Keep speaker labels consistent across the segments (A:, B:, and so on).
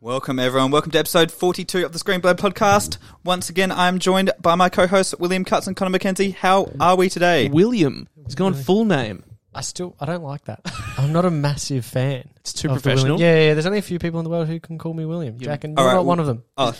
A: Welcome, everyone. Welcome to episode 42 of the Screenplay Podcast. Once again, I'm joined by my co hosts, William Cutts and Connor McKenzie. How are we today?
B: William. He's gone full name.
C: I still I don't like that. I'm not a massive fan.
B: It's too
C: of the
B: professional.
C: William. Yeah, yeah, yeah. There's only a few people in the world who can call me William. Jack and
A: All
C: you're
A: right,
C: not one of them.
A: Oh,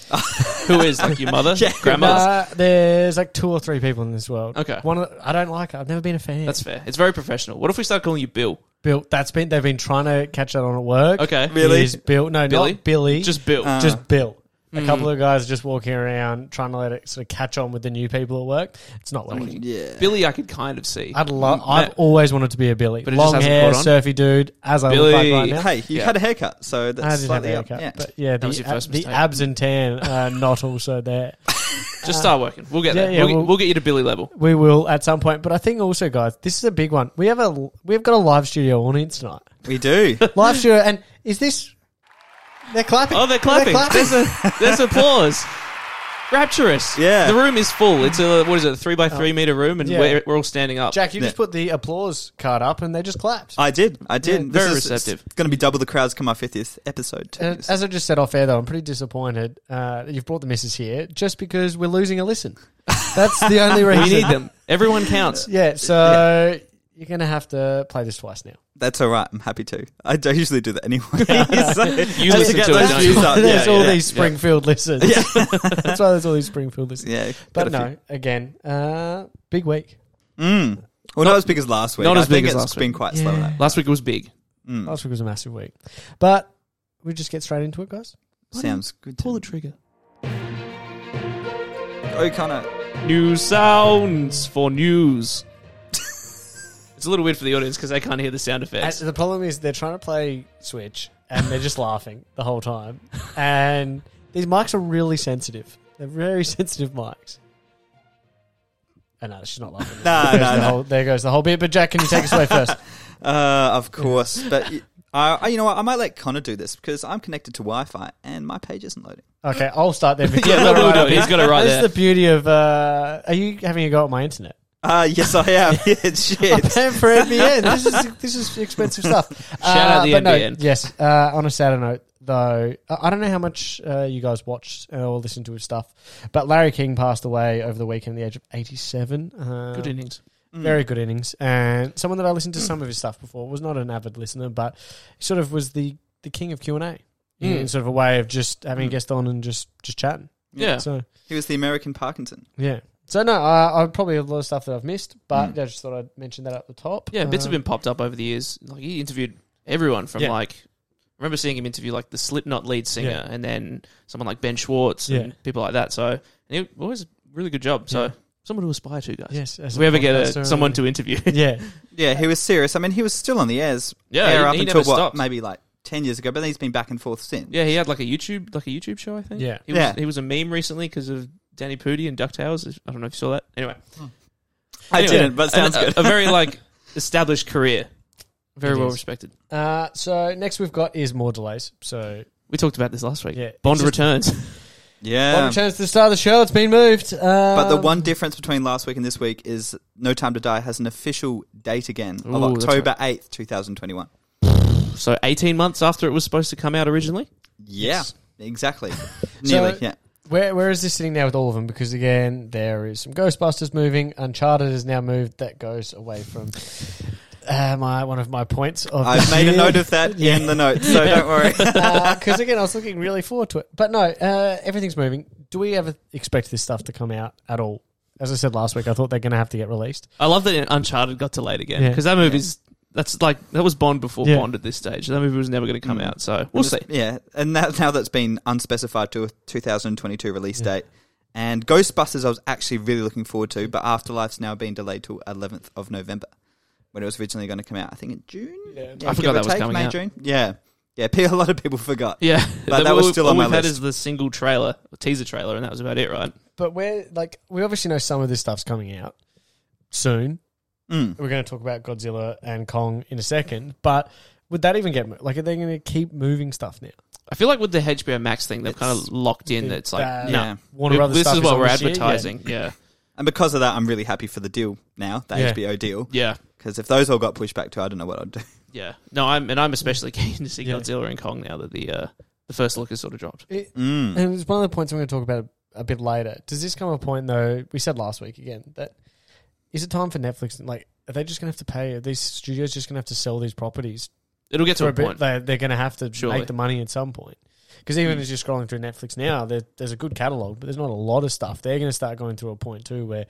B: Who is like your mother,
A: Yeah.
B: grandmother?
C: Uh, there's like two or three people in this world.
B: Okay.
C: One of the, I don't like it. I've never been a fan.
B: That's fair. It's very professional. What if we start calling you Bill?
C: Bill. That's been they've been trying to catch that on at work.
B: Okay,
A: Really?
C: Is Bill? No,
B: Billy? Hmm.
C: not Billy.
B: just Bill.
A: Uh,
C: just Bill. A couple of guys just walking around trying to let it sort of catch on with the new people at work. It's not working.
A: yeah.
B: Billy, I could kind of see.
C: I'd love.
B: Mm,
C: I've
B: no.
C: always wanted to be a Billy.
B: But it just
C: Long
B: hasn't
C: hair,
B: caught on.
C: surfy dude. As I look
B: Billy,
C: like right now.
A: Hey, you
B: Yeah.
A: had a haircut, so
C: I
A: that's
C: didn't have a
A: slightly up.
C: haircut,
A: Yeah.
C: but yeah, the,
B: was your first
C: ab- the
B: mistake.
C: abs and tan are not also there.
B: just start working. We'll get
C: yeah,
B: there.
C: yeah,
B: we'll, get-
C: we'll-
B: we'll get you to Billy level.
C: We will at some point, but I think also, guys, this is a big one. We have a we've got a live studio audience tonight.
A: We do.
C: Live studio, and is this? They're clapping.
B: Oh, they're clapping. There's a there's applause. Rapturous.
A: Yeah.
B: The room is full. It's a what is it? A three by three meter room, and
C: Yeah.
B: we're, we're all standing up.
C: Jack, you
A: Yeah.
C: just put the applause card up, and they just clapped.
A: I did. I did.
C: Yeah,
A: This
B: very
A: is- it's
B: receptive.
A: going to be double the crowds come our 50th episode. too.
C: And as I just said off air, though, I'm pretty disappointed uh, that you've brought the missus here just because we're losing a listen. That's the only
B: we
C: reason.
B: need them. Everyone counts.
C: Yeah, so you're gonna have to play this twice now.
A: That's all right. I'm happy to. I do usually do that anyway. so you
B: listen to it, don't
A: views
B: you?
A: up.
B: Yeah,
C: there's
A: Yeah,
B: yeah,
C: all
B: yeah.
C: these Springfield listeners. That's why there's all these Springfield listeners.
A: yeah.
C: But
A: got a
C: no, again, uh, big week.
A: few. Mm. Well, not, as big as last week.
B: not
A: I
B: as big
A: think
B: as
A: it's
B: last
A: been
B: week.
A: quite slow.
C: Yeah.
A: though.
B: Last week was big.
A: Mm.
C: Last week was a massive week. But we just get straight into it, guys.
A: Sounds good. To
B: Pull the
A: me.
B: trigger.
A: Oh, Connor.
B: New sounds for news. it's a little weird for the audience because they can't hear the sound effects.
C: And the problem is they're trying to play Switch and they're just laughing the whole time. And these mics are really sensitive. They're very sensitive mics. Oh, no, she's not laughing.
A: No,
C: there, goes
A: no,
C: the
A: no.
C: Whole, there goes the whole bit. But Jack, can you take us away first?
A: Uh, of course. but y- I, I- you know what? I might let Connor do this because I'm connected to Wi-Fi and my page isn't loading.
C: Okay, I'll start there. because
B: Yeah,
C: I've
B: no,
C: got it
B: we'll
C: right
B: do
C: up
B: it.
C: here.
B: He's got it right
C: This
B: there.
C: is the beauty of. Uh, are you having a go at my internet?
A: Uh, yes, I am. yeah, shit.
C: paying for NBN. this is this is expensive stuff.
B: Shout out the
C: but no,
B: NBN.
C: yes. Uh, on a sadder note, though, I I don't know how much uh, you guys watched or listened to his stuff, but Larry King passed away over the weekend at the age of eighty-seven. Uh,
B: Good hmm. innings.
A: Mm.
C: Very good innings, and someone that I listened to some of his stuff before was not an avid listener, but he sort of was the the king of Q and A
B: Mm.
C: in sort of a way of just having a guest on and just just chatting.
B: Yeah.
C: So
A: He was the American Parkinson.
C: yeah. So no, I, I probably have a lot of stuff that I've missed, but I just thought I'd mention that at the top.
B: Yeah, bits have
C: Um,
B: been popped up over the years. Like he interviewed everyone from
C: Yeah.
B: like I remember seeing him interview like the Slipknot lead singer
C: Yeah.
B: and then someone like Ben Schwartz and
C: Yeah.
B: people like that. So and he always a really good job. So
C: Yeah. uh,
B: someone to aspire to, guys.
C: Yes. as
B: If we
C: a
B: ever get
C: podcaster
B: a,
C: and-
B: someone to interview.
C: Yeah.
A: Yeah, he was serious. I mean, he was still on the airs.
B: Yeah,
A: air
B: he-
A: up
B: he
A: until
B: never
A: what?
B: stopped.
A: Maybe like ten years ago. But then he's been back and forth since.
B: yeah, he had like a YouTube like a YouTube show, I think.
C: Yeah.
B: He was,
A: Yeah.
B: He was a meme recently because of Danny Pudi and DuckTales. I don't know if you saw that. Anyway.
A: I
B: Anyway, uh,
A: didn't, but sounds
B: a,
A: good.
B: A, a very like established career. Very
C: It
B: well
C: is.
B: respected.
C: Uh, so next we've got is more delays. So
B: We talked about this last week.
C: Yeah.
B: Bond
C: It's just-
B: returns.
C: Bond
A: yeah.
C: returns to the start of the show. It's been moved. Um,
A: But the one difference between last week and this week is No Time to Die has an official date again of
B: Ooh, that's right.
A: October eighth, two thousand twenty-one.
B: so 18 months after it was supposed to come out originally.
A: Yeah, exactly. Nearly. yeah.
C: where where is this sitting now with all of them? Because again, there is some Ghostbusters moving. Uncharted is now moved. That goes away from uh, my one of my points. Of
A: I've made a note of that
C: Yeah.
A: in the notes, so don't worry.
C: because Uh, again, I was looking really forward to it. But no, uh, everything's moving. Do we ever expect this stuff to come out at all? As I said last week, I thought they're going to have to get released.
B: I love that Uncharted got delayed again
C: Yeah.
B: because that movie's that's like that was Bond before
C: Yeah.
B: Bond at this stage. That movie Mm. was never going to come out, so we'll see.
A: Yeah, and that, now that's been unspecified to a 2022 release date. And Ghostbusters, I was actually really looking forward to, but Afterlife's now been delayed till 11th of November, when it was originally going to come out. I think in June.
C: Yeah.
A: Yeah,
B: I forgot
A: give or
B: that was
A: take,
B: coming
A: May,
B: out.
A: June. Yeah, yeah. pe- A lot of people forgot.
B: Yeah,
A: But that
B: all
A: was
B: we've-
A: still
B: all
A: on my
B: we've had
A: list.
B: is the single trailer, teaser trailer, and that was about it, right?
C: But we're like, we obviously know some of this stuff's coming out soon.
A: Mm.
C: We're going to talk about Godzilla and Kong in a second, but would that even get mo- like? Are they going to keep moving stuff now?
B: I feel like with the HBO Max thing, they've kind
A: It's-
B: of locked in that it's like,
C: That
B: no,
A: Yeah.
C: Warner Brothers.
B: this
C: stuff
B: is what
C: on
B: we're
C: this year? Yeah.
B: advertising. yeah.
A: And because of that, I'm really happy for the deal now, the
C: Yeah.
A: HBO deal.
B: yeah,
A: Because if those all got pushed back to, I don't know what I'd do.
B: yeah, No, I'm and I'm especially keen to see
C: Yeah.
B: Godzilla and Kong now that the uh, the the first look is sort of dropped.
C: It,
A: Mm.
C: and it's one of the points I'm going to talk about a, a bit later. Does this come a point though? We said last week again that is it time for Netflix? and, Like, are they just going to have to pay? Are these studios just going to have to sell these properties?
B: It'll get to
C: For
B: a
C: bit?
B: point.
C: They, they're going to have to
B: Surely.
C: make the money at some point. Because even
A: Mm.
C: as you're scrolling through Netflix now, there, there's a good catalog, but there's not a lot of stuff. They're going to start going through a point too where,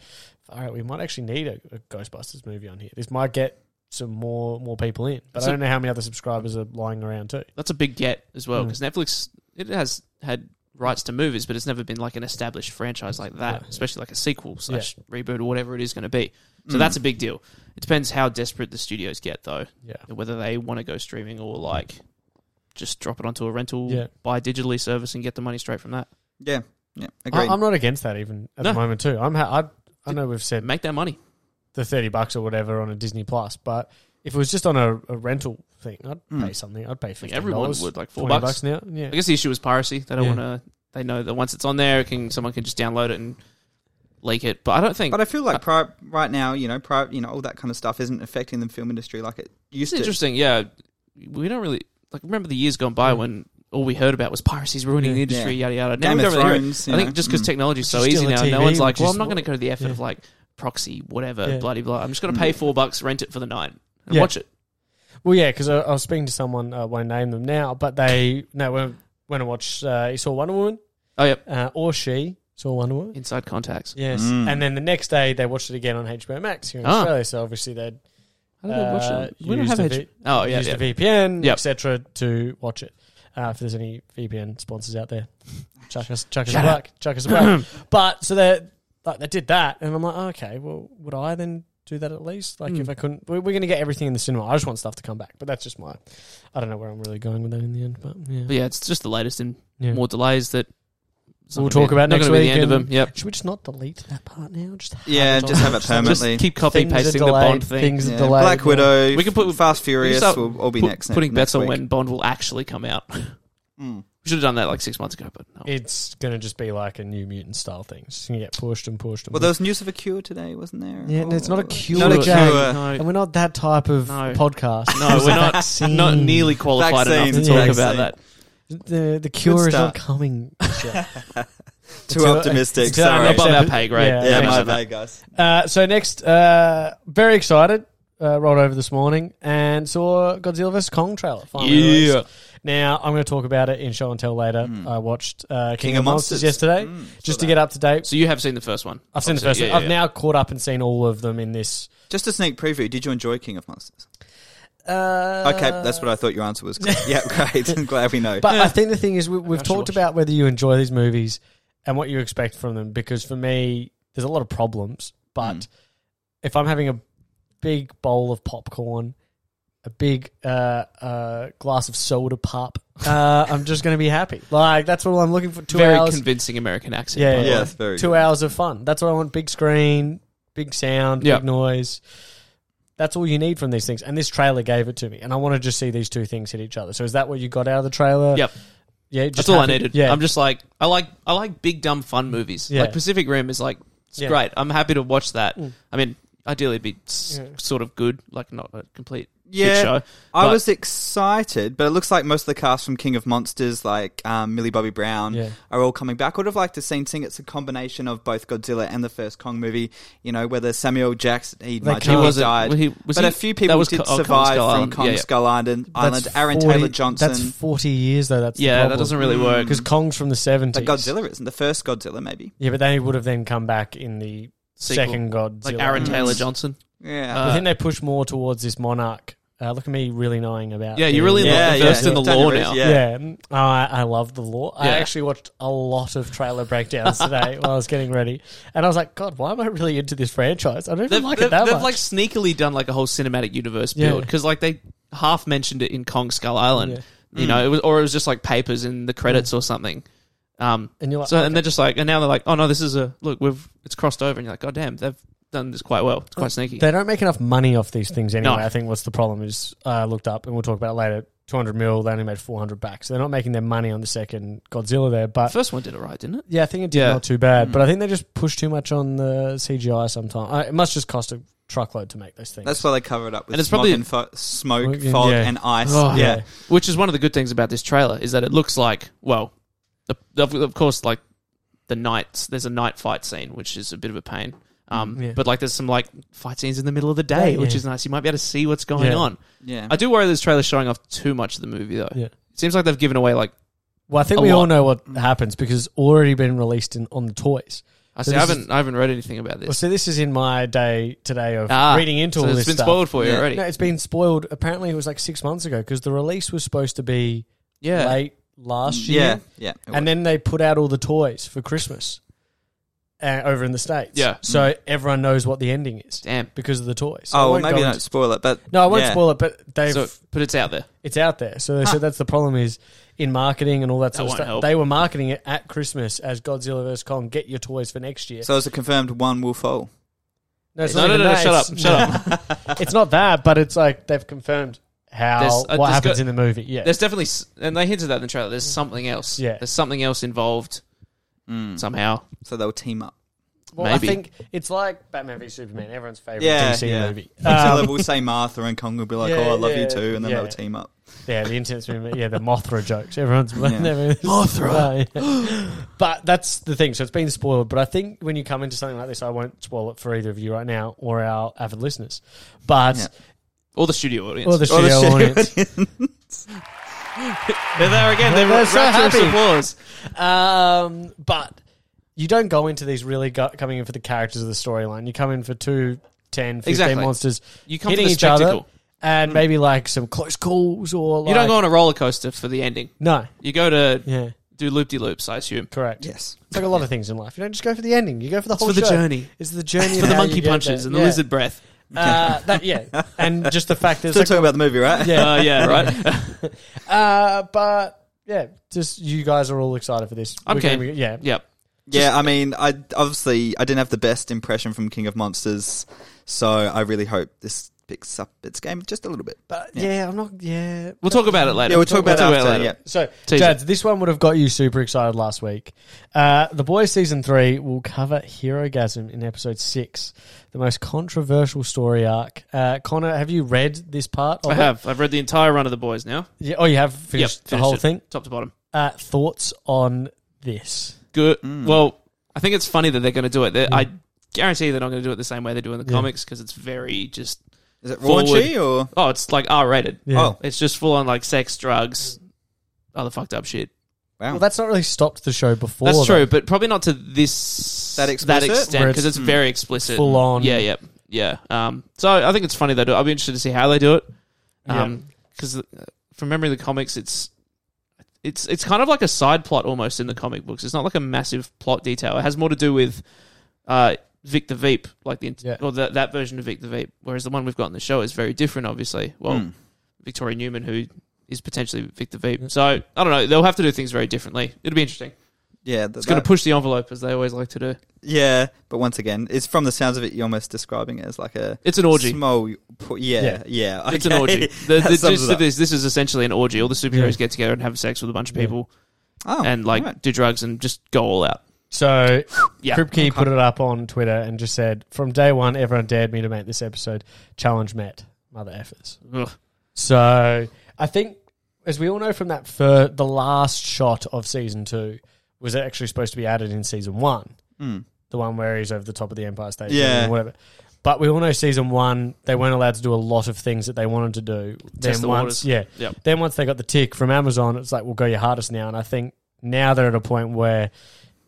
C: all right, we might actually need a, a Ghostbusters movie on here. This might get some more more people in, but
B: So-
C: I don't know how many other subscribers are lying around too.
B: That's a big get as well
C: Mm.
B: because Netflix it has had rights to movies, but it's never been like an established franchise like that,
C: Yeah.
B: especially like a sequel slash reboot or whatever it is going to be. So
A: Mm.
B: that's a big deal. It depends how desperate the studios get though,
C: Yeah,
B: and whether they want to go streaming or like just drop it onto a rental,
C: Yeah.
B: buy digitally service, and get the money straight from that.
A: yeah, yeah, agreed.
C: I, I'm not against that even at
B: No.
C: the moment too. I'm ha- I I know we've said
B: Make that money.
C: the thirty bucks or whatever on a Disney Plus, but if it was just on a, a rental thing, I'd
A: Mm.
C: pay something. I'd
B: Hmm. I
C: pay
B: think
C: fifteen
B: everyone
C: dollars,
B: would like four
C: twenty
B: bucks.
C: bucks. now. Yeah,
B: I guess the issue is piracy. They don't
C: Yeah.
B: want to. They know that once it's on there, it can someone can just download it and leak it. But I don't think
A: but I feel like pri- right now, you know, pri- you know, all that kind of stuff isn't affecting the film industry like it used
B: It's
A: to.
B: interesting, yeah. We don't really like remember the years gone by when all we heard about was piracies ruining
C: Yeah.
B: the industry, yada yada. Now
A: Game
B: we
A: of
B: don't really hear it.
A: Thrones,
B: I
A: you
B: think
A: know,
B: just because
A: mm.
B: technology is so
C: Which is
B: easy
C: still
B: now,
C: a
B: no
C: TV,
B: one's like,
C: which
B: well,
C: is
B: I'm not going to
C: what-
B: go to the effort
C: yeah.
B: of like proxy, whatever,
C: Yeah.
B: bloody blah. I'm just going to
A: Mm.
B: pay four bucks, rent it for the night, and
C: Yeah.
B: watch it.
C: Well, yeah, because I, I was speaking to someone. I won't name them now, but they no when when I watched uh, he saw Wonder Woman
B: Oh yep,
C: uh, or she saw Wonder Woman.
B: inside contacts.
C: Yes,
A: Mm.
C: and then the next day they watched it again on HBO Max here in
B: Hmm. Ah.
C: Australia. So obviously they'd
B: How did I watch
C: uh,
B: it? We don't
C: used
B: have
C: a
B: H-
C: vi-
B: Oh yeah,
C: use
B: yeah.
C: the VPN,
B: Yep.
C: etc., to watch it. Uh, if there's any VPN sponsors out there, chuck us, chuck us a
B: Shut up.
C: buck, chuck us a buck. But so they like they did that, and I'm like, oh, okay, well, would I then do that at least? Like,
B: Hmm.
C: if I couldn't, we're, we're going to get everything in the cinema. I just want stuff to come back, but that's just my. I don't know where I'm really going with that in the end, but yeah.
B: But yeah, it's just the latest in
C: Yeah.
B: more delays that it's not
C: We'll
B: gonna
C: talk
B: be-
C: about
B: not
C: next
B: gonna be the
C: week
B: end of
C: and-
B: them. Yep.
C: Should we just not delete that part now? Just have
A: Yeah,
C: it on-
A: just have it permanently.
B: Just keep copy
C: Things are
B: pasting the
C: delayed,
B: Bond thing.
C: Things are
A: Yeah,
C: delayed.
A: Black Widow.
B: We
A: We
B: can
A: can
B: put-
A: Fast Furious.
B: start
A: will all be
B: Put-
A: next.
B: putting
A: next
B: bets on
A: week.
B: when Bond will actually come out. we
A: Mm.
B: should have done that like six months ago, but no.
C: It's going to just be like a new mutant style thing. It's going to get pushed and pushed and
A: Well,
C: pushed.
A: there was news of a cure today, wasn't there? Oh,
C: Yeah, no, it's not a cure,
A: Not a
C: Jack.
A: cure.
B: No.
C: And we're not that type of
B: No.
C: podcast.
B: No,
C: It's
B: we're
C: a
B: not-
C: vaccine.
B: not nearly qualified
A: Vaccine,
B: enough to talk
C: yeah.
B: about that.
C: The the cure is
A: start.
C: not coming. Jack.
A: Too optimistic.
C: it's too
A: Sorry.
B: Above
C: Except
B: our
C: it-
B: pay grade.
C: yeah,
A: Yeah,
B: Thanks
A: my
B: for that.
A: bad, guys.
C: Uh, so next, uh, very excited. Uh, rolled over this morning and saw Godzilla vs Kong trailer. Finally released. Now I'm going to talk about it in show and tell later.
A: Mm.
C: I watched uh, King, of Monsters, yesterday
A: Mm, saw
C: just to
A: that.
C: get up to date.
B: So you have seen the first one.
C: I've seen the first.
B: Obviously, yeah,
C: I've
B: yeah,
C: now caught up and seen all of them in this.
A: Just a sneak preview. Did you enjoy King of Monsters?
C: Uh,
A: Okay, that's what I thought your answer was. yeah, great. I'm glad we know.
C: But I think the thing is, we, we've
B: I should
C: talked
B: watch.
C: about whether you enjoy these movies and what you expect from them. Because for me, there's a lot of problems. But
A: Mm.
C: if I'm having a big bowl of popcorn, a big uh, uh, glass of soda pop, uh, I'm just going to be happy. Like that's what I'm looking for. Two
B: Very
C: hours,
B: convincing American accent.
C: Yeah,
B: by the
A: yeah,
B: way.
A: it's very
C: two
A: good.
C: hours of fun. That's what I want. Big screen, big sound,
B: Yeah.
C: big noise. That's all you need from these things. And this trailer gave it to me. And I want to just see these two things hit each other. So is that what you got out of the trailer?
B: Yep.
C: Yeah,
B: That's
C: just
B: all I
C: happy-
B: needed.
C: Yeah,
B: I'm just like I like I like big dumb fun movies.
C: Yeah.
B: Like Pacific Rim is like it's
C: Yeah.
B: great. I'm happy to watch that.
C: Mm.
B: I mean, ideally it'd be s-
C: Yeah.
B: sort of good, like not a complete shit
A: Yeah,
B: show.
A: I
B: but-
A: was excited, but it looks like most of the cast from King of Monsters, like um, Millie Bobby Brown,
C: Yeah.
A: are all coming back. I would have liked to seen seeing it's a combination of both Godzilla and the first Kong movie. You know, whether Samuel Jackson he
C: They
A: might
C: can't-
A: have
C: He
B: wasn't-
A: died,
B: well, he- was
A: but
B: he-
A: a few
B: that
A: people
B: was
A: did
B: Co- oh, Kong
A: survive
B: Skull
A: from
B: Island.
A: Kong
B: Yeah, yeah.
A: Skull Island. Island.
C: That's
A: Aaron
C: 40
A: Taylor Johnson.
C: That's 40 years, though. That's the
B: Yeah, that
C: problem.
B: doesn't really work.
C: Because Kong's from the 70s.
A: But Godzilla isn't the first Godzilla, maybe.
C: Yeah, but they would have then come back in the
B: Sequel.
C: second Godzilla.
B: Like Aaron
A: Mm.
B: Taylor Johnson.
A: Yeah,
C: I
B: Uh,
C: think they push more towards this monarch. Uh, look at me really knowing about
B: Yeah, you're
C: the-
B: really
A: Yeah,
B: yeah,
A: yeah.
B: versed in the
A: Done
B: law
A: your
B: now.
A: research.
C: Yeah, Oh, I, I love the law. I
B: Yeah.
C: actually watched a lot of trailer breakdowns today while I was getting ready, and I was like, God, why am I really into this franchise? I don't even
B: They've,
C: like
B: they've-
C: it that
B: they've,
C: much.
B: like sneakily done like a whole cinematic universe
C: Yeah.
B: build because like they half mentioned it in Kong Skull Island, you
A: Mm.
B: know, it was or it was just like papers in the credits or something. Um,
C: and you're like,
B: so and they're just like, and now they're like, oh no, this is a look, we've it's crossed over, and you're like, god damn, they've done this quite well. It's quite sneaky.
C: Uh, they don't make enough money off these things anyway.
B: No.
C: I think what's the problem is uh, I looked up, and we'll talk about it later. Two hundred mil, they only made four hundred back, so they're not making their money on the second Godzilla there.
B: The
C: But
B: first one did it right, didn't it?
C: yeah, I think it did
B: Yeah.
C: not too bad.
A: Mm.
C: But I think they just push too much on the CGI sometimes. Uh, it must just cost a truckload to make those things.
A: That's why they cover it up with
B: And it's
A: smoke
B: probably-
A: and fo- smoke,
C: Smoke and-
A: fog,
B: yeah.
A: and ice.
B: Oh,
A: yeah.
C: yeah.
B: Which is one of the good things about this trailer is that it looks like well, the, of, of course, like the nights. There's a night fight scene, which is a bit of a pain. Um,
C: Mm, yeah.
B: but like there's some like fight scenes in the middle of the day,
C: Yeah,
B: which
C: yeah.
B: is nice. You might be able to see what's going
C: Yeah.
B: on.
A: yeah,
B: I do worry this trailer's showing off too much of the movie though.
C: Yeah.
B: It seems like they've given away like
C: well, I think
B: a
C: we all
B: lot.
C: know what happens because it's already been released in, on the toys.
B: I
C: So
B: see, I
C: this
B: haven't I haven't read anything about
C: Well,
B: this.
C: so this is in my day today of
B: Ah,
C: reading into
B: so
C: all
B: it's
C: this
B: been
C: stuff.
B: spoiled for you
A: Yeah.
B: already.
C: No, it's been spoiled. Apparently, it was like six months ago because the release was supposed to be
B: yeah. Mm,
C: late last year.
A: yeah, yeah. it was.
C: and then they put out all the toys for Christmas uh, over in the states.
B: Yeah. Mm.
C: so everyone knows what the ending is
B: Damn.
C: because of the toys. I
A: oh, well,
C: won't
A: maybe
C: go
A: don't
C: into-
A: spoil it, but
C: no, I won't
A: yeah.
C: spoil it. But they've
B: So, but it's out there.
C: it's out there. So they
A: Huh.
C: said that's the problem is in marketing and all that sort
B: won't
C: of stuff.
B: help.
C: They were marketing it at Christmas as Godzilla vs Kong. Get your toys for next year.
A: So it's a confirmed one will fall.
C: it's
B: No,
C: not
B: no,
C: even
B: no, no,
C: that.
B: shut
C: It's-
B: up, shut up.
C: it's not that, but it's like they've confirmed how
B: There's- uh,
C: what
B: there's
C: happens
B: go-
C: in the movie. Yeah,
B: There's definitely, s- and they hinted that in the trailer. There's something else.
C: Yeah.
B: There's something else involved
A: Mm.
B: somehow.
A: So they'll team up.
C: well,
B: maybe.
C: I think it's like Batman v Superman, everyone's favorite
A: Yeah,
C: DC
A: yeah.
C: movie.
A: so
C: Um,
A: they will say Martha and Kong will be like,
C: Yeah,
A: "Oh, I love
C: yeah,
A: you too," and then
C: yeah.
A: they'll team up.
C: Yeah, the internet's been yeah the Mothra jokes. Everyone's
B: Mothra.
C: Oh, yeah. But that's the thing. So it's been spoiled. But I think when you come into something like this, I won't spoil it for either of you right now or our avid listeners. But
A: Yeah.
B: Or the studio audience.
C: or the
A: Oh,
C: studio
A: the shit.
C: audience.
B: they're there again. They're,
C: They're so
B: rapturous
C: happy.
B: applause.
C: um, but you don't go into these really go- coming in for the characters of the storyline. You come in for two, 10, 15
B: Exactly.
C: monsters
B: You come
C: hitting
B: for the
C: each other
B: spectacle. Mm.
C: and maybe like some close calls or like,
B: you don't go on a roller coaster for the ending.
C: no
B: You go to
C: yeah
B: do loop de loops. I assume.
C: correct
A: Yes.
C: It's like a lot of things in life. You don't just go for the ending. You go for the whole
B: for the
C: show.
B: journey.
C: It's the journey.
B: For
C: of
B: the
C: how you
B: monkey
C: get
B: punches
C: there.
B: and the
C: Yeah.
B: lizard breath.
C: Uh, that, yeah, and just the fact that
A: Still
C: it's like,
A: talking about the movie, right?
B: Yeah, yeah, right.
C: uh, but yeah, just you guys are all excited for this.
B: I'm
C: We're gonna
B: keen.
C: be- Yeah,
B: yep.
A: Yeah, I mean, I obviously I didn't have the best impression from King of Monsters, so I really hope this picks up its game just a little bit.
C: but
A: Yeah.
C: yeah, I'm not. Yeah,
B: We'll talk about it later.
A: Yeah, we'll talk about it
B: We'll
A: after. Yeah.
C: So,
B: Teaser.
C: Jads, this one would have got you super excited last week. Uh, the Boys season three will cover hero gasm in episode six, the most controversial story arc. Uh, Connor, have you read this part? Of
B: I
C: it?
B: have. I've read the entire run of the boys now.
C: Yeah, oh, you have finished the
B: finished
C: whole
B: it.
C: thing.
B: top to bottom.
C: uh, thoughts on this.
B: Good.
A: Mm.
B: Well, I think it's funny that they're going to do it. They're-
C: Yeah.
B: I guarantee they're not going to do it the same way they do in the
C: Yeah.
B: comics because it's very just.
A: Is it
B: Forward.
A: raunchy or
B: Oh, it's like R rated.
A: oh
B: It's just full on like sex, drugs, other fucked up shit.
A: wow?
C: Well, that's not really stopped the show before.
B: That's
C: though.
B: true, but probably not to this
A: That explicit?
B: extent
C: Where
B: because it's
C: it's
B: very explicit.
C: full on.
B: Yeah, yeah, yeah. Um, so I think it's funny they do. it. I'll be interested to see how they do it.
C: Yeah.
B: Um, because from memory of the comics, it's it's it's kind of like a side plot almost in the comic books. It's not like a massive plot detail. It has more to do with uh Vic the Veep, like the
C: Yeah.
B: or that that version of Vic the Veep. Whereas the one we've got in the show is very different, obviously. Well,
A: Hmm.
B: Victoria Newman, who is potentially Victor Veep.
C: Yeah.
B: So I don't know. They'll have to do things very differently. It'll be interesting.
A: yeah, th-
B: It's going
A: that-
B: to push the envelope as they always like to do.
A: yeah. But once again, it's from the sounds of it, you're almost describing it as like a
B: It's an orgy.
A: Small, pu- yeah, yeah.
C: Yeah.
B: It's an
A: okay.
B: orgy. The,
A: That
B: the
A: sums
B: gist
A: it
B: of
A: up.
B: this, this is essentially an orgy. All the superheroes
C: Yeah.
B: get together and have sex with a bunch of
C: Yeah.
B: people
A: Oh,
B: and like
A: alright.
B: do drugs and just go all out.
C: So
B: Yeah.
C: Kripke put it up on Twitter and just said, "From day one, everyone dared me to make this episode. Challenge met. Mother effers."
B: Ugh.
C: So I think, as we all know from that, for the last shot of season two was actually supposed to be added in season one,
A: Mm.
C: the one where he's over the top of the Empire State,
A: Yeah.
C: Building or whatever. But we all know season one, they weren't allowed to do a lot of things that they wanted to do.
B: Test the waters.
C: once, yeah,
B: Yep.
C: then once they got the tick from Amazon, it's like we'll go your hardest now. And I think now they're at a point where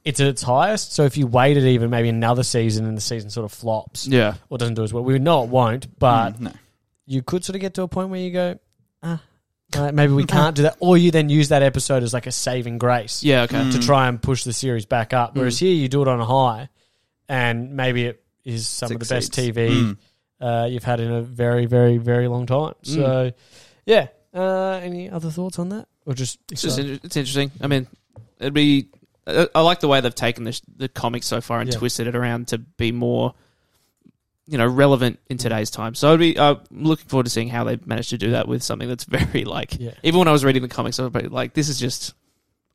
C: it's at its highest. So if you waited even maybe another season and the season sort of flops
B: Yeah.
C: or doesn't do as well, we know it won't. But
A: Mm, no.
C: you could sort of get to a point where you go, ah, all right, maybe we can't do that. Or you then use that episode as like a saving grace
B: Yeah. Okay.
A: Mm.
C: to try and push the series back up. Whereas
B: Mm.
C: here you do it on a high, and maybe it is some of the best
A: Succeeds.
C: TV
A: Mm.
C: uh, you've had in a very, very, very long time.
B: Mm.
C: So, yeah. Uh, any other thoughts on that, or just
B: It's just in- it's interesting. I mean, it'd be. I I like the way they've taken the, sh- the comic so far and
C: Yeah.
B: twisted it around to be more, you know, relevant in today's time. So I'd be uh, looking forward to seeing how they manage to do that with something that's very like.
C: Yeah.
B: Even when I was reading the comics, I was probably like, "This is just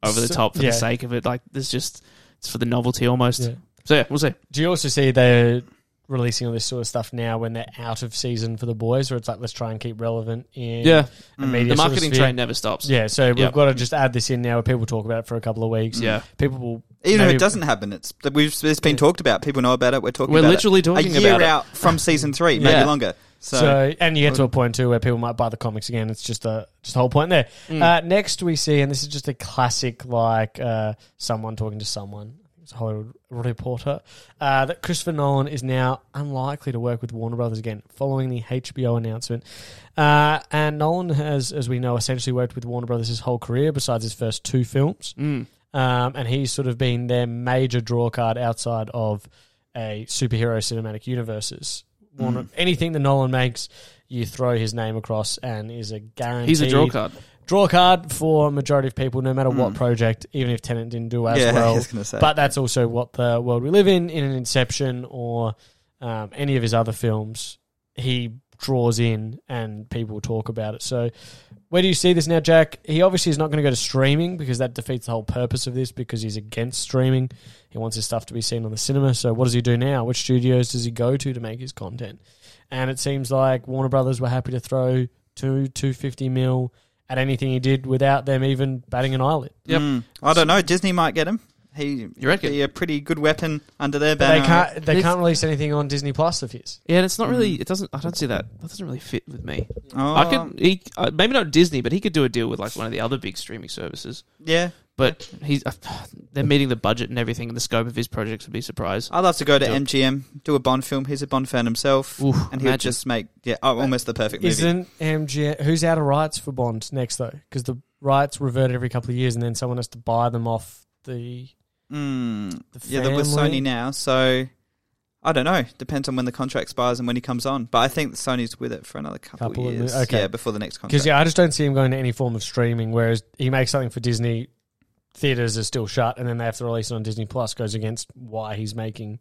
B: over the
C: So-
B: top for
C: yeah.
B: the sake of it. Like, this just it's for the novelty almost."
C: yeah.
B: So yeah, we'll see.
C: Do you also see they're releasing all this sort of stuff now when they're out of season for the boys, where it's like let's try and keep relevant in
B: Yeah,
C: a
A: Mm.
C: media
B: the
C: sort of
B: marketing
C: sphere.
B: train never stops.
C: Yeah, so we've
B: Yep.
C: got to just add this in now where people talk about it for a couple of weeks.
A: Mm.
B: Yeah.
C: People will
A: Even if
C: maybe-
A: it doesn't happen, it's that we've it's been
C: Yeah.
A: talked about. People know about it. We're talking.
B: We're
A: about
B: literally
A: it.
B: talking
A: a year
B: about it.
A: out from season three,
B: Yeah.
A: maybe longer. So,
C: So, and you get to a point too where people might buy the comics again. It's just a just the whole point there.
B: Hmm.
C: Uh, next we see, and this is just a classic, like uh, someone talking to someone. It's a Hollywood Reporter uh, that Christopher Nolan is now unlikely to work with Warner Brothers again following the HBO announcement. Uh, and Nolan has, as we know, essentially worked with Warner Brothers his whole career, besides his first two films.
B: Mm.
C: Um, and he's sort of been their major draw card outside of a superhero cinematic universes. Warner, Anything that Nolan makes, you throw his name across and is a guaranteed
B: He's a draw card.
C: draw card for a majority of people, no matter what
A: Mm.
C: project, even if Tenant didn't do as
A: yeah, I
C: well.
A: was going to say.
C: But that's also what the world we live in, in an Inception or um, any of his other films, he draws in and people talk about it. So, where do you see this now, Jack? He obviously is not going to go to streaming because that defeats the whole purpose of this because he's against streaming. He wants his stuff to be seen on the cinema. So, what does he do now? Which studios does he go to to make his content? And it seems like Warner Brothers were happy to throw two, 250 mil at anything he did without them even batting an eyelid.
B: Yep.
A: Mm. I don't know. Disney might get him. He
B: You reckon?
A: be a pretty good weapon under their
C: But
A: banner.
C: they can't. They
B: This-
C: can't release anything on Disney Plus of his.
B: Yeah, and it's not
C: Mm.
B: really. It doesn't. I don't see that. That doesn't really fit with me.
A: Oh,
B: I could. He uh, maybe not Disney, but he could do a deal with like one of the other big streaming services.
A: Yeah,
B: But he's uh, they're meeting the budget and everything, and the scope of his projects would be a surprise.
A: I'd love to go to
B: Do it.
A: MGM, do a Bond film. He's a Bond fan himself,
B: Oof,
A: and he'll
B: imagine.
A: just make yeah, oh, almost the perfect movie.
C: Isn't MGM who's out of rights for Bond next though? Because the rights revert every couple of years, and then someone has to buy them off the.
A: Mm.
C: the
A: Yeah, they're with
C: family.
A: Sony now, so I don't know. Depends on when the contract expires and when he comes on. But I think Sony's with it for another couple,
C: Couple of
A: years.
C: years, okay.
A: Yeah, before the next contract.
C: Because yeah, I just don't see him going to any form of streaming. Whereas he makes something for Disney, theaters are still shut, and then they have to release it on Disney Plus. Goes against why he's making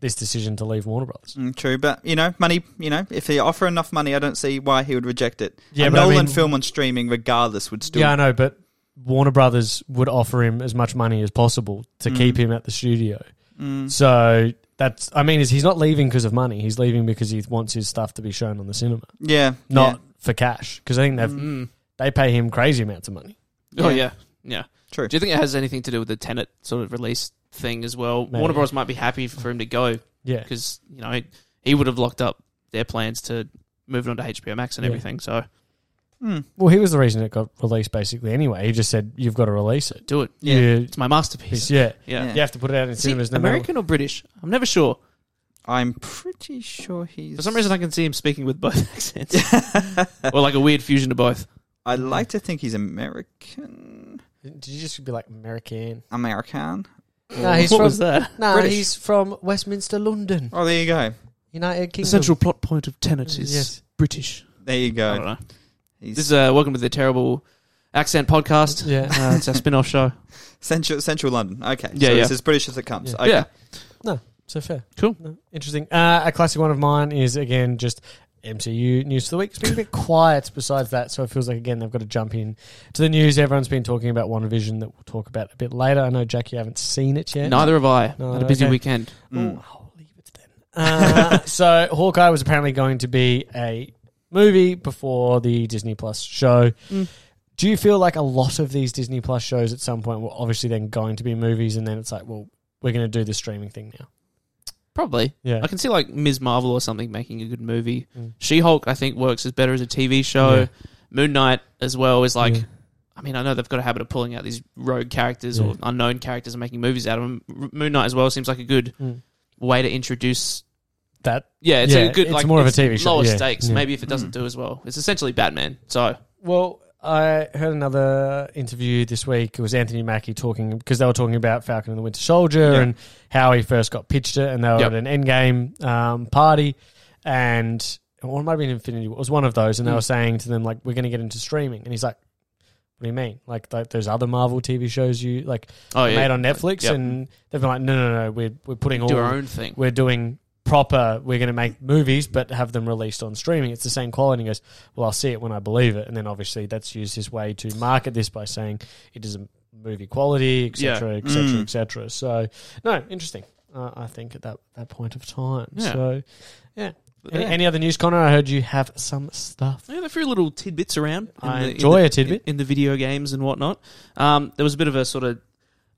C: this decision to leave Warner Brothers.
A: Mm, true, but you know, money. You know, if they offer enough money, I don't see why he would reject it.
C: Yeah,
A: a
C: but I
A: Nolan
C: mean-
A: film on streaming, regardless, would still.
C: Yeah, I know, but Warner Brothers would offer him as much money as possible to
A: Mm.
C: keep him at the studio.
A: Mm.
C: So that's, I mean, is he's not leaving because of money. He's leaving because he wants his stuff to be shown on the cinema,
A: yeah,
C: not
A: yeah,
C: for cash. Because I think they
A: Mm.
B: Mm.
C: they pay him crazy amounts of money.
B: Oh
A: Yeah.
B: yeah, yeah.
A: true.
B: Do you think it has anything to do with the tenant sort of release thing as well?
C: Maybe.
B: Warner Bros might be happy for him to go
C: Yeah,
B: because you know he would have locked up their plans to move it on to HBO Max and
C: Yeah.
B: everything. So
A: Mm.
C: well, he was the reason it got released basically. Anyway, he just said you've got to release it.
B: do it.
A: Yeah.
C: You-
B: It's my masterpiece.
C: yeah,
B: Yeah.
A: Yeah.
C: you have to put it out in
B: Is he
C: cinemas. No matter
B: American or British? I'm never sure.
A: I'm pretty sure he's.
B: For some reason, I can see him speaking with both accents, or like a weird fusion of both.
A: I like to think he's American.
C: what. Did you just be like American?
A: American.
C: No, he's
B: what
C: from
B: was that?
C: no,
A: British.
C: he's from Westminster, London,
A: Oh, there you go.
C: United
B: The
C: Kingdom.
B: central plot point of Tenet is
C: Yes.
B: British.
A: There you
B: I don't
A: go.
B: know.
A: He's
B: This is uh, welcome to the terrible accent podcast.
C: Yeah.
B: Uh, it's our spin-off show.
A: central Central London. Okay,
B: Yeah,
A: so
B: yeah.
A: it's as British as it comes.
C: Yeah.
A: Okay.
B: Yeah,
C: So fair.
B: Cool.
C: No, interesting. Uh, a classic one of mine is again just MCU news for the week. It's been a bit quiet besides that, so it feels like again they've got to jump in to the news. Everyone's been talking about One Vision that we'll talk about a bit later. I know Jack, you haven't seen it yet.
B: neither have I.
C: No,
B: Had a busy
C: okay.
B: weekend.
A: Mm.
C: Ooh, I'll leave it then. Uh, so Hawkeye was apparently going to be a movie before the Disney Plus show.
B: Mm.
C: Do you feel like a lot of these Disney Plus shows at some point were obviously then going to be movies, and then it's like, well, we're going to do the streaming thing now.
B: Probably.
C: Yeah.
B: I can see like Ms. Marvel or something making a good movie.
C: Mm.
B: She Hulk, I think, works as better as a TV show.
C: Yeah.
B: Moon Knight as well is like.
C: Yeah.
B: I mean, I know they've got a habit of pulling out these rogue characters
C: Yeah.
B: or unknown characters and making movies out of them. R- Moon Knight as well seems like a good
C: Mm.
B: way to introduce.
C: That
B: Yeah, it's
C: Yeah,
B: a good
C: it's
B: like
C: more of a TV show,
B: lower
C: yeah,
B: stakes.
C: yeah.
B: Maybe if it doesn't
A: Mm.
B: do as well, it's essentially Batman. So
C: Well, I heard another interview this week. It was Anthony Mackie talking because they were talking about Falcon and the Winter Soldier
A: Yeah.
C: and how he first got pitched it, and they were
B: Yep.
C: at an Endgame um, party, and or it might have been Infinity. War. It was one of those, and they
B: Mm.
C: were saying to them like, "We're going to get into streaming," and he's like. What do you mean? Like th- those other Marvel TV shows you like
B: oh yeah,
C: made on Netflix,
B: Yep.
C: and they've been like, no, no, no, we're we're putting all
B: do our own thing.
C: we're doing proper we're going to make movies but have them released on streaming it's the same quality and he goes well i'll see it when i believe it and then obviously that's used his way to market this by saying it is a movie quality etc
A: Yeah.
C: etc
A: Mm.
C: etc so no interesting uh, I think, at that, that point of time.
B: Yeah.
C: So,
B: But
C: any,
B: yeah.
C: any other news, Connor? I heard you have some stuff.
B: Yeah, there are a few little tidbits around. in
C: I
B: the- in
C: enjoy
B: the-
C: a tidbit.
B: in the video games and whatnot. Um, there was a bit of a sort of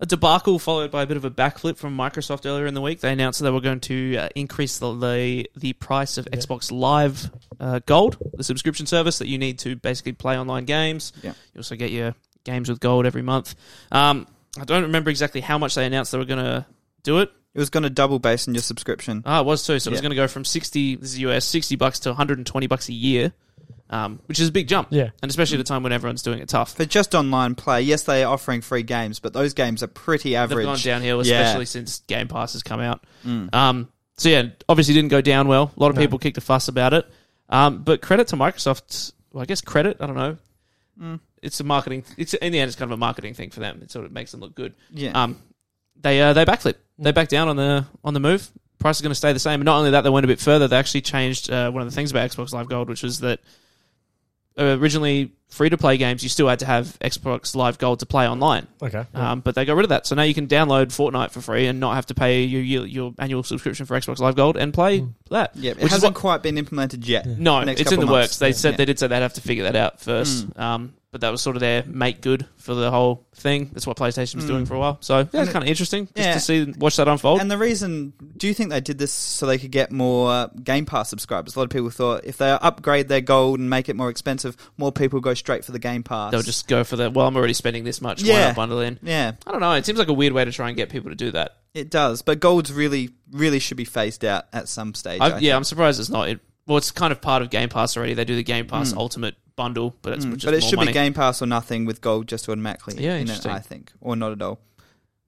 B: a debacle followed by a bit of a backflip from Microsoft earlier in the week. They announced that they were going to uh, increase the, the the price of
C: Yeah.
B: Xbox Live uh, Gold, the subscription service that you need to basically play online games.
A: Yeah.
B: You also get your games with gold every month. Um, I don't remember exactly how much they announced they were going to do it.
A: It was going to double based on your subscription.
B: Ah, it was too. So it was
A: Yeah.
B: going to go from sixty. This is US sixty bucks to one hundred and twenty bucks a year, um, which is a big jump.
C: Yeah.
B: and especially at a time when everyone's doing it tough.
A: For just online play, yes, they are offering free games, but those games are pretty
B: They've gone
A: average.
B: downhill,
A: Yeah.
B: especially since Game Pass has come out.
A: Mm.
B: Um, so yeah, obviously didn't go down well. A lot of
C: No.
B: people kicked a fuss about it. Um, but credit to Microsoft. Well, I guess credit. I don't know.
A: Mm.
B: It's a marketing. It's in the end, it's kind of a marketing thing for them. It sort of makes them look good.
A: Yeah. Mm.
B: Um, they uh, they backflip. They back down on the on the move. Price is going to stay the same. And not only that, they went a bit further. They actually changed uh, one of the things about Xbox Live Gold, which was that uh, originally free to play games you still had to have Xbox Live Gold to play online.
C: Okay.
B: Um, but they got rid of that, so now you can download Fortnite for free and not have to pay your your, your annual subscription for Xbox Live Gold and play
C: Mm.
B: that.
A: Hmm. yeah, it
B: which is
A: hasn't
B: what-
A: quite been implemented yet.
C: Yeah.
B: No,
A: Next
B: it's in the
A: couple of months.
B: works. They said
A: Yeah. Hmm.
B: they did say they'd have to figure that out first. Um, but that was sort of their make good for the whole thing. That's what PlayStation was
A: Mm.
B: doing for a while. So yeah,
A: And
B: it's
A: it-
B: kind of interesting just
A: yeah.
B: to see watch that unfold.
A: And the reason, do you think they did this so they could get more uh, Game Pass subscribers? A lot of people thought if they upgrade their gold and make it more expensive, more people go straight for the Game Pass.
B: They'll just go for the well. I'm already spending this much. Why
A: Yeah.
B: not bundle in?
A: yeah,
B: I don't know. It seems like a weird way to try and get people to do that.
A: it does. But gold's really, really should be phased out at some stage. I
B: I,
A: think.
B: yeah, I'm surprised it's not. It, well, it's kind of part of Game Pass already. They do the Game Pass
A: Mm.
B: Ultimate bundle, but it's
A: Mm,
B: just
A: but it
B: more
A: should
B: money.
A: be Game Pass or nothing with gold just automatically.
B: Yeah,
A: in it,
B: interesting.
A: I think, or not at all.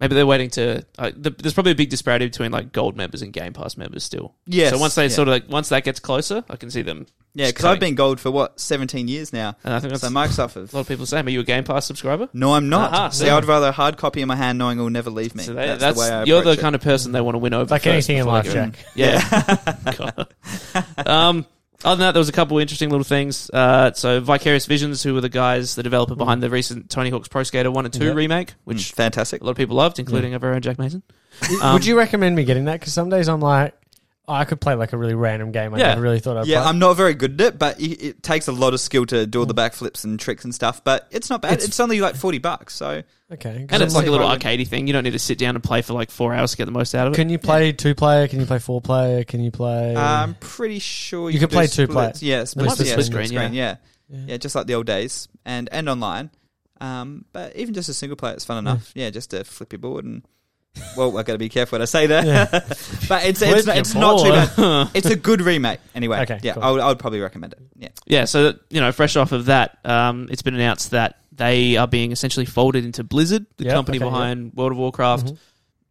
B: Maybe they're waiting to. Uh, the, there's probably a big disparity between like gold members and Game Pass members still.
A: Yes,
B: so once they
A: yeah.
B: sort of like, once that gets closer, I can see them.
A: yeah, because
B: cutting.
A: I've been gold for what 17 years now.
B: And I think that's
A: So
B: a
A: Microsoft have
B: lot of people saying, "Are you a Game Pass subscriber?"
A: No, I'm not.
B: Aha,
A: See,
B: so-
A: I'd rather a hard copy in my hand knowing it will never leave me.
B: So they,
A: that's,
B: that's,
A: the way I
B: you're the
A: approach it.
B: kind of person they want to win over.
C: Like
B: first
C: anything in
B: before they
C: life,
B: go-
C: Jack.
B: Yeah. God. um, other than that, there was a couple of interesting little things. Uh, so Vicarious Visions, who were the guys, the developer
C: Mm.
B: behind the recent Tony Hawk's Pro Skater One and Two
C: Yeah.
B: remake,
A: Mm,
B: which
A: fantastic.
B: a lot of people loved, including our very own Jack Mason. Um,
C: Would you recommend me getting that? Because some days I'm like, oh, I could play like a really random game I
B: Yeah.
C: never really thought I'd
A: Yeah,
C: play.
A: I'm not very good at it, but it, it takes a lot of skill to do all the backflips and tricks and stuff. But it's not bad. It's,
C: It's-
A: only like forty bucks, so
C: okay. 'Cause
B: And it's
C: I'm
B: like a little
A: Probably.
B: arcadey thing. You don't need to sit down and play for like four hours to get the most out of it.
C: Can you play two player? Can you play four player? Can you play?
A: uh,
B: Um,
A: I'm pretty sure
C: You can
A: do
C: play two
A: splits.
C: players.
A: Yeah,
C: might
A: splits,
C: be
A: yeah,
C: split
B: screen,
A: yeah.
C: yeah.
A: Yeah, just like the old days, and and online. Um, but even just a single player, it's fun enough. Yeah, just to flip your board and. Well, I've got to be careful what I say there.
C: Yeah.
A: but it's
C: Flip
A: it's,
C: your
A: it's not too
C: board.
A: bad. It's a good remake anyway.
C: Okay,
A: yeah,
C: cool.
A: I, would, I would probably recommend it. Yeah.
B: yeah, so you know, fresh off of that, um, it's been announced that they are being essentially folded into Blizzard, the
C: Yep, Mm-hmm.
B: company
C: okay,
B: behind World of Warcraft,
C: Mhm.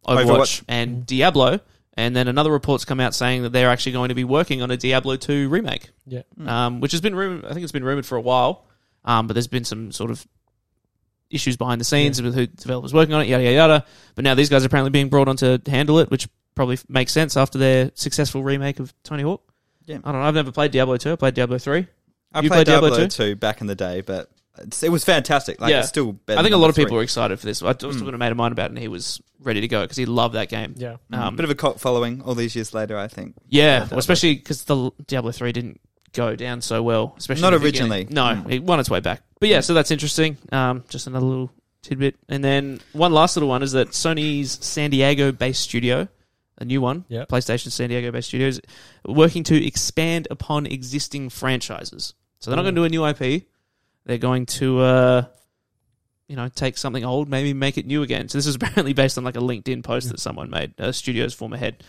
B: Overwatch,
A: Overwatch.
B: and Diablo. And then another report's come out saying that they're actually going to be working on a Diablo two remake,
C: Yeah.
A: Mm.
B: um, which has been rumored. I think it's been rumored for a while, um, but there's been some sort of issues behind the scenes with who developers working on it, yada yada yada. But now these guys are apparently being brought on to handle it, which probably f- makes sense after their successful remake of Tony Hawk.
A: Yeah.
B: I don't know. I've never played Diablo two. I played Diablo three.
A: I
B: You
A: played
B: played
A: Diablo,
B: Diablo
A: 2 back in the day, but it's, it was fantastic. Like,
B: Yeah.
A: it's still better.
B: I think a
A: than
B: lot of
A: three. Hmm.
B: people were excited for this. I was talking to a mate of mine about it, and he was ready to go because he loved that game.
C: yeah.
B: Um,
A: Mm. Bit of a cult following all these years later, I think.
B: yeah,
A: Diablo.
B: well, especially because the Diablo three didn't go down so well. Especially
A: Not
B: in the
A: originally. Hmm.
B: beginning. No,
A: Mm.
B: it won its way back. But yeah, so that's interesting. Um, just another little tidbit, and then one last little one is that Sony's San Diego based studio. A new one,
C: Yeah.
B: PlayStation San Diego based studios, working to expand upon existing franchises. So they're not
A: Hmm.
C: Ooh.
B: going to do a new IP. They're going to, uh, you know, take something old, maybe make it new again. So this is apparently based on like a LinkedIn post that someone made, a studio's former head.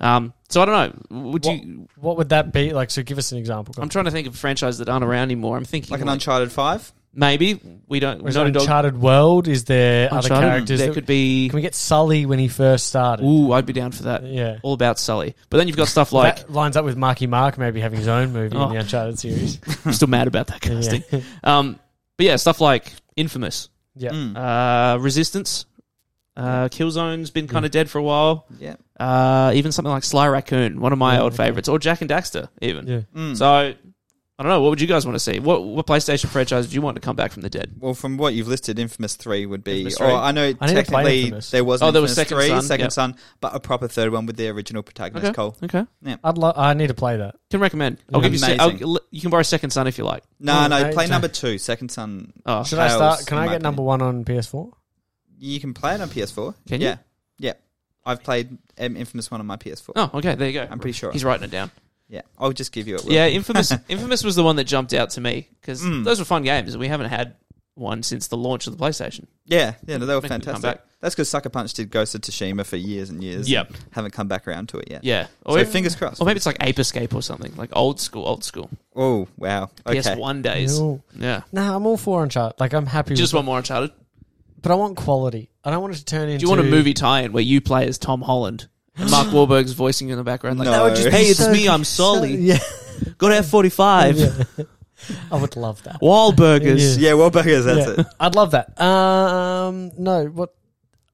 B: Um, so I don't know. Would you?
C: What would that be like? So give us an example.
B: I'm trying to think of franchises that aren't around anymore. I'm thinking
A: Like an
B: like,
A: Uncharted 5?
B: maybe we don't.
C: Or Is
B: Naughty
C: it
B: Dog-
C: Uncharted World? Is there
B: Uncharted?
C: other characters?
B: There
C: that-
B: could be.
C: can we get Sully when he first started?
B: Ooh, I'd be down for that.
C: Yeah.
B: All about Sully. But then you've got stuff like
C: that lines up with Marky Mark maybe having his own movie
B: Oh.
C: in the Uncharted series.
B: I'm still mad about that casting. Um, but yeah, stuff like Infamous,
C: yeah.
A: Mm.
B: uh, Resistance, uh, Killzone's been kind of dead for a while.
A: yeah.
B: uh, even something like Sly Raccoon, one of my
C: Yeah,
B: old
C: Oh, okay.
B: Mm. favorites, or Jack and Daxter, even.
C: Yeah.
A: Mm.
B: So I don't know. What would you guys want to see? What what PlayStation franchise do you want to come back from the dead?
A: Well, from what you've listed, Infamous Three would be.
B: Infamous
A: Or
B: 3.
A: I know
C: I need to play
A: technically
C: Infamous.
A: there was
B: Oh,
A: an
B: there was
A: Infamous
B: Second
A: Three,
B: Son,
A: Second
B: yep.
A: Son, but a proper third one with the original protagonist
B: Okay.
A: Cole.
B: Okay,
C: I'd lo- I need to play that.
B: can recommend. I'll give you. Se-
A: Amazing.
B: I'll, you can borrow Second Son if you like.
A: No,
C: Oh,
A: no,
C: I-
A: play number two, Second Son.
B: Oh,
C: Should I
A: Tails,
C: start? Can
A: in
C: I
A: my
C: get number one on PS4?
A: You can play it on PS4.
B: Can you?
A: yeah, yeah. I've played um, Infamous One on my PS4.
B: oh, okay. There you go.
A: I'm pretty sure.
B: He's writing it down.
A: Yeah, I'll just give you it. Will.
B: Yeah, Infamous. Infamous was the one that jumped out to me because
A: Mm.
B: those were fun games. and We haven't had one since the launch of the PlayStation.
A: yeah, yeah. No, they were
B: Make them come
A: Oh, fantastic.
B: back.
A: That's because Sucker Punch did Ghost of Tsushima for years and years.
B: Yep.
A: and Haven't come back around to it yet.
B: Yeah.
A: So
B: Or,
A: fingers crossed.
B: or maybe it's like Ape Escape or something like old school, old school
A: Oh wow. Okay.
B: PS1 days.
C: No.
B: Yeah.
C: Nah, I'm all for Uncharted. Like I'm happy
B: Just
C: with
B: one more Uncharted.
C: it. But I want quality. I don't want it to turn into
B: Do you want a movie tie-in where you play as Tom Holland and Mark Wahlberg's voicing you in the background? Like,
A: No.
B: that would just be
A: Hey,
B: hey, it's
C: so-
B: me. I'm
C: So-
B: Sully.
C: yeah.
B: Go to F45.
C: yeah. I would love that.
B: Wahlburgers.
A: Yeah, well, because that's it.
C: Yeah. I'd love that. Um, no, what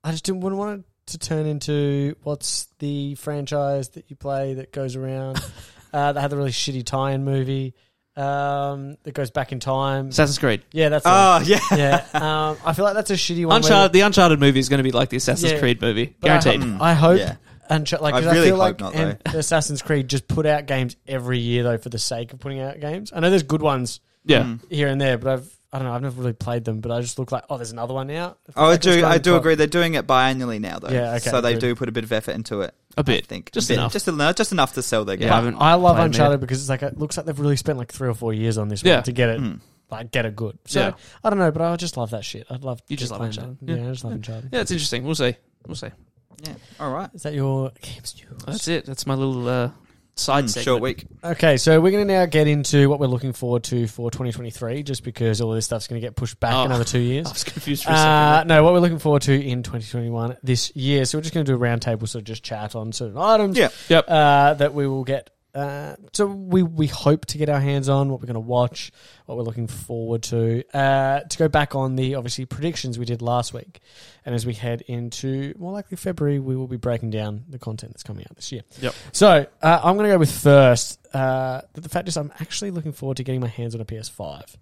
C: I just didn't wouldn't want it to turn into what's the franchise that you play that goes around uh, that had the really shitty tie-in movie um, that goes back in time.
B: Assassin's Creed.
C: yeah, that's
A: Oh yeah.
C: it. yeah. Um, I feel like that's a shitty one. where-
B: Uncharted. The Uncharted movie is going to be like the Assassin's
C: Yeah.
B: Creed movie,
C: But I hope-
B: guaranteed.
A: Mm.
C: I hope.
A: Yeah.
C: And ch- like,
A: I
C: 'cause I
A: really
C: feel
A: hope
C: like
A: not,
C: and Assassin's Creed just put out games every year though for the sake of putting out games. I know there's good ones
B: yeah.
A: Mm.
C: here and there, but I've I don't know. I've never really played them, but I just look like oh, there's another one out.
A: Oh, I
C: Like, what's
A: do.
C: going
A: I do
C: on?
A: agree. They're doing it biannually now, though.
C: Yeah, okay,
A: So they
C: good.
A: do put a bit of effort into it.
B: A
A: I
B: bit.
A: think
B: Just
A: A bit.
B: enough.
A: Just enough. Just enough to sell their
B: Yeah,
A: game.
B: I
C: But
B: haven't
C: I love
B: played 'em
C: Uncharted because it's like it looks like they've really spent like three or four years on this one
B: Yeah. Hmm.
C: to get it
A: Mm.
C: like get it good. So
B: Yeah.
C: I don't know, but I just love that shit. I'd love
B: You
C: to
B: just
C: keep
B: love
C: playing
B: Uncharted.
C: that. Yeah.
B: Yeah.
C: I just love Uncharted.
B: Yeah, it's interesting. We'll see. We'll see.
A: Yeah. All right.
C: Is that your games news?
B: That's it. That's my little uh, side
A: Mm,
B: segment.
A: short week.
C: Okay, so we're going to now get into what we're looking forward to for 2023, just because all this stuff's going to get pushed back
B: Oh.
C: another two years.
B: I was confused for a
C: Uh,
B: second.
C: no, what we're looking forward to in 2021 this year. So we're just going to do a roundtable, sort of just chat on certain items.
A: Yeah.
B: Yep.
C: Uh, that we will get. Uh, so we we hope to get our hands on what we're going to watch, what we're looking forward to. Uh, to go back on the obviously predictions we did last week, and as we head into more likely February, we will be breaking down the content that's coming out this year.
B: Yep.
C: So uh, I'm going to go with first. Uh, the fact is, I'm actually looking forward to getting my hands on a PS5.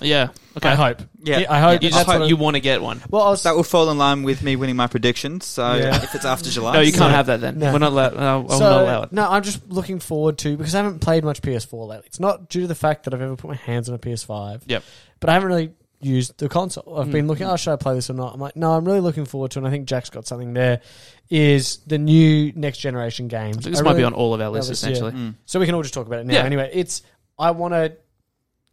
B: yeah. Okay.
C: I hope.
A: Yeah.
C: I hope.
B: You
C: that's
B: just
C: what
B: hope
C: I'm-
B: you want to get one.
C: Well, I was
A: That will fall in line with me winning my prediction. So
C: Yeah.
A: if it's after July,
B: No, you can't
C: No.
B: have that then.
C: No.
B: We're not allowed. I will
C: so,
B: not allow it.
C: No, I'm just looking forward to because I haven't played much PS4 lately. It's not due to the fact that I've ever put my hands on a PS5.
B: Yep.
C: But I haven't really used the console. I've been
B: Mm.
C: looking, oh, should I play this or not? I'm like, no, I'm really looking forward to, and I think Jack's got something there, is the new next generation games.
B: I think this
C: I
B: might
C: really-
B: be on all of our lists,
C: this year.
B: essentially.
A: Mm.
C: So we can all just talk about it now.
B: Yeah.
C: Anyway, it's, I want to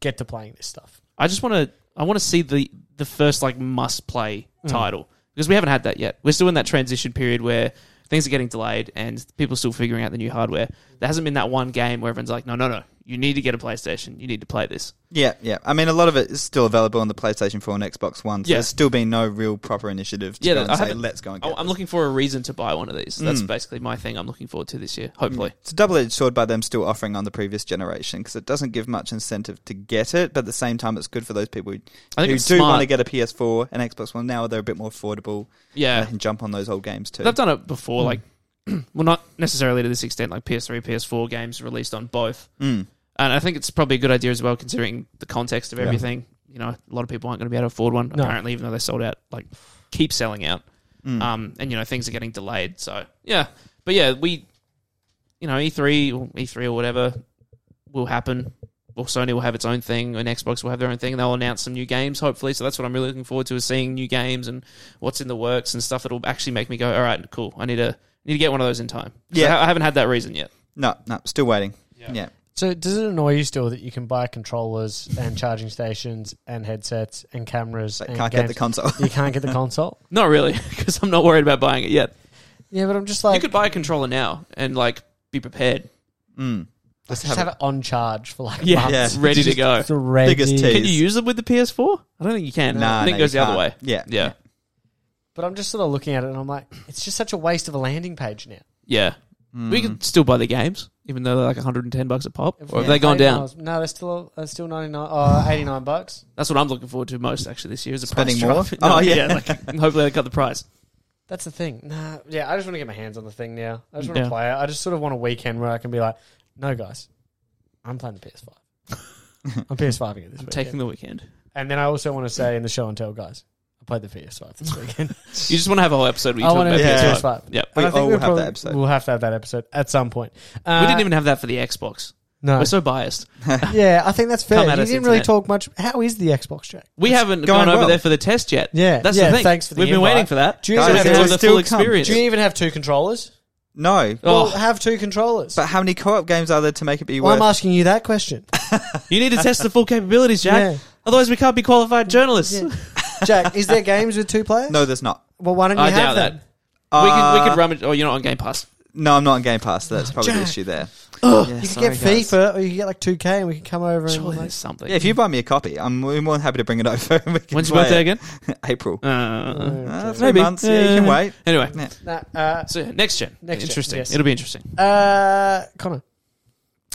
C: get to playing this stuff.
B: I just want to. I want to see the the first like must play
C: Mm.
B: title because we haven't had that yet. We're still in that transition period where things are getting delayed and people are still figuring out the new hardware. There hasn't been that one game where everyone's like, no, no, no, you need to get a PlayStation. You need to play this.
A: Yeah, yeah. I mean, a lot of it is still available on the PlayStation 4 and Xbox One. So
B: Yeah.
A: there's still been no real proper initiative to
B: Yeah,
A: go and
B: I
A: say,
B: haven't-
A: let's go and get
B: Oh, I'm
A: this."
B: looking for a reason to buy one of these. That's
A: Mm.
B: basically my thing. I'm looking forward to this year. Hopefully,
A: It's a double edged sword by them still offering on the previous generation because it doesn't give much incentive to get it, but at the same time, it's good for those people who,
B: I
A: who
B: think
A: do
B: it's smart.
A: want to get a PS4 and Xbox One. Now they're a bit more affordable.
B: yeah,
A: They can jump on those old games too.
B: They've done it before, like well, not necessarily to this extent, like PS3, PS4 games released on both.
A: Mm.
B: And I think it's probably a good idea as well, considering the context of
A: Yeah.
B: everything. You know, a lot of people aren't going to be able to afford one
C: No.
B: apparently, even though they sold out. Like, keep selling out.
A: Mm.
B: Um, and you know, things are getting delayed. So yeah, but yeah, we, you know, E E3 or E3 or whatever will happen. Or Sony will have its own thing, and Xbox will have their own thing, and they'll announce some new games, hopefully. So that's what I'm really looking forward to is seeing new games and what's in the works and stuff that'll actually make me go, all right, cool. I need to need to get one of those in time. 'Cause
A: Yeah.
B: I, I haven't had that reason yet.
A: No, no, still waiting. Yeah.
C: So does it annoy you still that you can buy controllers and charging stations and headsets and cameras
A: Like,
C: and
A: can't get the
C: games?
A: console.
C: you can't get the console?
B: Not really, because I'm not worried about buying it yet.
C: Yeah, but I'm just like...
B: you could buy a controller now and like be prepared.
A: mm.
C: Just,
A: have
C: have it. on charge for like
B: Yeah,
C: months.
A: Yeah.
B: ready to go.
C: It's ready.
A: Biggest tease.
B: Can you use it with the PS4? I don't think you can.
A: Nah,
B: uh, I think
A: no,
B: it goes the
A: you
B: other way.
A: can't. Yeah.
B: Yeah,
C: But I'm just sort of looking at it and I'm like, it's just such a waste of a landing page now.
B: yeah. We could still buy the games, even though they're like 110 bucks a pop.
C: If
B: Or have
C: we
B: they gone
C: played when I
B: down?
C: was- no, they're still they're still 99, uh, 89 bucks.
B: That's what I'm looking forward to most actually this year is a
A: Spending
B: price
A: more?
B: drop.
A: Oh,
B: No,
A: yeah.
B: like, hopefully they cut the price.
C: That's the thing. Nah, yeah, I just want to get my hands on the thing now. I just want to
B: Yeah.
C: play it. I just sort of want a weekend where I can be like, no, guys, I'm playing the PS5. I'm PS5ing it this week.
B: taking the weekend.
C: and then I also want to say in the show and tell guys, I played the PS5 this weekend.
B: You just want to have a whole episode where you
C: I
B: talk
C: want to
B: about
A: Yeah.
B: PS5.
C: PS5.
B: Yep.
A: We
C: And I think
A: all
C: we'll
A: have that
C: probably-
A: episode.
C: We'll have to have that episode at some point. Uh,
B: we didn't even have that for the Xbox.
C: No.
B: We're so biased.
C: yeah, I think that's fair.
B: Come
C: You
B: at
C: didn't
B: us,
C: really
B: internet.
C: talk much. How is the Xbox, Jack?
B: We haven't
A: going
B: gone over
A: well.
B: there for the test yet.
C: Yeah,
B: That's
C: yeah,
B: the thing.
C: thanks for the
B: We've been
C: invite.
B: waiting for that.
C: Do you
B: So
A: guys
B: we
A: will
B: have the
A: still
B: full
A: come?
B: experience.
C: Do you even have two controllers?
A: No,
C: Well,
B: Oh.
C: have two controllers.
A: but how many co-op games are there to make it be
C: Well,
A: worth?
C: I'm asking you that question.
B: You need to test the full capabilities, Jack.
C: Yeah.
B: Otherwise, we can't be qualified journalists.
C: Yeah. Jack, is there games with two players?
A: no, there's not.
C: Well, why don't you
B: I doubt
C: have them?
B: that. we could we
A: Uh,
B: could rummage. Oh, you're not on Game Pass.
A: No, I'm not on Game Pass. So that's probably the
C: Oh, Jack.
A: issue there. Yeah,
C: You could
A: sorry,
C: get
A: guys.
C: FIFA or you could get like 2K and we can come over and
B: Surely
C: like,
B: there's something.
A: Yeah, if you buy me a copy, I'm more than happy to bring it over. We can
B: When's your
A: play
B: birthday
A: it.
B: again?
A: April.
B: Uh,
A: Uh,
C: Okay.
A: three
B: Maybe.
A: months. Yeah, you can
B: Yeah.
A: wait.
B: anyway,
A: Yeah.
C: Nah, uh,
B: so yeah, next gen.
C: Next gen,
B: interesting.
C: yes.
B: It'll be interesting.
C: uh, Connor.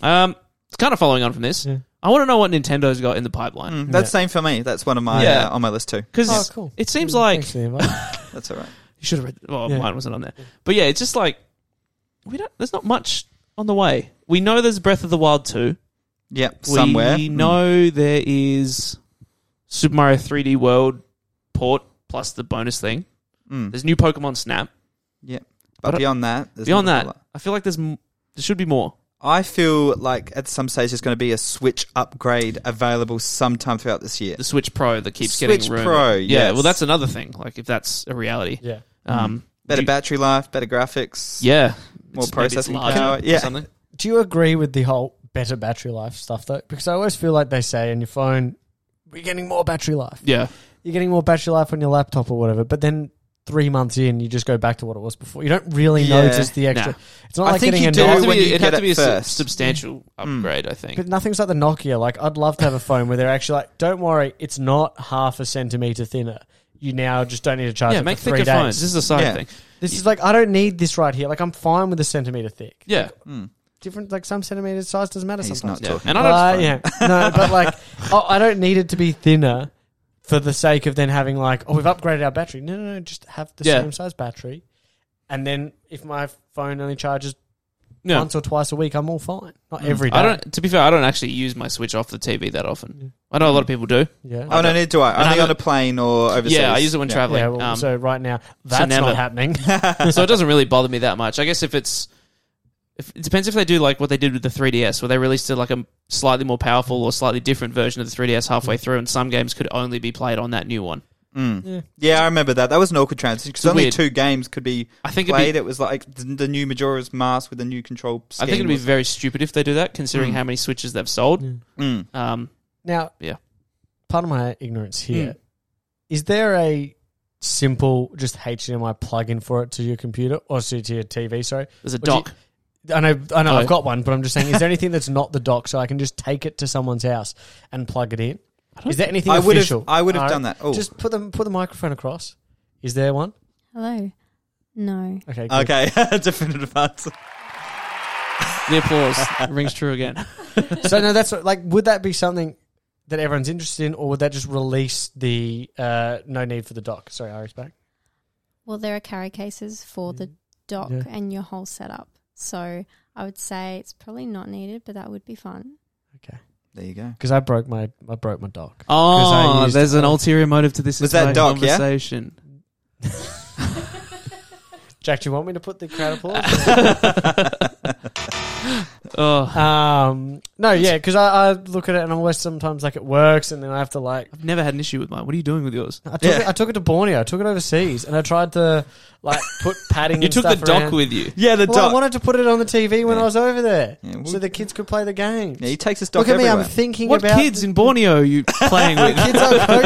B: Um, it's kind of following on from this.
C: Yeah.
B: I want to know what Nintendo's got in the pipeline
A: Mm, that's
C: Yeah.
A: same for me. That's one of my
B: Yeah.
A: uh, on my list too.
B: because
C: Oh, cool.
B: it seems like
C: Thanks for the invite.
A: That's all right.
B: you should have read. Well,
C: Yeah.
B: mine wasn't on there, but yeah, it's just like we don't. There's not much on the way. We know there's Breath of the Wild two.
A: Yep, somewhere.
B: We
A: Mm.
B: know there is Super Mario 3D World port plus the bonus thing.
A: Mm.
B: There's new Pokemon Snap.
A: But
B: but-
A: beyond that, there's
B: Beyond
A: not a
B: that,
A: lot.
B: I feel like there's m- there should be more.
A: I feel like at some stage there's going to be a Switch upgrade available sometime throughout this year.
B: The Switch Pro that keeps
A: Switch
B: getting rumored.
A: Pro,
B: Yeah,
A: yes. Mm-hmm.
B: well that's another thing. Like if that's a reality.
C: yeah.
B: Um
A: Better
B: you-
A: battery life, better graphics. More
B: Yeah. It's- maybe it's
A: processing
B: larger
A: power.
B: or
A: Yeah.
B: something.
C: Do you agree with the whole better battery life stuff though? Because I always feel like they say on your phone, we're getting more battery life.
B: Yeah.
C: You're getting more battery life on your laptop or whatever. But then three months in, you just go back to what it was before. You don't really
A: Yeah.
C: notice the extra.
B: Nah.
C: It's not
A: I
C: like
A: think
C: getting
A: you
C: a
A: do
B: It'd have
C: Nokia.
B: to
A: when
B: be,
A: you get
B: it'd have to
A: it
B: be a su-
A: first. Mm.
B: substantial upgrade, I think.
C: But nothing's like the Nokia. Like I'd love to have a phone where they're actually like, don't worry, it's not half a centimeter thinner. You now just don't need to charge
B: yeah,
C: it
B: make
C: for three
B: thicker
C: days.
B: phones. This is a side
A: Yeah.
B: thing.
C: This is like I don't need this right here. Like I'm fine with a centimeter thick.
B: Yeah.
A: Mm.
C: Different like some centimeter size doesn't matter
A: He's
C: sometimes.
A: not
B: yeah.
A: talking.
B: And I don't
C: Uh, yeah. No, but like oh, I don't need it to be thinner for the sake of then having like oh we've upgraded our battery. No, no, no, just have the
B: Yeah.
C: same size battery. And then if my phone only charges
B: no.
C: once or twice a week, I'm all fine. Not
A: Mm.
C: every day.
B: I don't to be fair, I don't actually use my switch off the TV that often. I know a lot of people do.
C: yeah.
A: Oh, no, neither do I.
B: And
A: Only
B: I'm
A: on
B: a-
A: a plane or overseas.
B: Yeah, I use it when traveling.
C: yeah, well,
B: um, so,
C: so right now that's
B: never.
C: not happening.
B: it doesn't really bother me that much. I guess if it's, if, it depends if they do like what they did with the 3DS, where they released it like a slightly more powerful or slightly different version of the 3DS halfway
C: Mm.
B: through, and some games could only be played on that new one.
A: Mm.
C: Yeah.
A: Yeah, I remember that. That was an awkward transition because
B: It's
A: only
B: weird.
A: two games could be
B: I think it'd
A: played.
B: be,
A: It was like the the new Majora's Mask with the new control
B: I
A: scheme.
B: think it'd be very stupid if they do that, considering
A: Mm.
B: how many Switches they've sold.
A: Mm.
B: Um,
C: Now,
B: Yeah.
C: Part of my ignorance here. Is
A: Mm.
C: there a simple just HDMI plug-in for it to your computer or so to your TV? Sorry,
B: there's a
C: Would you-
B: dock.
C: I know, I know,
B: Oh.
C: I've got one, but I'm just saying, is there anything that's not the dock so I can just take it to someone's house and plug it in? Is there anything
A: I would have.
C: official?
A: I would have
C: Alright.
A: done that. Oh,
C: Just put them, put the microphone across. Is there one?
D: Hello. No.
C: Okay. good.
A: okay. Definitive answer.
B: the applause rings true again.
C: so no, that's what, like, would that be something that everyone's interested in, or would that just release the uh, no need for the dock? Sorry, Ari's back.
D: Well, there are carry cases for the dock
C: Mm. Yeah.
D: and your whole setup. So I would say it's probably not needed, but that would be fun.
A: There you go.
C: Because I broke my, I broke my dock. I
B: Oh,
C: used-
B: there's an ulterior motive to this
A: Was that
B: entire
A: dock, yeah?
B: conversation.
C: Jack, do you want me to put the crowd applause?
B: oh,
C: um, no, yeah, because I, I look at it and I'm always sometimes like it works, and then I have to like.
B: I've never had an issue with mine. What are you doing with yours?
C: I took,
A: Yeah.
C: it, I took it to Borneo. I took it overseas, and I tried to like put padding.
B: You
C: and
B: took the
C: stuff
B: dock
C: around.
B: with you.
A: Yeah, the
C: Well, I wanted to put it on the TV when
A: Yeah.
C: I was over there,
A: Yeah, well-
C: so the kids could play the games.
A: yeah, he takes his dock
C: look at me,
A: everywhere.
C: I'm thinking
B: What
C: about
B: kids in Borneo are you playing
C: the
B: with?
C: kids I'm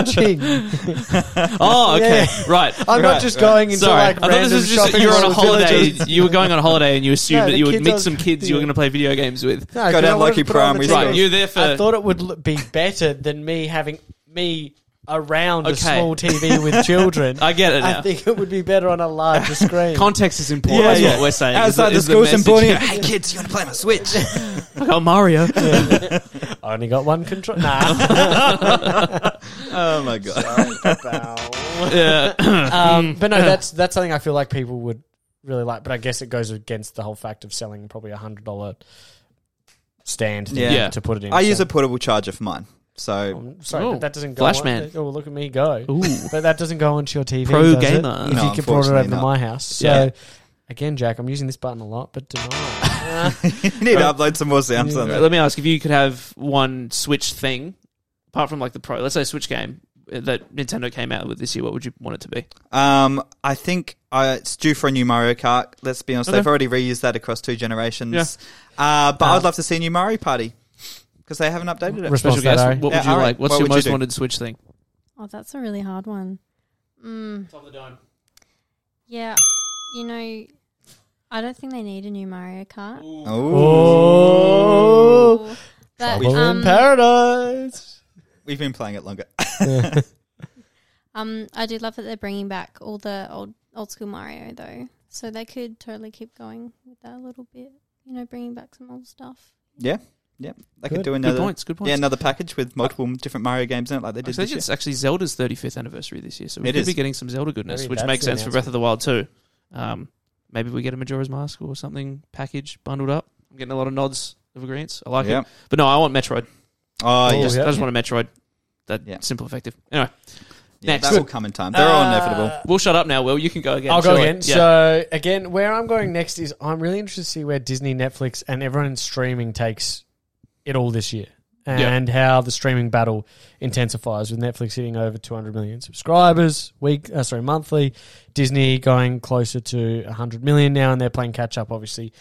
C: coaching.
B: Oh, okay, right.
C: I'm
A: Right,
C: not just
A: right.
C: going into
B: Sorry,
C: like
B: I thought
C: random
B: this was just
C: shopping
B: you were on a
C: malls.
B: holiday.
C: Villages.
B: you were going on a holiday, and you assumed
C: No,
B: that
C: the
B: you would
C: kids
B: meet
C: are-
B: some kids you were
C: yeah.
B: going to play video games with.
A: Go
C: No, 'cause I
A: down
C: wanted
A: Loki
C: to put it on
A: Prime,
C: the
A: we
C: TV.
A: saw
B: Right, you were there for.
C: I thought it would l- be better than me having me around a
B: Okay.
C: small TV with children.
B: I get it
C: I
B: now.
C: think it would be better on a larger screen.
B: Context is important.
A: Yeah,
B: is
A: yeah.
B: what we're saying. is
A: Outside
B: the-
A: the
B: is the
A: schools in
B: message.
A: Borneo. Hey kids, you want to play my Switch?
B: I got Mario.
C: I only got one control. Nah.
A: oh my god.
B: Yeah.
C: um, but no, that's that's something I feel like people would really like. But I guess it goes against the whole fact of selling probably a hundred dollar stand thing
A: Yeah.
B: Yeah.
C: to put it in.
A: I use
C: so-
A: a portable charger for mine. So
C: Oh, sorry,
B: Ooh,
C: but that doesn't go.
B: Flashman.
C: On, oh, look at me go!
B: Ooh,
C: But that doesn't go onto your TV.
B: pro
C: does it?
B: gamer.
A: No,
C: If you could brought it
A: unfortunately
C: over to
A: not.
C: my house, so
A: Yeah.
C: again, Jack, I'm using this button a lot, but deny.
A: you need to upload some more sounds on
B: Right,
A: that.
B: let me ask if you could have one Switch thing, apart from like the pro. Let's say Switch game uh, that Nintendo came out with this year. What would you want it to be?
A: Um, I think uh, it's due for a new Mario Kart. Let's be honest,
B: Okay.
A: they've already reused that across two generations.
B: Yeah.
A: Uh, but
C: Ah.
A: I'd love to see a new Mario Party because they haven't updated it.
C: Res- Response
B: Special
C: to that,
B: guest.
C: Ari.
B: What
A: Yeah,
B: would you
A: Ari,
B: like? What's
A: what
B: your
A: would you
B: most
A: do?
B: wanted Switch thing?
D: Oh, that's a really hard one. Mm,
B: Top of the dome.
D: yeah, you know, I don't think they need a new Mario Kart. Oh.
A: Ooh.
C: Oh.
D: But
C: Trouble in
D: um,
C: paradise.
A: We've been playing it longer.
D: um, I do love that they're bringing back all the old old school Mario though, so they could totally keep going with that a little bit. You know, bringing back some old stuff.
A: They
C: Good.
A: could do
B: Good
A: another,
B: points. Good points.
A: yeah, another package with multiple different Mario games in it, like they
B: I
A: did
B: think
A: this year.
B: it's actually Zelda's 35th anniversary this year, so we
A: It
B: could
A: is.
B: be getting some Zelda goodness,
C: Maybe
B: which
C: that's
B: makes
C: the
B: sense for Breath of the Wild too. Um, maybe we get a Majora's Mask or something package bundled up. I'm getting a lot of nods of agreements. I like
A: Yeah.
B: it, but no, I want Metroid.
A: Oh,
C: Oh,
A: yeah.
B: Just-
C: yeah.
B: I just want a Metroid. That
A: Yeah.
B: simple, effective. Anyway,
A: Yeah,
B: Next.
A: that will come in time. They're
C: Uh,
A: all inevitable.
B: we'll shut up now. Will you can go again?
C: I'll go
B: surely.
C: again.
B: Yeah.
C: So again, where I'm going next is I'm really interested to see where Disney, Netflix, and everyone in streaming takes it all this year, and how the streaming battle intensifies with Netflix hitting over 200 million subscribers week, uh, sorry, monthly. Disney going closer to 100 million now, and they're playing catch up. Obviously,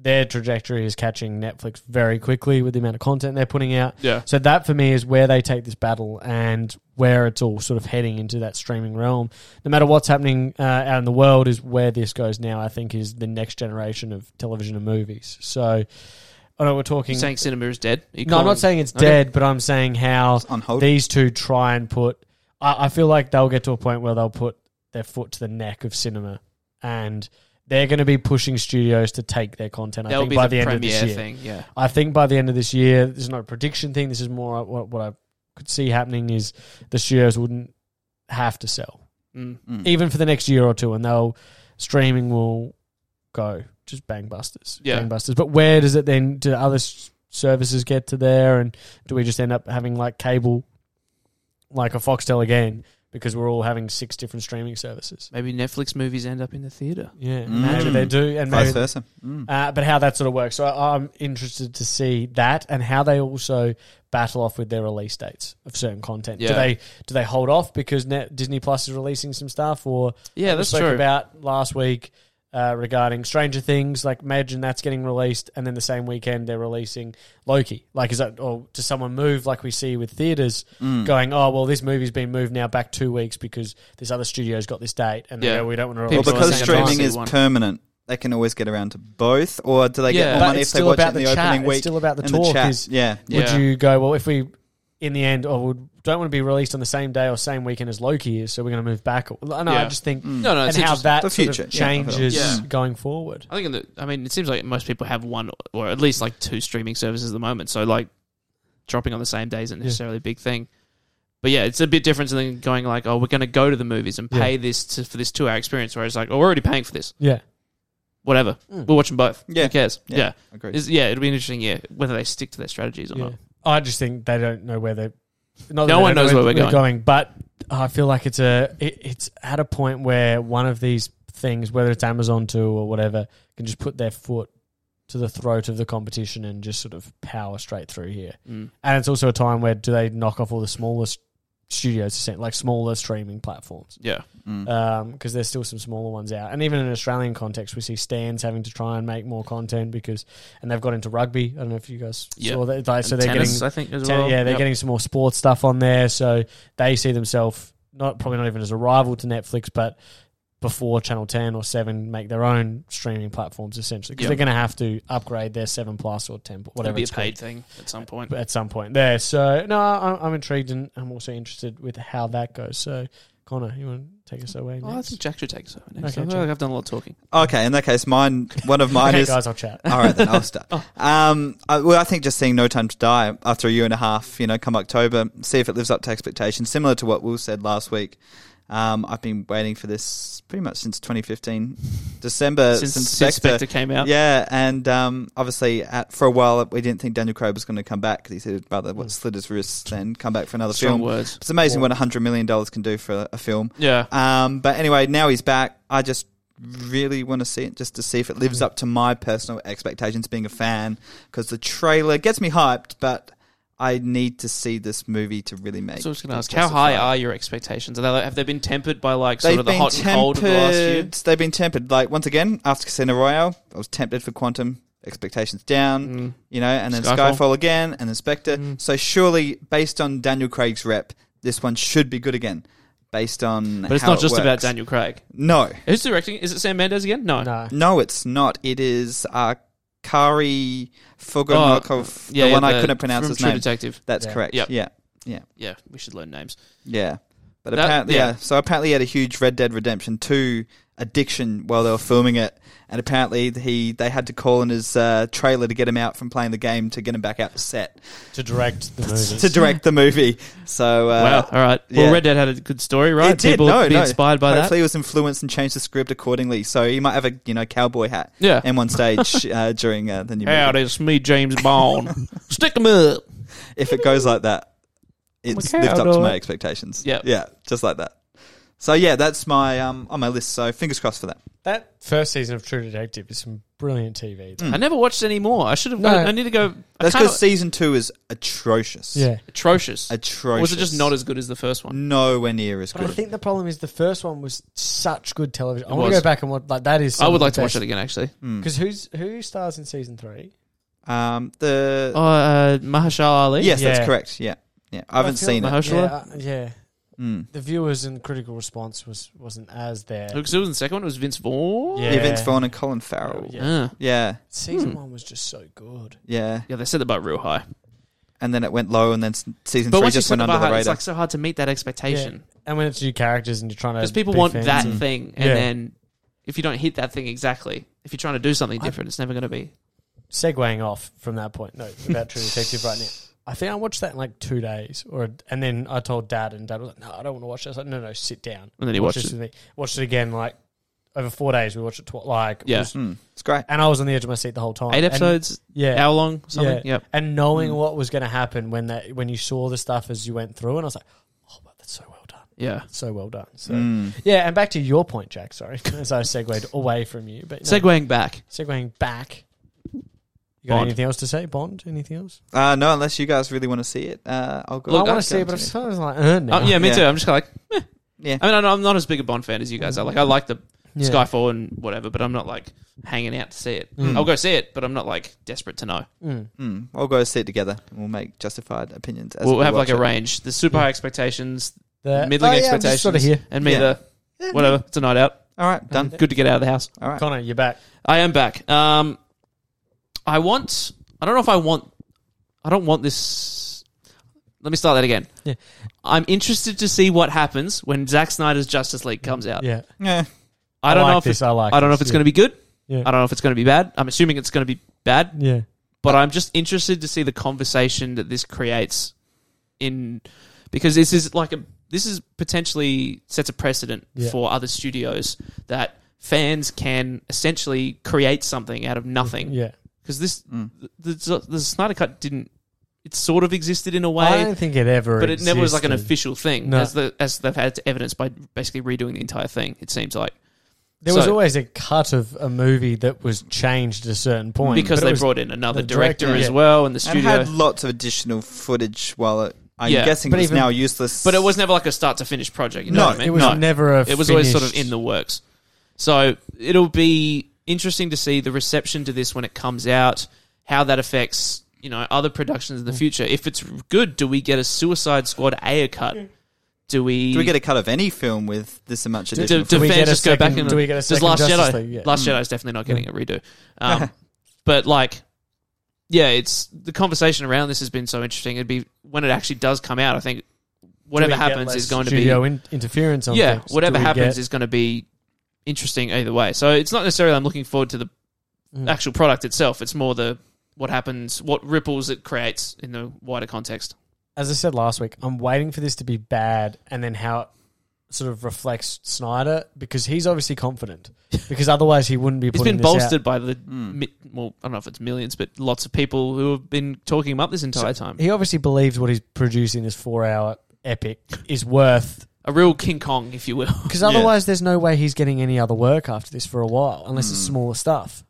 C: their trajectory is catching Netflix very quickly with the amount of content they're putting out.
B: yeah,
C: So that for me is where they take this battle and where it's all sort of heading into that streaming realm. No matter what's happening uh, out in the world, is where this goes now. I think is the next generation of television and movies. So I know we're talking.
B: You're saying cinema is dead. Are you
C: no, I'm
B: calling-
C: not saying it's
B: Okay.
C: dead, but I'm saying how
A: On hold.
C: these two try and put. I, I feel like they'll get to a point where they'll put their foot to the neck of cinema, and they're going to be pushing studios to take their content. I
B: that would
C: think
B: be
C: by
B: the,
C: the, end of this
B: premiere
C: year.
B: thing. Yeah,
C: I think by the end of this year, this is not a prediction thing. This is more what, what I could see happening is the studios wouldn't have to sell
B: Mm.
A: Mm.
C: even for the next year or two, and they'll streaming will go just bangbusters,
B: Yeah.
C: bangbusters. But where does it then? Do other s- services get to there, and do we just end up having like cable, like a Foxtel again, because we're all having six different streaming services?
B: maybe Netflix movies end up in the theater.
C: Yeah,
A: Mm.
C: maybe they do, and
A: Vice
C: maybe
A: versa. Mm.
C: uh, but how that sort of works. So I- I'm interested to see that and how they also battle off with their release dates of certain content. Do
B: Yeah.
C: they do they hold off because Net, Disney Plus is releasing some stuff, or
B: Yeah,
C: we
B: that's
C: spoke
B: true.
C: about last week uh, regarding Stranger Things? Like imagine that's getting released, and then the same weekend they're releasing Loki. Like is that or does someone move like we see with theaters
A: Mm.
C: going? Oh well, this movie's been moved now back two weeks because this other studio's got this date, and they
B: Yeah.
C: go, we don't want to
B: Well,
A: Well,
C: release. it
B: People
C: at
A: because
C: the same
B: saying
A: streaming
C: time.
A: is
B: one.
A: permanent, they can always get around to both, or do they
B: Yeah.
A: get more
B: But
A: money
C: it's
A: if they
C: still
A: watch it
C: about
A: in the,
C: the chat.
A: opening
C: It's
A: week?
C: still about the
A: and
C: talk
A: The chat.
C: is-
A: yeah, yeah.
C: would
B: Yeah.
C: you go well if we in the end or would, don't want to be released on the same day or same weekend as Loki is, so we're going to move back? Or, no, I
B: Yeah.
C: just think
A: Mm.
B: No, no,
C: and
B: it's
C: how
B: interesting.
C: that
A: The
C: sort of
A: future, yeah,
C: changes
B: Yeah.
C: going forward.
B: I think. In the, I mean, it seems like most people have one or at least like two streaming services at the moment. So like, dropping on the same day isn't
C: Yeah.
B: necessarily a big thing. But yeah, it's a bit different than going like, oh, we're going to go to the movies and pay this to, for this two-hour experience. Whereas like, oh, we're already paying for this.
C: Yeah,
B: Whatever,
C: Mm.
B: we're watching both.
A: Yeah.
B: Who cares?
A: Yeah.
B: Yeah,
A: Agreed.
B: It's- yeah. It'll be interesting. Yeah, whether they stick to their strategies or
C: yeah.
B: not.
C: I just think they don't know where they're.
B: No
C: Not that they
B: one
C: don't
B: knows
C: know
B: where we're
C: they're But I feel like it's a it, it's at a point where one of these things, whether it's Amazon too or whatever, can just put their foot to the throat of the competition and just sort of power straight through here.
B: Mm.
C: And it's also a time where do they knock off all the smallest studios, essen- like smaller streaming platforms,
B: Yeah,
A: Mm.
C: because Um, there's still some smaller ones out. And even in an Australian context, we see stands having to try and make more content because, and they've got into rugby. I don't know if you guys
B: Yeah.
C: saw that. Like, so
B: And
C: they're
B: tennis,
C: getting,
B: I think as
C: ten-
B: well.
C: yeah, they're
B: Yep.
C: getting some more sports stuff on there. So they see themselves not probably not even as a rival to Netflix, but before Channel Ten or Seven make their own streaming platforms essentially because
B: Yeah.
C: they're going to have to upgrade their Seven Plus or Ten,
B: It'll
C: whatever
B: be a
C: it's called
B: paid thing at some point.
C: at some point there. So no, I- I'm intrigued and I'm also interested with how that goes. So Connor, you want to take us away?
B: Oh, I
C: Next?
B: think Jack should take us over next.
C: Okay,
B: I feel
C: Jack.
B: like I've done a lot of talking.
A: Uh, Okay, in that case, mine. One of mine
C: okay,
A: is
C: guys, I'll chat.
A: All right, then I'll start. um, I, well, I think just seeing No Time to Die after a year and a half, you know, come October, see if it lives up to expectations, similar to what Will said last week. Um, I've been waiting for this pretty much since 2015, December since,
B: since, since
A: Uh, Spectre.
B: Spectre came out.
A: Yeah, and um, obviously at, for a while we didn't think Daniel Craig was going to come back because he said he'd rather
C: Mm.
A: what, slit his wrists than come back for another
B: strong
A: film.
B: words.
A: It's amazing
C: Wow.
A: what hundred million dollars can do for a, a film.
B: Yeah,
A: Um, but anyway, now he's back. I just really want to see it just to see if it lives
C: Mm.
A: up to my personal expectations being a fan because the trailer gets me hyped, but I need to see this movie to really make.
B: that's what I was going
A: to
B: to ask. How
A: justify
B: high
A: it.
B: are your expectations? Are they, like- have they been tempered by like sort
A: They've
B: of the
A: been
B: hot and cold of the last few?
A: tempered. They've been tempered. Like once again, after Casino Royale, I was tempted for Quantum. Expectations down,
B: Mm.
A: you know, and then
B: Skyfall.
A: Skyfall, again, and then Spectre.
B: Mm.
A: So surely, based on Daniel Craig's rep, this one should be good again. Based on,
B: But it's
A: how
B: not
A: it
B: just about
A: works.
B: Daniel Craig.
A: No,
B: Who's directing? Is it Sam Mendes again? No.
C: No.
A: no, it's not. It is uh, Kari
B: Oh,
A: Fogonokov, the one I couldn't pronounce
B: from
A: his
B: True
A: name.
B: Detective.
A: That's
C: Yeah.
A: correct.
B: Yep.
A: Yeah,
B: Yeah, we should learn names.
A: yeah. But
B: That-
A: apparently,
B: yeah.
A: yeah. So apparently, he had a huge Red Dead Redemption Two addiction while they were filming it, and apparently he they had to call in his uh, trailer to get him out from playing the game to get him back out to set
C: To direct the movie.
A: to direct the movie. So uh,
B: wow. All right.
A: yeah.
B: Well, Red Dead had a good story, right?
A: It did,
B: People
A: no,
B: be
A: no.
B: inspired by
A: hopefully, he was influenced and changed the script accordingly. So he might have a you know cowboy hat
B: that. Yeah.
A: and one stage uh, during uh, the new movie.
B: Howdy, it's me, James Bond. Stick 'em up.
A: if it goes like that, it's
C: Okay,
A: lived
C: I'll
A: up to
C: do
A: my
C: it.
A: expectations.
B: Yeah.
A: yeah, just like that. So yeah, that's my um on my list. So fingers crossed for that.
C: that first season of True Detective is some brilliant TV. though.
A: Mm.
B: I never watched any more. I should have.
C: No.
B: I, I need to go.
A: That's
B: I kinda-
A: because season two is atrocious.
C: Yeah.
B: atrocious. Or
A: atrocious.
B: Was it just not as good as the first one?
A: nowhere near as
C: But I
A: good?
C: think the problem is the first one was such good television. I
B: It
C: want to
B: was.
C: go back and watch like that is.
B: I would like to watch it again, actually.
A: Mm.
C: because who's who stars in season three?
A: Um, the
B: Oh, uh, Mahershala Ali.
A: yes,
C: Yeah.
A: that's correct. Yeah, yeah. I haven't
C: feel
A: seen it.
B: like- Mahershala?
C: Yeah, uh, yeah,
A: Mm.
C: the viewers and critical response was wasn't as there.
B: Because it was the second one. It was Vince Vaughn.
A: Yeah.
C: Yeah.
A: Vince Vaughn and Colin Farrell.
C: Yeah.
A: Yeah.
B: Ah.
A: yeah,
C: Season
B: Hmm.
C: one was just so good.
B: Yeah, they set the bar real high.
A: And then it went low, and then s- season
B: But
A: three
B: once you
A: just
B: set
A: went
B: the
A: under
B: bar
A: the
B: high, it's
A: radar.
B: like so hard to meet that expectation.
C: And when it's new characters and you're trying to
B: Because people
C: be
B: want
C: fans
B: that
C: and-
B: thing, and
C: Yeah.
B: then if you don't hit that thing exactly, if you're trying to do something
C: I-
B: different, it's never going to be.
C: Segueing off from that point, no, about True Detective right now. I think I watched that in like two days, or and then I told Dad, and Dad was like, "No, I don't want to watch this." I was like, "No, no, sit down."
B: And then you
C: watch
B: watch
C: this
B: it.
C: with me. Watched it again, like over four days. We watched it twice. Like, it
B: Yeah.
C: was-
A: Mm. It's great.
C: and I was on the edge of my seat the whole time.
B: Eight
C: And-
B: episodes, Hmm.
C: yeah,
B: hour long, something. Yep.
C: and knowing
A: Mm.
C: what was going to happen when that when you saw the stuff as you went through, and I was like, "Oh, wow, that's so well done,
B: Yeah.
C: so well done." So
B: Hmm.
A: Mm.
C: yeah, and back to your point, Jack. Sorry, as I segued away from you, but no,
B: Segueing back.
C: segueing back. You got
B: Bond.
C: anything else to say, Bond? Anything else?
A: Uh, no, unless you guys really want to see it, uh, I'll go.
B: Look,
C: I
B: I
C: want to see, it, but I'm
A: yeah.
C: sort of like, uh, no.
B: Oh, yeah, me
A: Yeah.
B: too. I'm just kind of like,
A: yeah.
B: I mean, I know I'm not as big a Bond fan as you guys are. Like, I like the
C: Yeah.
B: Skyfall and whatever, but I'm not like hanging out to see it.
C: Mm.
A: Hmm.
B: I'll go see it, but I'm not like desperate to know.
C: Mm.
A: Mm. I'll go see it together. and We'll make justified opinions. As
B: we'll
A: we
B: have like
A: watch
B: a
A: it.
B: range. The super
C: Yeah.
B: high expectations,
C: The-
B: middling
C: oh, yeah, I'm
B: expectations,
C: just sort of here.
B: and me
A: Yeah.
B: the whatever. It's a night out.
A: All right, done.
B: Good to get out of the house.
A: All right.
C: Connor, you're back.
B: I am back. Um, I want. I don't know if I want. I don't want this. Let me start that again.
C: Yeah.
B: I'm interested to see what happens when Zack Snyder's Justice League comes out.
C: Yeah,
A: Yeah.
B: I don't
C: like
B: know if
C: this.
B: it's,
C: I like.
B: I don't know if it's going to be good.
C: Yeah.
B: I don't know if it's going to be bad. I'm assuming it's going to be bad.
C: be. Yeah,
B: but I'm just interested to see the conversation that this creates in because this is like a this is potentially sets a precedent
C: Yeah.
B: for other studios that fans can essentially create something out of nothing
C: yeah.
B: because this
A: Mm.
B: the, the, the Snyder cut didn't it sort of existed in a
C: I
B: way
C: don't think it ever.
B: but it never was like an
C: existed.
B: official thing
C: No.
B: as the, as they've had to evidence by basically redoing the entire thing it seems like
C: There was
B: So-
C: always a cut of a movie that was changed at a certain point
B: because
C: but it
B: they
C: was-
B: brought in another
C: the
B: director,
C: director,
B: as
C: yeah.
B: well and the
A: And
B: studio
A: had lots of additional footage while it, I'm
B: Yeah.
A: guessing
C: But
A: was
C: even-
A: now useless.
B: but it was never like a start to finish project you know
A: No,
B: what I mean
C: it was
B: no.
C: never a.
B: it was always sort of
C: finished-
B: in the works. So it'll be interesting to see the reception to this when it comes out, how that affects you know other productions in the future. If it's good, do we get a Suicide Squad A cut? Do we?
A: Do we get a cut of any film with this much
B: do,
A: additional?
B: do
C: we
B: fans
C: get a
B: just go
C: second-
B: back and
C: do we get a
B: does
C: second
B: Last
C: Justice
B: Jedi?
C: League? Yeah.
B: Last Jedi is definitely not getting a redo. Um, but like, yeah, it's the conversation around this has been so interesting. It'd be when it actually does come out. I think whatever
C: Do we get
B: happens
C: less
B: is going to be
C: studio in- interference on
B: yeah,
C: things?
B: whatever
C: Do we
B: happens
C: get-
B: is going to be interesting either way. So it's not necessarily I'm looking forward to the
C: Mm.
B: actual product itself. It's more the what happens, what ripples it creates in the wider context.
C: as I said last week, I'm waiting for this to be bad, and then how sort of reflects Snyder because he's obviously confident because otherwise he wouldn't be.
B: He's been
C: putting this out.
B: bolstered by the
A: Mm.
B: mi- well, I don't know if it's millions, but lots of people who have been talking him up this entire time.
C: He obviously believes what he's producing this four-hour epic is worth
B: A real King Kong, if you will.
C: because
A: Yeah.
C: otherwise there's no way he's getting any other work after this for a while unless it's
A: Mm.
C: smaller stuff.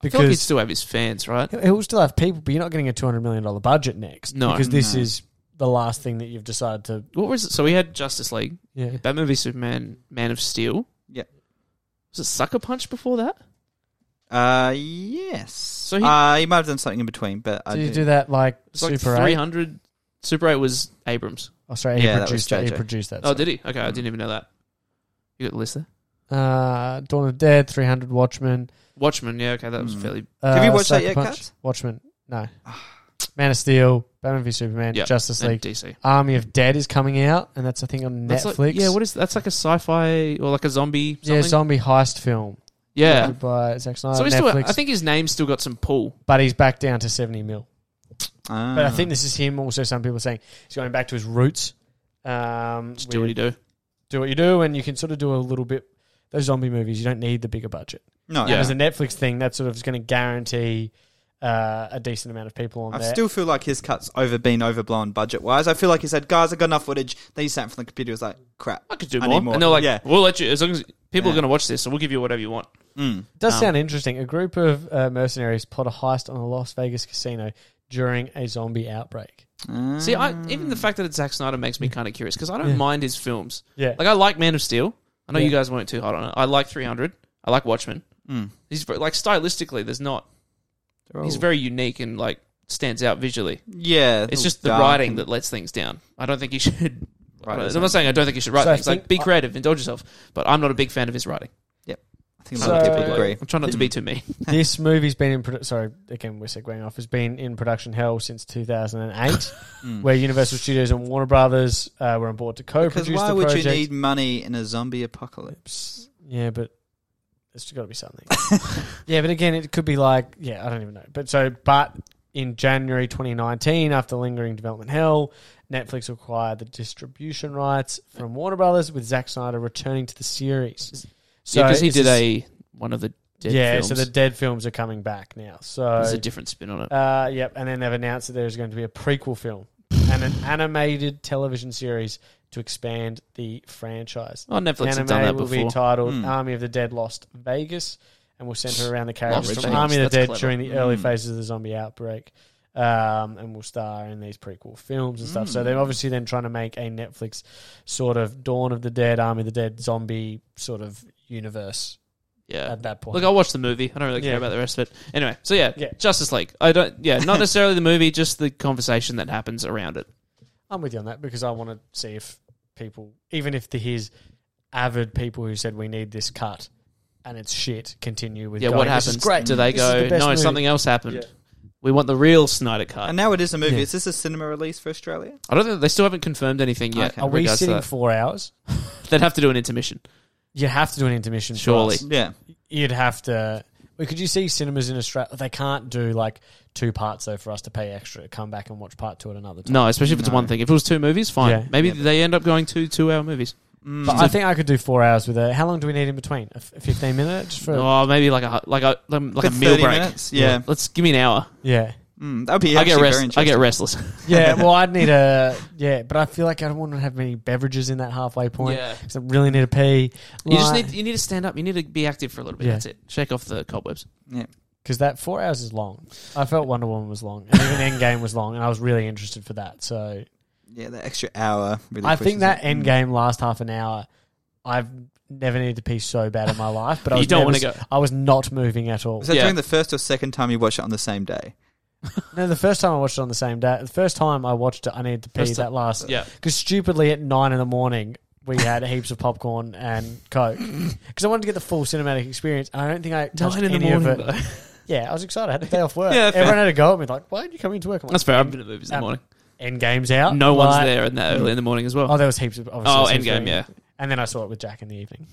B: Hmm. I feel like he'd
C: Because
B: still have his fans, right?
C: he- he'll still have people, but you're not getting a two hundred million dollar budget next.
B: No.
C: because this
A: No.
C: is the last thing that you've decided to.
B: What was it? So we had Justice League,
C: Yeah,
B: Batman v Superman, Man of Steel.
A: Yeah.
B: Was it Sucker Punch before that?
A: Uh, yes. So
B: he-
A: he, uh, he might have done something in between, but I
C: do you
A: do-
C: do that like
B: It's like
C: Super
B: three
C: Eight?
B: hundred. Super Eight was Abrams.
C: Oh, sorry, he
A: Yeah, that
C: produced
A: was
C: that. He
A: JJ.
C: produced that.
B: oh,
C: sorry.
B: did he? Okay, I didn't even know that. You got the list there.
C: Uh, Dawn of the Dead, 300 Watchmen.
B: Watchmen. Yeah, okay, that was
A: Mm.
B: fairly.
C: Uh,
A: Have you watched that
C: Sucker
A: yet,
C: Punch,
A: Kat?
C: Watchmen. No. Man of Steel, Batman v Superman,
B: Yeah,
C: Justice
B: and
C: League.
B: DC.
C: Army of Dead is coming out, and that's, I think, on
B: That's
C: Netflix.
B: Like, yeah, what is that's like a sci-fi or like a zombie? Something?
C: Yeah, zombie heist film.
B: yeah.
C: directed By Zack Snyder,
B: So he's still,
C: Netflix.
B: I think his name's still got some pull.
C: but he's back down to 70 mil.
A: Ah.
B: Mm.
C: But I think this is him also, some people are saying he's going back to his roots. Um,
B: Just do what he do.
C: do what you do, and you can sort of do a little bit. Those zombie movies, you don't need the bigger budget.
A: no.
B: Yeah.
C: And as a Netflix thing, that sort of is going to guarantee uh, a decent amount of people on
A: I
C: there.
A: still feel like his cuts over been overblown budget wise. I feel like he said, "Guys, I got enough footage." Then he sat from the computer, was like, "Crap."
B: I could do
A: I
B: more.
A: need more.
B: And they're like,
A: Yeah.
B: we'll let you as long as people are
A: Yeah.
B: going to watch this, so we'll give you whatever you want.
A: Mm.
C: It does
B: um,
C: sound interesting. A group of uh, mercenaries plot a heist on a Las Vegas casino during a zombie outbreak.
B: See, I
A: Mm.
B: even
C: Mm.
B: the fact that it's Zack Snyder makes me kind of curious because I don't
C: Yeah.
B: mind his films.
C: Yeah.
B: Like I like Man of Steel. I know
C: Yeah.
B: you guys weren't too hot on it. I like 300. I like Watchmen.
A: Mm.
B: He's ver- like stylistically, there's not.
A: They're
B: He's
A: all-
B: very unique and like stands out visually.
A: yeah.
B: It's
A: all
B: just the
A: dark
B: writing
A: and-
B: that lets things down. I don't think he should.
A: Right,
B: I don't-
A: that's
B: I'm not saying I don't think he should write
C: So I
B: things. Like,
C: think-
B: be creative, indulge yourself. But I'm not a big fan of his writing.
A: I think a lot
C: So-
A: of people agree.
B: I'm trying not to be too mean.
C: this movie's been in produ- sorry again we're segueing off has been in production hell since 2008
A: Mm.
C: where universal studios and warner brothers uh, were on board to co-produce
A: Because why
C: the
A: would
C: project
A: you need money in a zombie apocalypse?
C: yeah but there's got to be something yeah but again it could be like yeah i don't even know but so but in january 2019 after lingering development hell netflix acquired the distribution rights from warner brothers with zack snyder returning to the series so
B: because he
C: it's
B: did
C: s-
B: a one of the dead
C: yeah
B: films.
C: so the dead films are coming back now so
B: There's a different spin on it.
C: Uh, yep, and then they've announced that there's going to be a prequel film and an animated television series to expand the franchise.
B: Oh, Netflix
C: the
B: have
C: anime
B: done that
C: will be
B: before.
C: titled
A: Hmm.
C: Army of the Dead Lost Vegas and will center around the characters
A: Lost
C: from
A: Vegas,
C: Army of the
B: that's
C: Dead
B: clever.
C: during the early
A: Hmm.
C: phases of the zombie outbreak um, and will star in these prequel films and stuff. So
A: Hmm.
C: they're obviously then trying to make a Netflix sort of Dawn of the Dead, Army of the Dead zombie sort of universe
B: yeah.
C: at that point.
B: Look, I watched the movie. I don't really care
C: Yeah.
B: about the rest of it. Anyway, so yeah,
C: Yeah.
B: Justice League. I don't. Yeah, not necessarily the movie, just the conversation that happens around it.
C: I'm with you on that because I want to see if people, even if the his avid people who said we need this cut and it's shit, continue with
B: yeah,
C: going,
B: what
C: "This is
B: happens?
C: great.
B: Do they
C: This is
B: go?
C: the best
B: no,
C: movie."
B: something else happened.
C: Yeah.
B: We want the real Snyder cut.
A: And now it is a movie.
C: Yeah.
A: Is this a cinema release for Australia?
B: I don't think they still haven't confirmed anything yet.
A: Okay.
C: Are we
B: regards to
C: sitting
B: that.
C: four hours?
B: They'd have to do an intermission.
C: You have to do an intermission. for
B: Surely.
C: us.
A: Yeah.
C: you'd have to. Well, could you see cinemas in Australia? They can't do like two parts though for us to pay extra to come back and watch part two at another time.
B: No, especially if it's
A: No.
B: one thing. If it was two movies, fine.
C: Yeah.
B: Maybe
A: Yeah, but-
B: they end up going to two-hour movies.
A: Mm.
C: But I think I could do four hours with a. How long do we need in between? A f- a fifteen minutes for
B: Oh, maybe like a like a like a
A: Good
B: meal
A: 30
B: break.
A: minutes, yeah.
B: let's give me an hour.
C: yeah.
A: Mm, that'd be
B: I get
A: actually
B: rest.
A: very
B: I get
A: interesting.
B: restless.
C: Yeah, well, I'd need a yeah, but I feel like I don't want to have many beverages in that halfway point.
B: Yeah.
C: because I really need a pee.
B: You just need you need to stand up. You need to be active for a little bit.
C: Yeah.
B: That's it. Shake off the cobwebs.
A: Yeah.
C: because that four hours is long. I felt Wonder Woman was long, and even Endgame was long, and I was really interested for that. So
A: Yeah, the extra hour. Really
C: I
A: pushes
C: think that
A: it. Mm.
C: Endgame last half an hour. I've never needed to pee so bad in my life, but I
B: you
C: was
B: don't want
C: never-
B: to go.
C: I was not moving at all.
A: Was that
B: Yeah.
A: during the first or second time you watched it on the same day?
C: No, the first time I watched it on the same day. The first time I watched it, I needed to pee
B: First ti-
C: that last
B: Yeah,
C: Because stupidly at nine in the morning, we had heaps of popcorn and coke because I wanted to get the full cinematic experience. And I don't think I touched
B: nine in the
C: any
B: morning.
C: of it.
B: Though.
C: Yeah, I was excited. I had a day off work.
B: Yeah, fair.
C: everyone had a go at me like, "Why did you come into work?" I'm like,
B: That's fair. I've been to the movies in the
C: Um,
B: morning.
C: End game's out.
B: No one's
C: Like-
B: there in that early in the morning as well.
C: Oh, there was heaps of obviously
B: Oh,
C: there was heaps
B: Endgame.
C: of-
B: Yeah.
C: And then I saw it with Jack in the evening.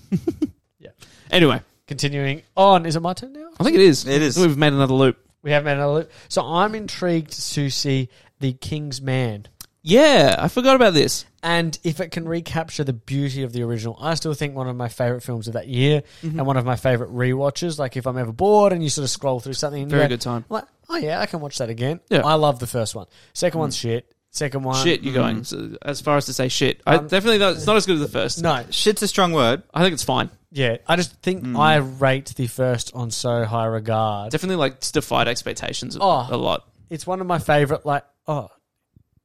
B: Anyway,
C: Continuing on, is it my turn now?
B: I think it is.
A: It is.
B: We've made another loop.
C: We have another. So I'm intrigued to see the King's Man.
B: Yeah, I forgot about this.
C: And if it can recapture the beauty of the original, I still think one of my favorite films of that year
B: Mm-hmm.
C: and one of my favorite rewatches. Like if I'm ever bored and you sort of scroll through something, and
B: Very
C: you go,
B: good time.
C: Like, oh yeah, I can watch that again.
B: Yeah. Mm.
C: I love the first one. Second one's shit. Second one, Mm.
B: Shit, you're going so, as far as to say shit. I
C: Um,
B: definitely not, it's not as good as the first.
C: No,
A: Shit's a strong word.
B: I think it's fine.
C: yeah, I just think
B: Mm.
C: I rate the first on so high regard.
B: Definitely like defied expectations a-
C: Oh.
B: a lot.
C: It's one of my favorite. Like, oh,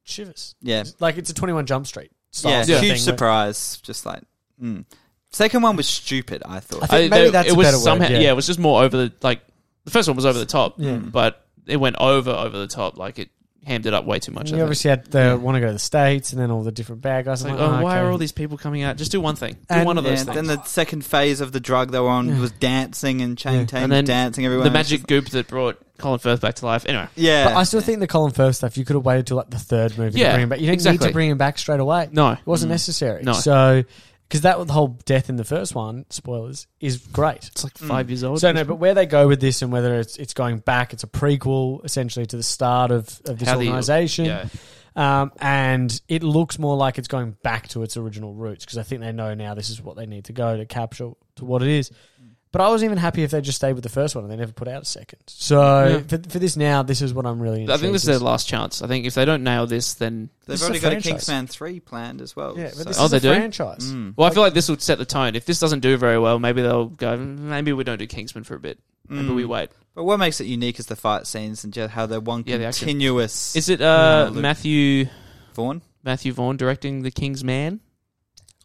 C: shivers.
A: Yeah.
C: Like it's a Twenty One Jump Street. Style
A: Yeah,
C: sort of
B: Yeah.
A: huge
C: thing where-
A: surprise. Just like mm. second one was stupid. I thought.
C: I think maybe
B: there-
C: that's
B: it
C: a
B: was
C: better word,
B: somehow-
C: yeah.
B: yeah, it was just more over the like the first one was over the top,
C: Yeah.
B: but it went over over the top. Like it hammed it up way too much. I
C: You
B: think.
C: obviously had the want to go to the states, and then all the different bad guys.
B: It's
C: I'm
B: like,
C: like,
B: oh, why
C: okay.
B: are all these people coming out? Just do one thing. Do
C: And-
B: one of
A: yeah,
B: those
A: then
B: things.
A: the second phase of the drug they were on was dancing and chain
C: Yeah.
A: Tang
B: And then
A: dancing everywhere.
B: the
A: It was
B: magic
A: just-
B: goop that brought Colin Firth back to life. Anyway,
A: Yeah,
C: But I still think the Colin Firth stuff, you could have waited till like the third movie to
B: Yeah,
C: bring him back. You don't need
B: exactly.
C: to bring him back straight away. It
B: no, Mm.
C: wasn't necessary.
B: No.
C: So, because that was the whole death in the first one, spoilers, is great.
B: it's like five years old.
C: So, no, but where they go with this and whether it's it's going back, it's a prequel essentially to the start of, of this
B: How the-
C: organization.
B: yeah,
C: Um, and it looks more like it's going back to its original roots because I think they know now this is what they need to go to capture to what it is. But I was even happy if they just stayed with the first one and they never put out a second. So for, for this now, this is what I'm really.
B: I think this is
C: intrigued
B: their last chance. I think if they don't nail this, then
A: They've
C: This is
A: already
C: a
A: got a
C: franchise.
A: Kingsman three planned as well.
C: Yeah, but
A: so-
C: this
B: Oh,
C: is
B: they
C: a
B: do?
C: franchise.
A: Mm.
B: well, I feel like this would set the tone. If this doesn't do very well, maybe they'll go. "Mm, Maybe we don't do Kingsman for a bit. Maybe
A: Mm.
B: we wait.
A: But what makes it unique is the fight scenes and just how they're one
B: Yeah, the action.
A: continuous.
B: Is it uh,
A: Yeah, Luke.
B: Matthew
A: Vaughn?
B: Matthew Vaughn directing The King's Man?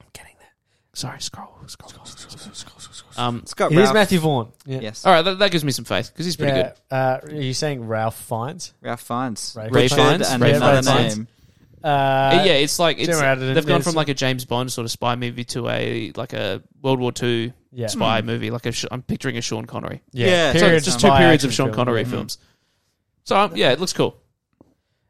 B: I'm getting there. Sorry, scroll, scroll, scroll, scroll, scroll, scroll, scroll. Um,
A: Scott
C: It is
A: Ralph.
C: Matthew Vaughn. Yeah.
A: Yes,
B: all right, that, that gives me some faith because he's pretty good.
C: Uh, are you saying Ralph Fiennes?
A: Ralph Fiennes,
C: Ray
A: Richard
B: Fiennes?
A: and
B: Ray
A: another
B: Fiennes.
A: name.
C: Uh,
B: Uh, yeah, it's like it's,
C: Jim Adden
B: they've gone
C: is-
B: from like a James Bond sort of spy movie to a like a World War Two
C: yeah,
B: spy movie. Like a, Sh- I'm picturing a Sean Connery.
A: Yeah.
B: So it's
A: Periods
B: just
A: of
B: two
A: spy
B: Hmm. periods of Sean Connery
C: Mm.
A: Mhm.
B: films. So um, yeah, it looks cool.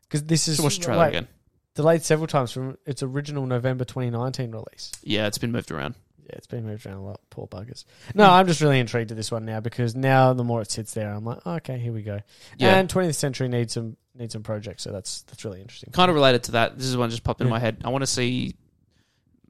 C: Because this is
B: Just watch the trailer
C: like,
B: again.
C: delayed several times from its original November 2019 release.
B: Yeah, it's been moved around.
C: Yeah, it's been moved around a lot. Poor buggers. No, I'm just really intrigued at this one now because now the more it sits there, I'm like, oh, okay, here we go.
B: Yeah,
C: And 20th century needs some needs some projects, so that's that's really interesting.
B: kind of related to that. This is one just popped into
C: Yeah.
B: my head. I want to see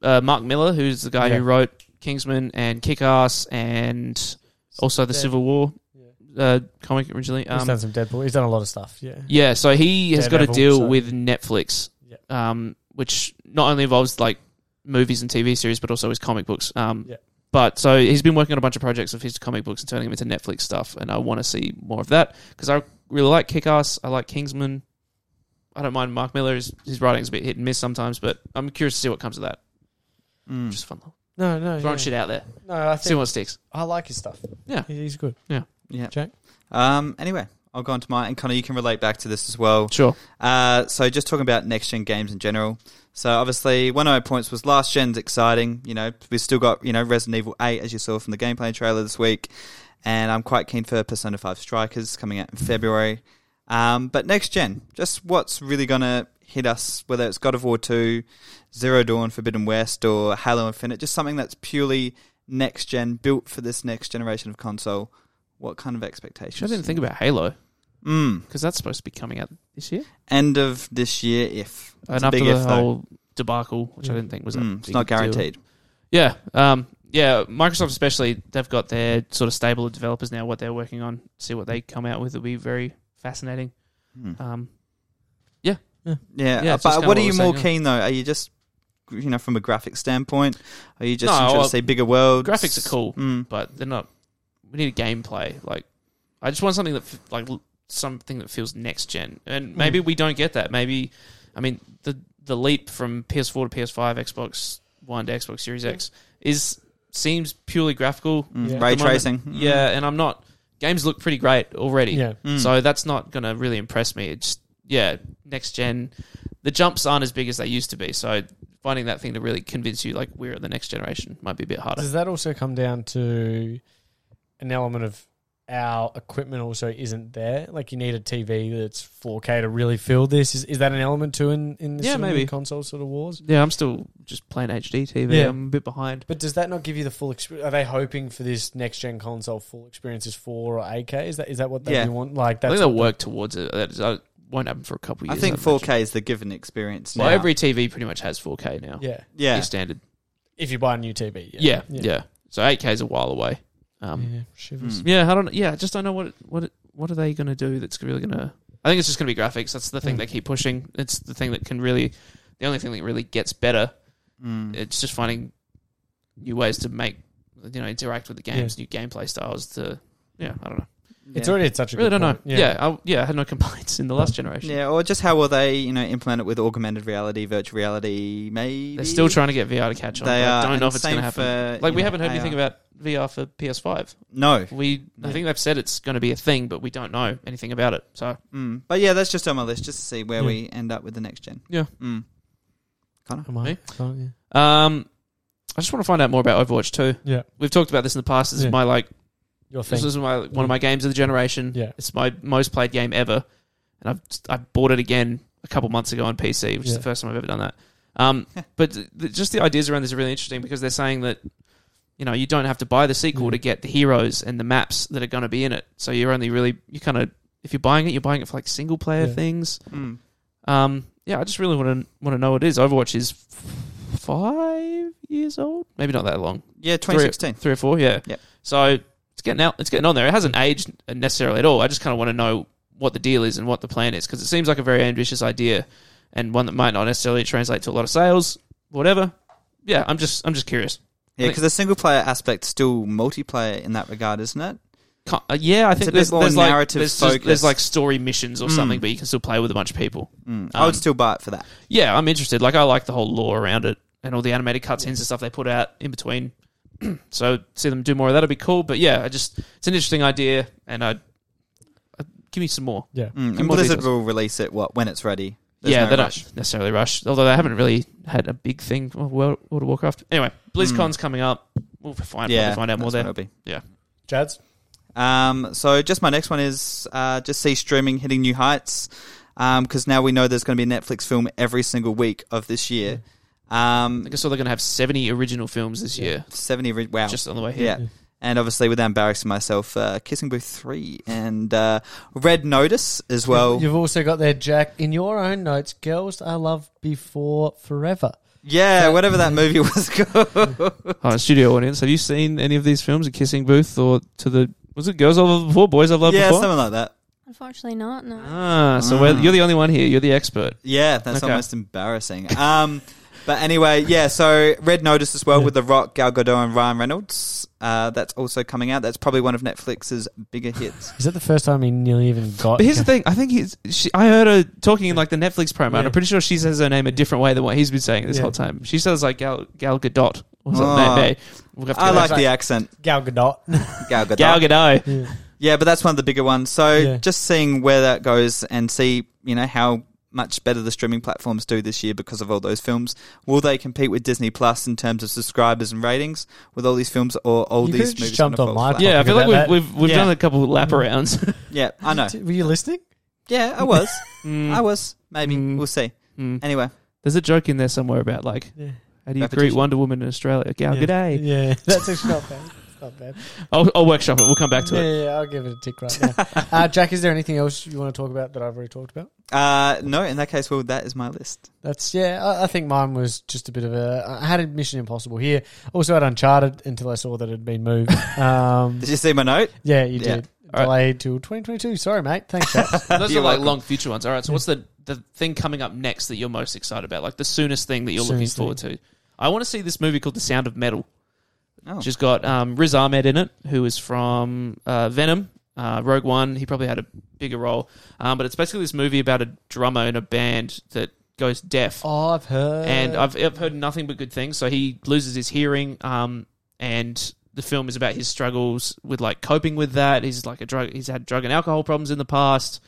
B: uh, Mark Miller, who's the guy
C: Yeah.
B: who wrote Kingsman and Kick Ass and also the
C: Dead-
B: Civil War
C: Yeah.
B: uh, comic originally.
C: he's
B: Um,
C: done some Deadpool. He's done a lot of stuff. Yeah,
B: Yeah, so he has got a
C: Daredevil,
B: deal
C: so-
B: with Netflix,
C: Yeah.
B: um, which not only involves like movies and TV series, but also his comic books. Um,
C: Yeah.
B: But so he's been working on a bunch of projects of his comic books and turning them into Netflix stuff, and I want to see more of that because I really like Kick Ass. I like Kingsman. I don't mind Mark Miller. His, his writing's a bit hit and miss sometimes, but I'm curious to see what comes of that.
A: Mm.
B: Just fun little-
C: No, no,
B: throwing
C: Oh, yeah.
B: shit out there,
C: No, I
B: see
C: think
B: what sticks.
C: I like his stuff.
B: Yeah.
C: He- he's good.
A: Yeah.
C: Jack?
A: Um. Anyway, I'll go on to mine, and Connor, you can relate back to this as well.
B: Sure.
A: Uh, so just talking about next gen games in general. So obviously, one of my points was last gen's exciting. You know, we've still got you know Resident Evil Eight as you saw from the gameplay trailer this week, and I'm quite keen for Persona Five Strikers coming out in February. Um, but next gen, just what's really gonna hit us? Whether it's God of War Two, Zero Dawn, Forbidden West, or Halo Infinite, just something that's purely next gen, built for this next generation of console. What kind of
B: Should
A: expectations?
B: I didn't think about Halo
A: Mm.
B: because that's supposed to be coming out this year,
A: End of this year, if It's a
B: and after
A: big
B: the
A: if, though.
B: whole debacle, which I
C: Yeah.
B: didn't think was a
A: Mm, it's
B: big
A: not
B: deal.
A: guaranteed.
B: Yeah, um, yeah. Microsoft especially, they've got their sort of stable of developers now. What they're working on, see what they come out with will be very fascinating.
A: Mm.
B: Um,
A: Yeah,
B: yeah, it's just
A: but
B: kinda
A: what are
B: what
A: you
B: we're
A: more
B: saying, yeah.
A: keen though? Are you just you know from a graphic standpoint? Are you just
B: No,
A: interested
B: well,
A: to see bigger worlds?
B: graphics are cool.
A: Mm.
B: but they're not. We need a gameplay. Like, I just want something that f- like l- something that feels next gen, and maybe we don't get that. Maybe, I mean, the the leap from PS4 to PS5, Xbox One to Xbox Series X is seems purely graphical.
A: Mm.
C: Yeah.
A: Ray
B: At the moment.
A: tracing. Mm.
B: Yeah, and I'm not. Games look pretty great already.
C: Yeah.
A: Mm.
B: So that's not going to really impress me. It's just, yeah, next gen, the jumps aren't as big as they used to be. So finding that thing to really convince you, like, we're the next generation, might be a bit harder.
C: Does that also come down to an element of our equipment also isn't there? Like you need a TV that's 4K to really feel this. Is, is that an element too in in this
B: Yeah,
C: sort of
B: maybe.
C: console sort of wars?
B: Yeah, I'm still just playing HD TV.
C: Yeah.
B: I'm a bit behind.
C: But does that not give you the full experience? Are they hoping for this next gen console full experience is four or eight K? Is that is that what they
A: Yeah.
C: want? Like
B: I think
C: that's
B: they'll
C: what
B: work towards it. That is, I won't happen for a couple
A: I
B: years.
A: think
B: imagine.
A: 4K is the given experience.
B: Well,
A: now.
B: every TV pretty much has 4K now.
C: Yeah.
A: yeah,
B: Your standard.
C: If you buy a new TV.
B: Yeah, yeah. So 8K is a while away. Um,
C: Yeah, shivers.
A: Mm.
B: yeah, I don't. Yeah, I just don't know what what it- what are they going to do that's really going to. I think it's just going to be graphics. That's the thing
C: Mm.
B: they keep pushing. It's the thing that can really, the only thing that really gets better.
A: Mm.
B: It's just finding new ways to make you know interact with the games,
C: Yeah.
B: new gameplay styles. To yeah, I don't know.
C: It's
A: Yeah.
C: already at such a
B: really
C: good
B: don't know.
C: point.
B: Yeah, yeah I, yeah, I had no complaints in the last generation.
A: Yeah, or just how will they, you know, implement it with augmented reality, virtual reality, maybe?
B: They're still trying to get VR to catch on.
A: They
B: but I
A: are,
B: don't
A: and
B: know if it's
A: same
B: going to happen.
A: for,
B: like
A: you
B: we
A: know,
B: haven't heard
A: AR.
B: anything about VR for PS5.
A: No.
B: We I think they've said it's going to be a thing, but we don't know anything about it. So
A: Mm. But yeah, that's just on my list, just to see where
C: Yeah.
A: we end up with the next gen.
B: Yeah.
A: Mm. Connor?
C: Am I?
B: Eh?
C: Oh, yeah.
B: um, I just want to find out more about Overwatch 2.
C: Yeah.
B: We've talked about this in the past. This
C: Yeah.
B: is my like
C: Your
B: this
C: thing.
B: is my one of my games of the generation.
C: Yeah.
B: It's my most played game ever, and I've I bought it again a couple months ago on PC, which is
C: Yeah.
B: the first time I've ever done that. Um, but th- th- just the ideas around this are really interesting because they're saying that you know you don't have to buy the sequel
C: Yeah.
B: to get the heroes and the maps that are going to be in it. So you're only really you kind of if you're buying it, you're buying it for like single player
C: Yeah.
B: things.
A: Mm.
B: Um, yeah, I just really want to want to know what it is. Overwatch is f- five years old, maybe not that long
A: Yeah, 2016.
B: three or four, yeah.
A: Yep.
B: So it's getting out, it's getting on there. It hasn't aged necessarily at all. I just kind of want to know what the deal is and what the plan is because it seems like a very ambitious idea and one that might not necessarily translate to a lot of sales, whatever. Yeah, I'm just I'm just curious.
A: Yeah, because the single player aspect's still multiplayer in that regard, isn't it?
B: Can't- uh, yeah, I think
A: a bit
B: there's,
A: more
B: there's like
A: narrative
B: there's, just- there's
A: focused.
B: like story missions or
A: Mm.
B: something, but you can still play with a bunch of people.
A: Mm. I would
B: Um,
A: still buy it for that.
B: Yeah, I'm interested. Like I like the whole lore around it and all the animated cutscenes and stuff they put out in between. so see them do more of that'll be cool. But yeah, I just it's an interesting idea, and I, I give me some more.
C: yeah.
A: Mm.
B: Give
A: And
B: more
A: Blizzard
B: details.
A: will release it what when it's ready. There's
B: yeah,
A: no
B: they don't
A: rush.
B: necessarily rush. Although they haven't really had a big thing. Well, World, World of Warcraft. Anyway, BlizzCon's coming up. We'll find
A: Hmm. yeah,
B: yeah, find out more
A: that's what
B: there.
A: it'll be.
C: Jads?
A: Um, so just my next one is uh, just see streaming hitting new heights because now we know there's going to be a Netflix film every single week of this year.
B: I
A: Um,
B: think I saw they're going to have seventy original films this
C: Yeah.
B: year.
A: Seventy ri- wow,
B: Just on the way here.
A: yeah. And obviously, without embarrassing myself, uh, Kissing Booth three and uh, Red Notice as well.
C: You've also got there, Jack, in your own notes, Girls I Love Before Forever.
A: Yeah, whatever that movie was called.
B: Hi, studio audience, have you seen any of these films? A Kissing Booth or to the was it Girls I've Loved Before, Boys I've Loved
A: yeah,
B: Before?
A: something like that.
D: Unfortunately, not. No.
B: Ah, so we're,
A: Ah.
B: you're the only one here. You're the expert.
A: Yeah, that's
B: Okay.
A: almost embarrassing. Um, but anyway, yeah. So Red Notice as well
C: Yeah.
A: with The Rock, Gal Gadot, and Ryan Reynolds. Uh, that's also coming out. That's probably one of Netflix's bigger hits.
C: Is that the first time he nearly even got?
B: But here's the thing. I think he's. She, I heard her talking in like the Netflix promo, and
C: Yeah.
B: I'm pretty sure she says her name a different way than what he's been saying this
C: Yeah.
B: whole time. She says like Gal Gal Gadot or something.
A: Oh.
B: maybe. We'll have to
A: I
B: get
A: like
B: that.
A: the accent,
C: Gal Gadot.
A: Gal Gadot.
B: Gal Gadot.
C: Yeah.
A: yeah, but that's one of the bigger ones. So
C: Yeah.
A: just seeing where that goes and see, you know, how much better the streaming platforms do this year because of all those films. Will they compete with Disney Plus in terms of subscribers and ratings with all these films or all these
C: You could've just
A: movies?
C: jumped
A: gonna
C: on
A: fall
C: my
A: flat?
B: Yeah, I
C: Talking
B: feel like
C: about
B: we've we've, we've
A: Yeah.
B: done a couple of lap arounds.
A: Yeah, I know.
C: Were you listening?
A: Yeah, I was.
B: Mm,
A: I was. Maybe.
B: Mm.
A: We'll see.
B: mm.
A: Anyway.
B: There's a joke in there somewhere about like
C: Yeah.
B: how do you greet
A: Repetition.
B: Wonder Woman in Australia? Gal
C: yeah.
B: Gadot.
C: Yeah, that's actually not bad. It's Not bad.
B: I'll, I'll workshop it. We'll come back to
C: yeah,
B: it.
C: yeah, yeah, I'll give it a tick right now. uh, Jack, is there anything else you want to talk about that I've already talked about?
A: Uh, no, in that case, well, that is my list.
C: That's yeah. I, I think mine was just a bit of a. I had Mission Impossible here. Also had Uncharted until I saw that it had been moved. Um,
A: Did you see my note?
C: yeah, you
A: Yeah.
C: did.
B: All right.
C: Delayed till 2022. Sorry, mate. Thanks. Jack.
B: Those
A: You're
B: are like
A: welcome.
B: long future ones. All right. So what's the the thing coming up next that you're most excited about? Like the soonest thing that you're
C: Soonest
B: looking forward to. I want to see this movie called The Sound of Metal.
A: Oh.
B: which has got um, Riz Ahmed in it, who is from uh, Venom, uh, Rogue One. He probably had a bigger role, um, but it's basically this movie about a drummer in a band that goes deaf,
C: oh, I've heard.
B: and I've, I've heard nothing but good things. So he loses his hearing, um, and the film is about his struggles with like coping with that. He's like a drug. He's had drug and alcohol problems in the past.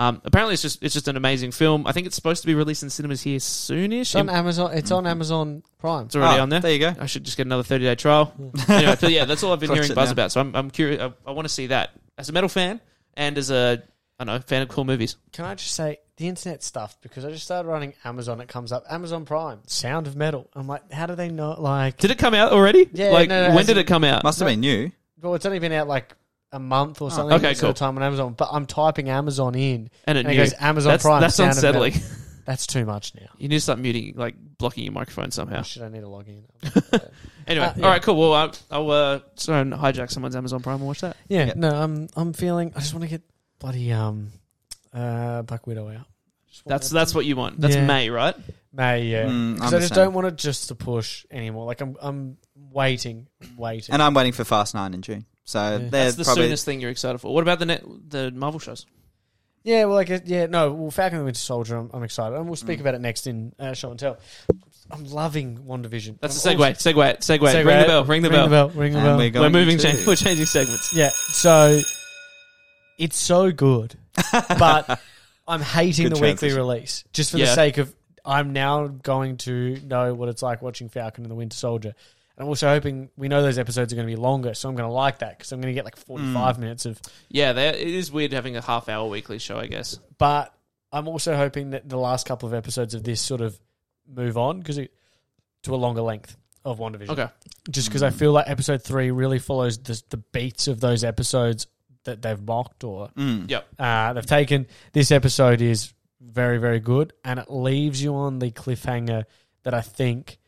B: Um, apparently, it's just it's just an amazing film. I think it's supposed to be released in cinemas here soonish.
C: It's on Amazon. It's on Amazon Prime.
B: It's already
A: Oh,
B: on there.
A: you go.
B: I should just get another 30 day trial. anyway, so yeah, that's all I've been
A: Clutch
B: hearing
A: it
B: buzz
A: now.
B: about. So I'm, I'm curious. I, I want to see that as a metal fan and as a, I don't know, fan of cool movies.
C: Can I just say the internet stuff because I just started running Amazon. It comes up Amazon Prime, Sound of Metal. I'm like, how do they know? Like,
B: Did it come out already?
C: Yeah,
B: Like,
C: no, no,
B: when
C: as
B: did
C: in-
B: it come out?
A: Must have been you.
C: well, it's only been out like a month or
A: Oh,
C: something.
B: okay,
C: at
B: cool.
C: the time on Amazon, but I'm typing Amazon in,
B: And it,
C: and it
B: knew.
C: goes Amazon
B: that's,
C: Prime.
B: that's
C: Sound of
B: unsettling.
C: Metal. That's too much now.
B: You need to start muting, like blocking your microphone somehow.
C: Should I need to log in?
B: Anyway,
C: Uh, yeah.
B: all right, cool. Well, I'll, I'll uh, try and hijack someone's Amazon Prime and watch that.
C: Yeah,
A: Yeah.
C: no, I'm I'm feeling. I just want to get bloody um, uh, Black Widow out. Just want
B: That's
C: that-
B: that's what you want. That's
C: Yeah.
B: May, right?
C: May yeah.
A: Mm, I'm
C: 'Cause I
A: the
C: just
A: same.
C: don't want it just to push anymore. Like I'm I'm waiting, waiting.
A: And I'm waiting for Fast Nine in June. So
C: Yeah.
A: they're
B: That's the
A: probably
B: soonest thing you're excited for. What about the net, the Marvel shows?
C: yeah, well, like uh, yeah, no, well, Falcon and the Winter Soldier. I'm, I'm excited, and we'll speak
A: Mm.
C: about it next in uh, Show and Tell. I'm loving One Division.
B: That's the segue, segue, segue.
C: Segue.
B: Ring the bell. Ring the
C: Ring the
B: bell.
C: bell. Ring the
A: And
C: bell.
A: we're
B: We're
A: going
B: moving.
A: to-
B: Cha- we're changing segments.
C: Yeah, so it's so good, but I'm hating
A: Good
C: the weekly
A: transition.
C: release just for
B: Yeah.
C: the sake of I'm now going to know what it's like watching Falcon and the Winter Soldier. And I'm also hoping we know those episodes are going to be longer, so I'm going to like that because I'm going to get like 45 minutes of.
B: Yeah, they, it is weird having a half hour weekly show. I guess.
C: But I'm also hoping that the last couple of episodes of this sort of move on because it to a longer length of WandaVision.
B: Okay.
C: Just because I feel like episode three really follows the, the beats of those episodes that they've mocked or
A: Mm.
B: Yeah.
C: uh, they've taken. This episode is very, very good, and it leaves you on the cliffhanger that I think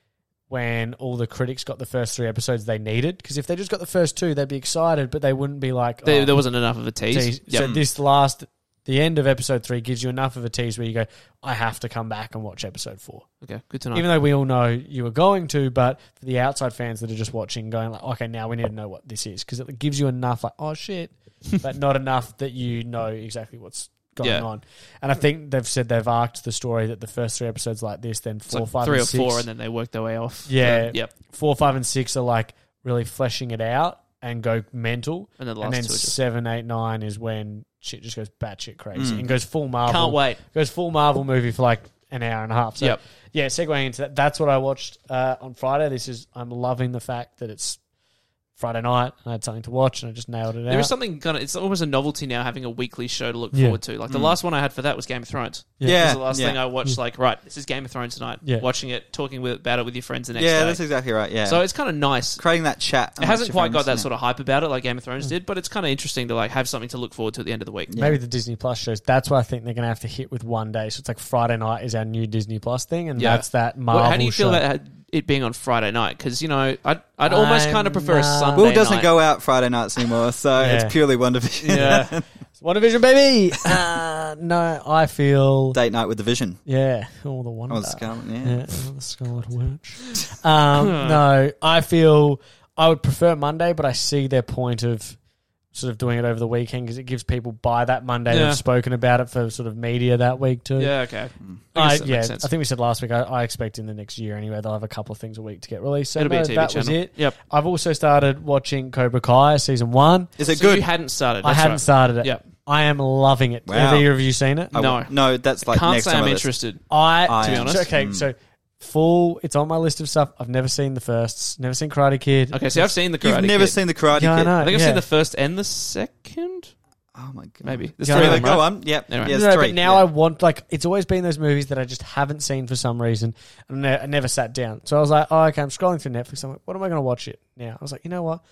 C: when all the critics got the first three episodes they needed. Because if they just got the first two, they'd be excited, but they wouldn't be like,
B: There,
C: oh,
B: there wasn't enough of a tease.
C: tease.
B: Yeah.
C: So this last, the end of episode three gives you enough of a tease where you go, I have to come back and watch episode four.
B: Okay. Good to know.
C: Even though we all know you were going to, but for the outside fans that are just watching, going like, okay, now we need to know what this is because it gives you enough, like, oh shit, but not enough that you know exactly what's going
B: Yeah.
C: on. And I think they've said they've arced the story that the first three episodes like this, then
B: It's
C: four,
B: like
C: five,
B: three
C: and
B: or
C: six,
B: four, and then they work their way off.
C: Yeah.
B: Yep.
C: four, five, and six are like really fleshing it out and go mental.
B: And then the last
C: and then
B: two. Are just,
C: seven, eight, nine is when shit just goes batshit crazy
A: Mm.
C: and goes full Marvel.
B: can't wait.
C: Goes full Marvel movie for like an hour and a half. So
B: Yep.
C: yeah, segueing into that, that's what I watched uh, on Friday. This is I'm loving the fact that it's Friday night and I had something to watch and I just nailed it out.
B: There is something kind of. It's almost a novelty now having a weekly show to look
C: Yeah.
B: forward to. Like the
A: Mm.
B: last one I had for that was Game of Thrones.
C: Yeah.
B: That
A: Yeah.
B: was the last
A: yeah.
B: thing I watched.
C: Yeah.
B: Like, right, this is Game of Thrones tonight.
C: Mm. Yeah.
B: Watching it, talking with, about it with your friends the next
A: Yeah,
B: day.
A: that's exactly right. Yeah.
B: So
A: So
B: it's kind of nice.
A: creating that chat.
B: It hasn't quite got that sort of hype about it like Game of Thrones did, but it's kind of interesting to like have something to look forward to at the end of the week.
A: Yeah.
C: Maybe the Disney Plus shows. That's what I think they're going to have to hit with one day. So it's like Friday night is our new Disney Plus thing, and
B: Yeah.
C: that's that Marvel.
B: Well, how do you feel
C: show.
B: about it being on Friday night? Because you know, I'd, I'd almost
C: I'm
B: kind of prefer a
C: not-
B: Sunday.
A: Will doesn't
B: night.
A: go out Friday nights anymore, so
C: Yeah.
A: it's purely Wonder Vision.
B: Yeah,
C: It's WandaVision, baby? uh, no, I feel.
A: Date night with the Vision.
C: Yeah, all the wonder.
A: Oh, Scarlet, yeah.
C: Yeah, oh, the Scarlet Witch. Um, no, I feel I would prefer Monday, but I see their point of sort of doing it over the weekend because it gives people by that Monday
B: Yeah.
C: that have spoken about it for sort of media that week too.
B: yeah, okay.
A: Mm.
B: I
C: I,
B: guess that
C: yeah,
B: makes sense.
C: I think we said last week. I, I expect in the next year anyway they'll have a couple of things a week to get released. So
B: It'll be a
C: no,
B: TV
C: that
B: channel.
C: was it.
B: Yep.
C: I've also started watching Cobra Kai season one.
A: Is it
B: so
A: good?
B: You hadn't started.
C: I
B: that's
C: hadn't
B: right.
C: started it.
B: Yep.
C: I am loving it.
A: Wow.
C: Have either of you seen it?
A: I w- no, that's like
B: Can't
A: next
B: say
A: time
B: I'm
A: on the
B: interested.
C: I,
A: I
C: to be
A: am.
C: honest, okay,
A: Mm.
C: so full. It's on my list of stuff. I've never seen the firsts. Never seen Karate Kid.
B: Okay, see, I've seen the
A: list.
B: Karate
A: You've never
B: Kid.
A: seen the Karate
C: Yeah, I
A: Kid.
C: know.
B: I think I've
C: yeah.
B: seen the first and the second.
A: Oh my god.
B: Maybe there's
C: Yeah,
B: three
A: Anyway,
B: of them.
A: go
B: right?
A: on. Yep.
B: Anyway.
A: Yeah,
C: No,
A: it's
C: but
A: three.
C: now
A: yeah.
C: I want like it's always been those movies that I just haven't seen for some reason, and I I never sat down. So I was like, oh, okay, I'm scrolling through Netflix. I'm like, what am I going to watch it now? I was like, you know what?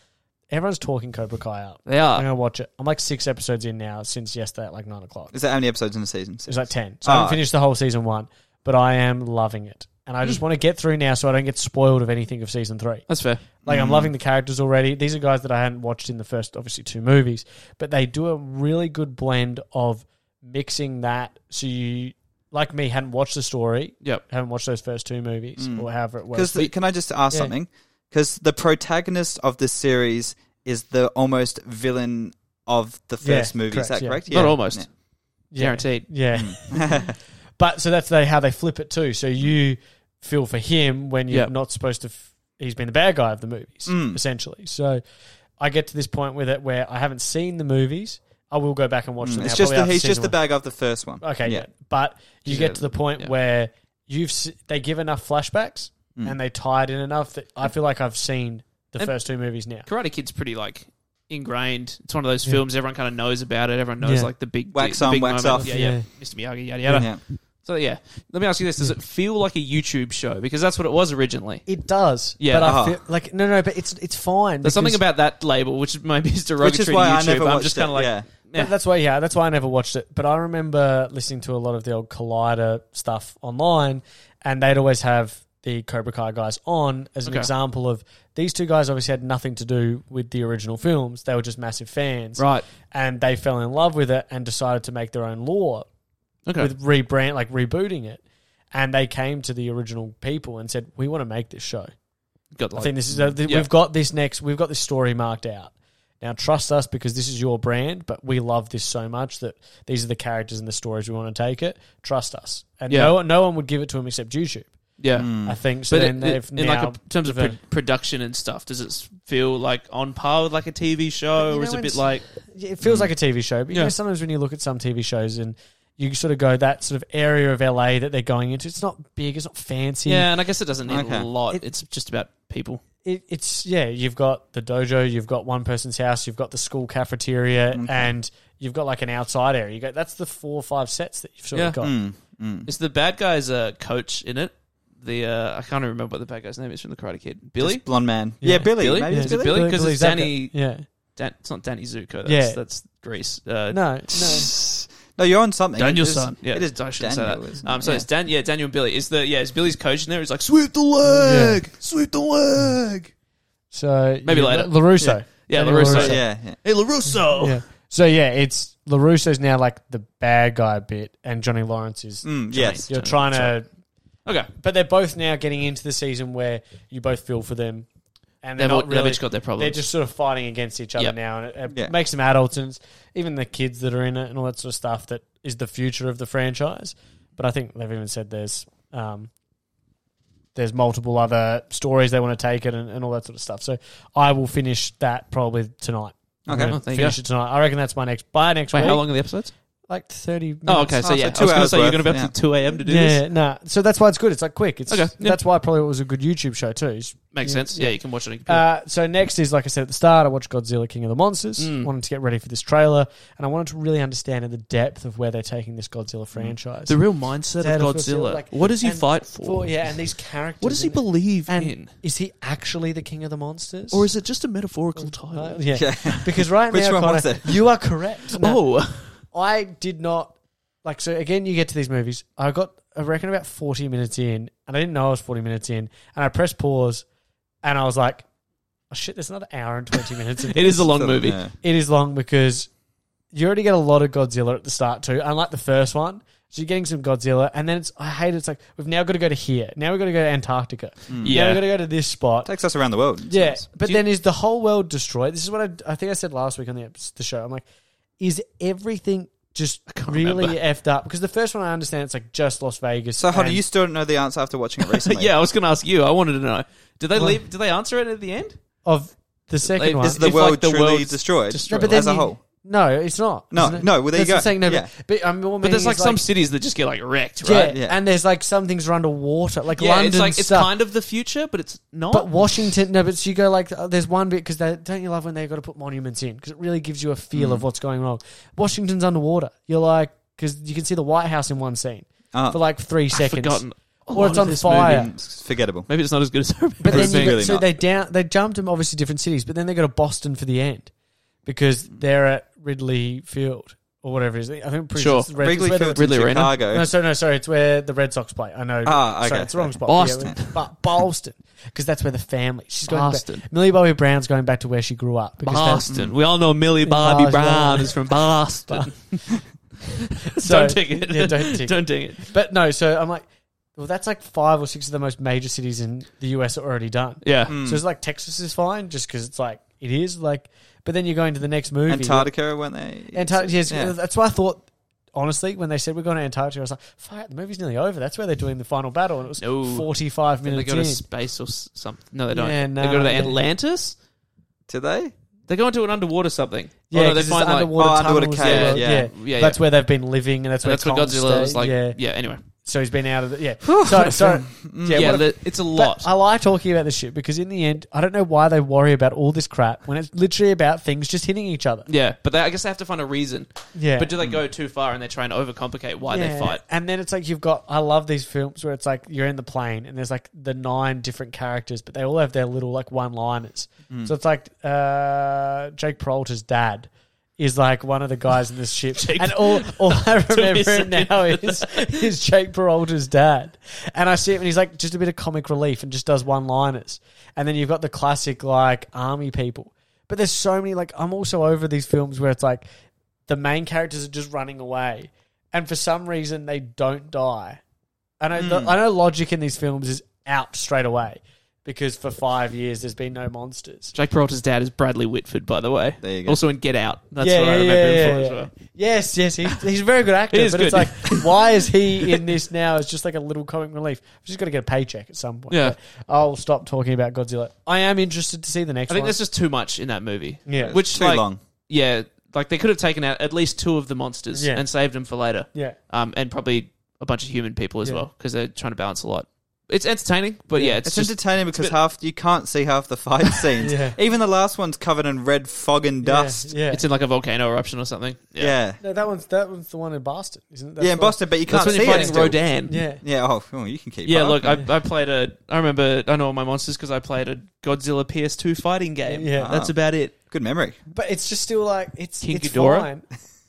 C: Everyone's talking Cobra Kai out.
B: They
C: I'm
B: are.
C: going to watch it. I'm like six episodes in now since yesterday at like nine o'clock.
A: Is that how many episodes in a season?
C: It's like ten. So I
A: Oh.
C: haven't finished the whole season one, but I am loving it, and I
A: Hmm.
C: just want to get through now so I don't get spoiled of anything of season three.
B: That's fair.
C: Like I'm
A: Mm.
C: loving the characters already. These are guys that I hadn't watched in the first, obviously, two movies, but they do a really good blend of mixing that. So you, like me, hadn't watched the story,
B: Yep.
C: haven't watched those first two movies,
A: Mm.
C: or however it was.
A: Because can I just ask
C: Yeah.
A: something? 'Cause something? Because the protagonist of this series is the almost villain of the
C: Yeah,
A: first movie.
C: correct,
A: Is that
C: yeah.
A: correct?
B: Not almost.
C: Yeah.
B: Guaranteed.
C: Yeah,
A: Mm.
C: but so that's they, how they flip it too. So you feel for him when you're
B: Yep.
C: not supposed to. F- he's been the bad guy of the movies,
A: Mm.
C: essentially. So I get to this point with it where I haven't seen the movies. I will go back and watch them.
A: Mm. it's
C: now,
A: just
C: probably
A: the,
C: after
A: he's
C: season
A: just
C: one.
A: the bag of the first one.
C: Okay,
A: Yeah.
C: yeah. But you
B: Yeah.
C: get to the point
B: Yeah.
C: where you've s- they give enough flashbacks
A: Mm.
C: and they tie it in enough that I feel like I've seen the
B: And-
C: first two movies now.
B: Karate Kid's pretty like ingrained. It's one of those
C: Yeah.
B: films everyone kind of knows about it. Everyone knows
C: Yeah.
B: like the big
A: Wax
B: the
A: on,
B: big
A: wax
B: moment.
A: off.
B: Yeah, yeah,
C: Yeah.
B: Mr. Miyagi, yada yada.
A: Yeah.
B: So yeah, let me ask you this: Does it feel like a YouTube show? Because that's what it was originally.
C: It does.
B: Yeah.
C: But
A: Uh-huh.
C: I feel like no, no. But it's it's fine.
B: There's something
C: because-
B: about that label which maybe is derogatory
A: Which is why
B: to
A: I
B: YouTube.
A: never
B: but I'm
A: watched
B: just
A: it.
B: kind of like,
A: yeah.
B: Yeah.
C: That's why, yeah, that's why I never watched it. But I remember listening to a lot of the old Collider stuff online, and they'd always have the Cobra Kai guys on as an
B: Okay.
C: example of these two guys obviously had nothing to do with the original films. They were just massive fans,
B: right,
C: and they fell in love with it and decided to make their own law
B: okay,
C: with rebrand, like rebooting it. And they came to the original people and said, "We want to make this show."
B: got like,
C: I think this is a, th-
B: yeah.
C: we've got this next we've got this story marked out. Now trust us because this is your brand, but we love this so much that these are the characters and the stories we want to take it. Trust us, and
B: Yeah.
C: no one no one would give it to him except YouTube.
B: yeah.
C: I think so.
B: But
C: then
B: it-
C: they've
B: it- in
C: now
B: like a, terms of
C: developed-
B: pro- production and stuff, does it s- feel like on par with like a TV
C: But
B: show,
C: you
B: or is
C: know
B: it a bit
C: when's-
B: like
C: it feels like a TV show, but you
B: Yeah.
C: know sometimes when you look at some TV shows and you sort of go that sort of area of LA that they're going into, it's not big, it's not fancy.
B: yeah? And I guess it doesn't need
A: Okay.
B: a lot.
C: It-
B: it's just about people.
C: it, it's yeah, you've got the dojo, you've got one person's house, you've got the school cafeteria,
B: Mm-hmm.
C: and you've got like an outside area. You go, that's the four or five sets that you've sort
B: Yeah.
C: of got.
A: Mm, mm.
B: Is the bad guy's uh, coach in it? The uh, I can't even remember what the bad guy's name is from the Karate Kid. Billy.
A: This blonde man.
C: Yeah.
A: Yeah, Billy.
B: Billy?
A: Maybe
B: Yeah.
A: it's
B: Is it
A: Billy.
B: Billy? 'Cause it's
C: Zabka.
B: Danny-
C: Yeah,
B: Dan, it's not Danny Zuko. That's,
C: Yeah.
B: that's Greece. Uh,
C: no, no.
A: No, you're on something. It
B: Daniel's
A: is-
B: son. Yeah,
A: It is
B: I shouldn't
A: Daniel,
B: say
A: isn't it?
B: that. Um, so
A: Yeah.
B: it's Dan. Yeah, Daniel and Billy. Is the yeah? Is Billy's coach in there? He's like sweep the leg, sweep the leg.
C: So
B: Maybe
C: yeah,
B: later.
C: La- Larusso.
B: Yeah,
C: Daniel
B: LaRusso.
A: So,
B: Yeah.
A: yeah, yeah.
B: Hey, Larusso.
C: Yeah. So yeah, it's Larusso's now like the bad guy bit, and Johnny Lawrence is.
A: Mm, yes.
C: You're
B: Johnny-
C: trying to,
B: Okay,
C: but they're both now getting into the season where you both feel for them, and
B: they've,
C: they're
B: all,
C: not
B: they've
C: really
B: each got their problems.
C: they're just sort of fighting against each other
B: Yep.
C: now, and it, it
A: Yeah.
C: makes them adults, and it's even the kids that are in it, and all that sort of stuff that is the future of the franchise. But I think they've even said there's um, there's multiple other stories they want to take it, and, and all that sort of stuff. So I will finish that probably tonight. I'm
A: Okay.
C: gonna
B: Oh, there you
C: finish
B: go.
C: it tonight. I reckon that's my next by next
B: Wait,
C: week.
B: how long are the episodes?
C: Like thirty. Minutes.
B: Oh, okay. So
A: Oh,
B: yeah,
A: so two
B: I was going to
A: hours
B: say you're going
A: worth,
B: to be
A: yeah.
B: up to two a.m. to do
C: yeah,
B: this.
C: nah. So that's why it's good. It's like quick. It's
B: Okay, yeah.
C: That's why probably it was a good YouTube show too. It's
B: Makes
C: Yeah,
B: sense.
C: yeah.
B: Yeah. you can watch it on your computer.
C: Uh, so next is like I said at the start, I watched Godzilla King of the Monsters.
B: Mm.
C: Wanted to get ready for this trailer, and I wanted to really understand the depth of where they're taking this Godzilla franchise.
B: the real mindset
C: Dad
B: of
C: of
B: Godzilla.
C: Godzilla, like-
B: what does he
C: and
B: fight for?
C: For- yeah, and these characters.
B: What does he
C: and-
B: believe
C: and-
B: in?
C: Is he actually the King of the Monsters,
B: Or is it just a metaphorical title?
C: Uh, yeah.
A: Yeah.
C: Because right
A: Which
C: now,
A: one
C: Connor,
A: was it?
C: you are correct. No,
B: Oh,
C: I did not like. So again, you get to these movies. I got, I reckon, about forty minutes in, and I didn't know I was forty minutes in, and I pressed pause, and I was like, "Oh shit, there's another hour and twenty minutes." In
B: it is a long movie.
A: Yeah.
C: it is long because you already get a lot of Godzilla at the start too, unlike the first one. So you're getting some Godzilla, and then it's I hate it. it's like we've now got to go to here. Now we've got to go to Antarctica. Now
B: Yeah.
C: we've got to go to this spot.
A: Takes us around the world. It's
C: Yeah,
A: nice.
C: but
B: Do you-
C: then is the whole world destroyed? This is what I, I think I said last week on the, ep- the show. I'm like, is everything just really
B: remember.
C: effed up? Because the first one I understand it's like just Las Vegas.
A: So, how do
C: and-
A: you still don't know the answer after watching it recently?
B: yeah, I was going to ask you. I wanted to know. Did they leave? Did they answer it at the end?
C: of the second
B: Like,
C: one?
A: Is the
B: If, like,
A: world
B: the
A: truly
B: world's
A: destroyed,
B: destroyed.
C: No, but
A: as
C: then
A: a
C: you-
A: whole?
C: No, it's not.
A: No,
C: isn't it?
A: no, well, there you
C: That's what
A: go.
C: I'm saying, no,
A: Yeah.
C: but, but I'm more
B: But there's
C: meaning
B: like
C: is,
B: some cities that just get like wrecked, right?
C: Yeah,
A: Yeah.
C: and there's like some things are underwater, like
B: Yeah,
C: London
B: it's like it's
C: stuff.
B: kind of the future, but it's not.
C: but Washington, no, but so you go like, uh, there's one bit because don't you love when they got to put monuments in because it really gives you a feel
A: Mm.
C: of what's going wrong. Washington's underwater. You're like because you can see the White House in one scene
A: Ah.
C: for like three
B: I've
C: seconds,
B: forgotten. a
C: or
B: lot
C: it's
B: of
C: on
B: this
C: fire.
B: movie.
A: It's forgettable.
B: Maybe it's not as good as I remember.
C: But
B: it
C: then
A: It's
C: you
B: being.
C: go,
A: really
C: so
A: not.
C: they down they jumped them obviously different cities, but then they go to Boston for the end because they're at Ridley Field or whatever it is. I think I'm pretty
B: Sure.
C: it's Red-
A: Wrigley
C: it's where the-
A: Field's
B: Ridley
A: in
B: Arena?
A: Chicago.
C: No, so no, sorry. It's where the Red Sox play. I know.
A: Ah,
C: Sorry,
A: okay.
C: it's the wrong spot.
B: Boston.
C: Yeah, but Boston, because that's where the family. She's going
B: Boston.
C: Back, Millie Bobby Brown's going back to where she grew up. Because that's-
B: Boston. We all know Millie Bobby
C: Boston.
B: Brown is from Boston.
C: so-
B: don't dig it.
C: Yeah, don't dig.
B: don't dig it.
C: But no, so I'm like, well, that's like five or six of the most major cities in the US are already done.
B: Yeah.
C: So it's like Texas is fine, just because it's like it is like. But then you go into the next movie.
A: Antarctica, weren't they?
C: Antarctica. Yes,
A: Yeah.
C: that's why I thought. Honestly, when they said we're going to Antarctica, I was like, "Fuck, the movie's nearly over." That's where they're doing the final battle, and it was
B: No.
C: forty-five
B: Then they
C: minutes.
B: go to
C: in.
B: space or s- something. No, they don't.
C: Yeah,
B: they go to
C: no,
B: the
C: they-
B: Atlantis.
A: Today?
B: They go into an underwater something.
C: Yeah,
B: oh, no, they
C: 'cause it's
B: find
C: the
B: like
C: underwater
A: Oh, underwater
C: tunnels,
A: cave,
C: yeah,
A: yeah.
C: yeah.
B: Yeah,
C: That's where they've been living, and that's
B: and
C: where
B: that's where
C: Kong
B: Godzilla
C: stayed,
B: was like.
C: yeah.
B: Yeah. Anyway,
C: So he's been out of the yeah. so so yeah.
B: Yeah,
C: what a-
B: the- it's a
C: but
B: lot.
C: I like talking about this shit because in the end, I don't know why they worry about all this crap when it's literally about things just hitting each other.
B: yeah, but they, I guess they have to find a reason.
C: Yeah.
B: But do they go too far and they try and overcomplicate why they
C: Yeah.
B: fight?
C: And then it's like you've got I love these films where it's like you're in the plane and there's like the nine different characters, but they all have their little like one liners.
B: Hmm.
C: So it's like uh Jake Peralta's dad is like one of the guys in this ship.
B: Jake-
C: and all, all I
B: me a
C: remember
B: second.
C: now is is Jake Peralta's dad. And I see him and he's like just a bit of comic relief and just does one liners. And then you've got the classic like army people. But there's so many like I'm also over these films where it's like the main characters are just running away, and for some reason they don't die. I know
B: Hmm.
C: the, I know logic in these films is out straight away because for five years there's been no monsters.
B: Jake Peralta's dad is Bradley Whitford, by the way.
A: There you go.
B: Also in Get Out. That's what I remember him for as well.
C: Yes, yes, he's, he's a very good actor,
B: He is
C: but it's
B: good.
C: like, why is he in this now? It's just like a little comic relief. I've just got to get a paycheck at some point.
B: Yeah.
C: But I'll stop talking about Godzilla. I am interested to see the next
B: I think
C: one.
B: there's just too much in that movie.
C: yeah,
B: Which
A: too
B: like,
A: long.
B: Yeah, like they could have taken out at least two of the monsters
C: Yeah.
B: and saved them for later.
C: yeah,
B: Um, and probably a bunch of human people as
C: Yeah.
B: well well because they're trying to balance a lot. It's entertaining, but yeah, it's,
A: It's,
B: just
A: entertaining because half you can't see half the fight scenes.
C: Yeah.
A: Even the last one's covered in red fog and dust.
C: Yeah, yeah.
B: it's in like a volcano eruption or something.
A: Yeah,
B: Yeah,
A: yeah,
C: no, that one's that one's the one in Boston, isn't it? That's
A: in
C: the one-
A: Boston, but you
B: that's
A: can't
B: when
A: see
B: you're
A: it.
B: fighting
A: Still.
B: Rodan.
C: Yeah,
A: Yeah, oh, well, you can keep.
B: Yeah,
A: up.
B: look, I, I played a. I remember I know all my monsters because I played a Godzilla PS2 fighting game.
C: Yeah. Ah.
B: that's about it.
A: good memory.
C: but it's just still like it's
B: King
C: it's
B: Ghidorah?
C: fine.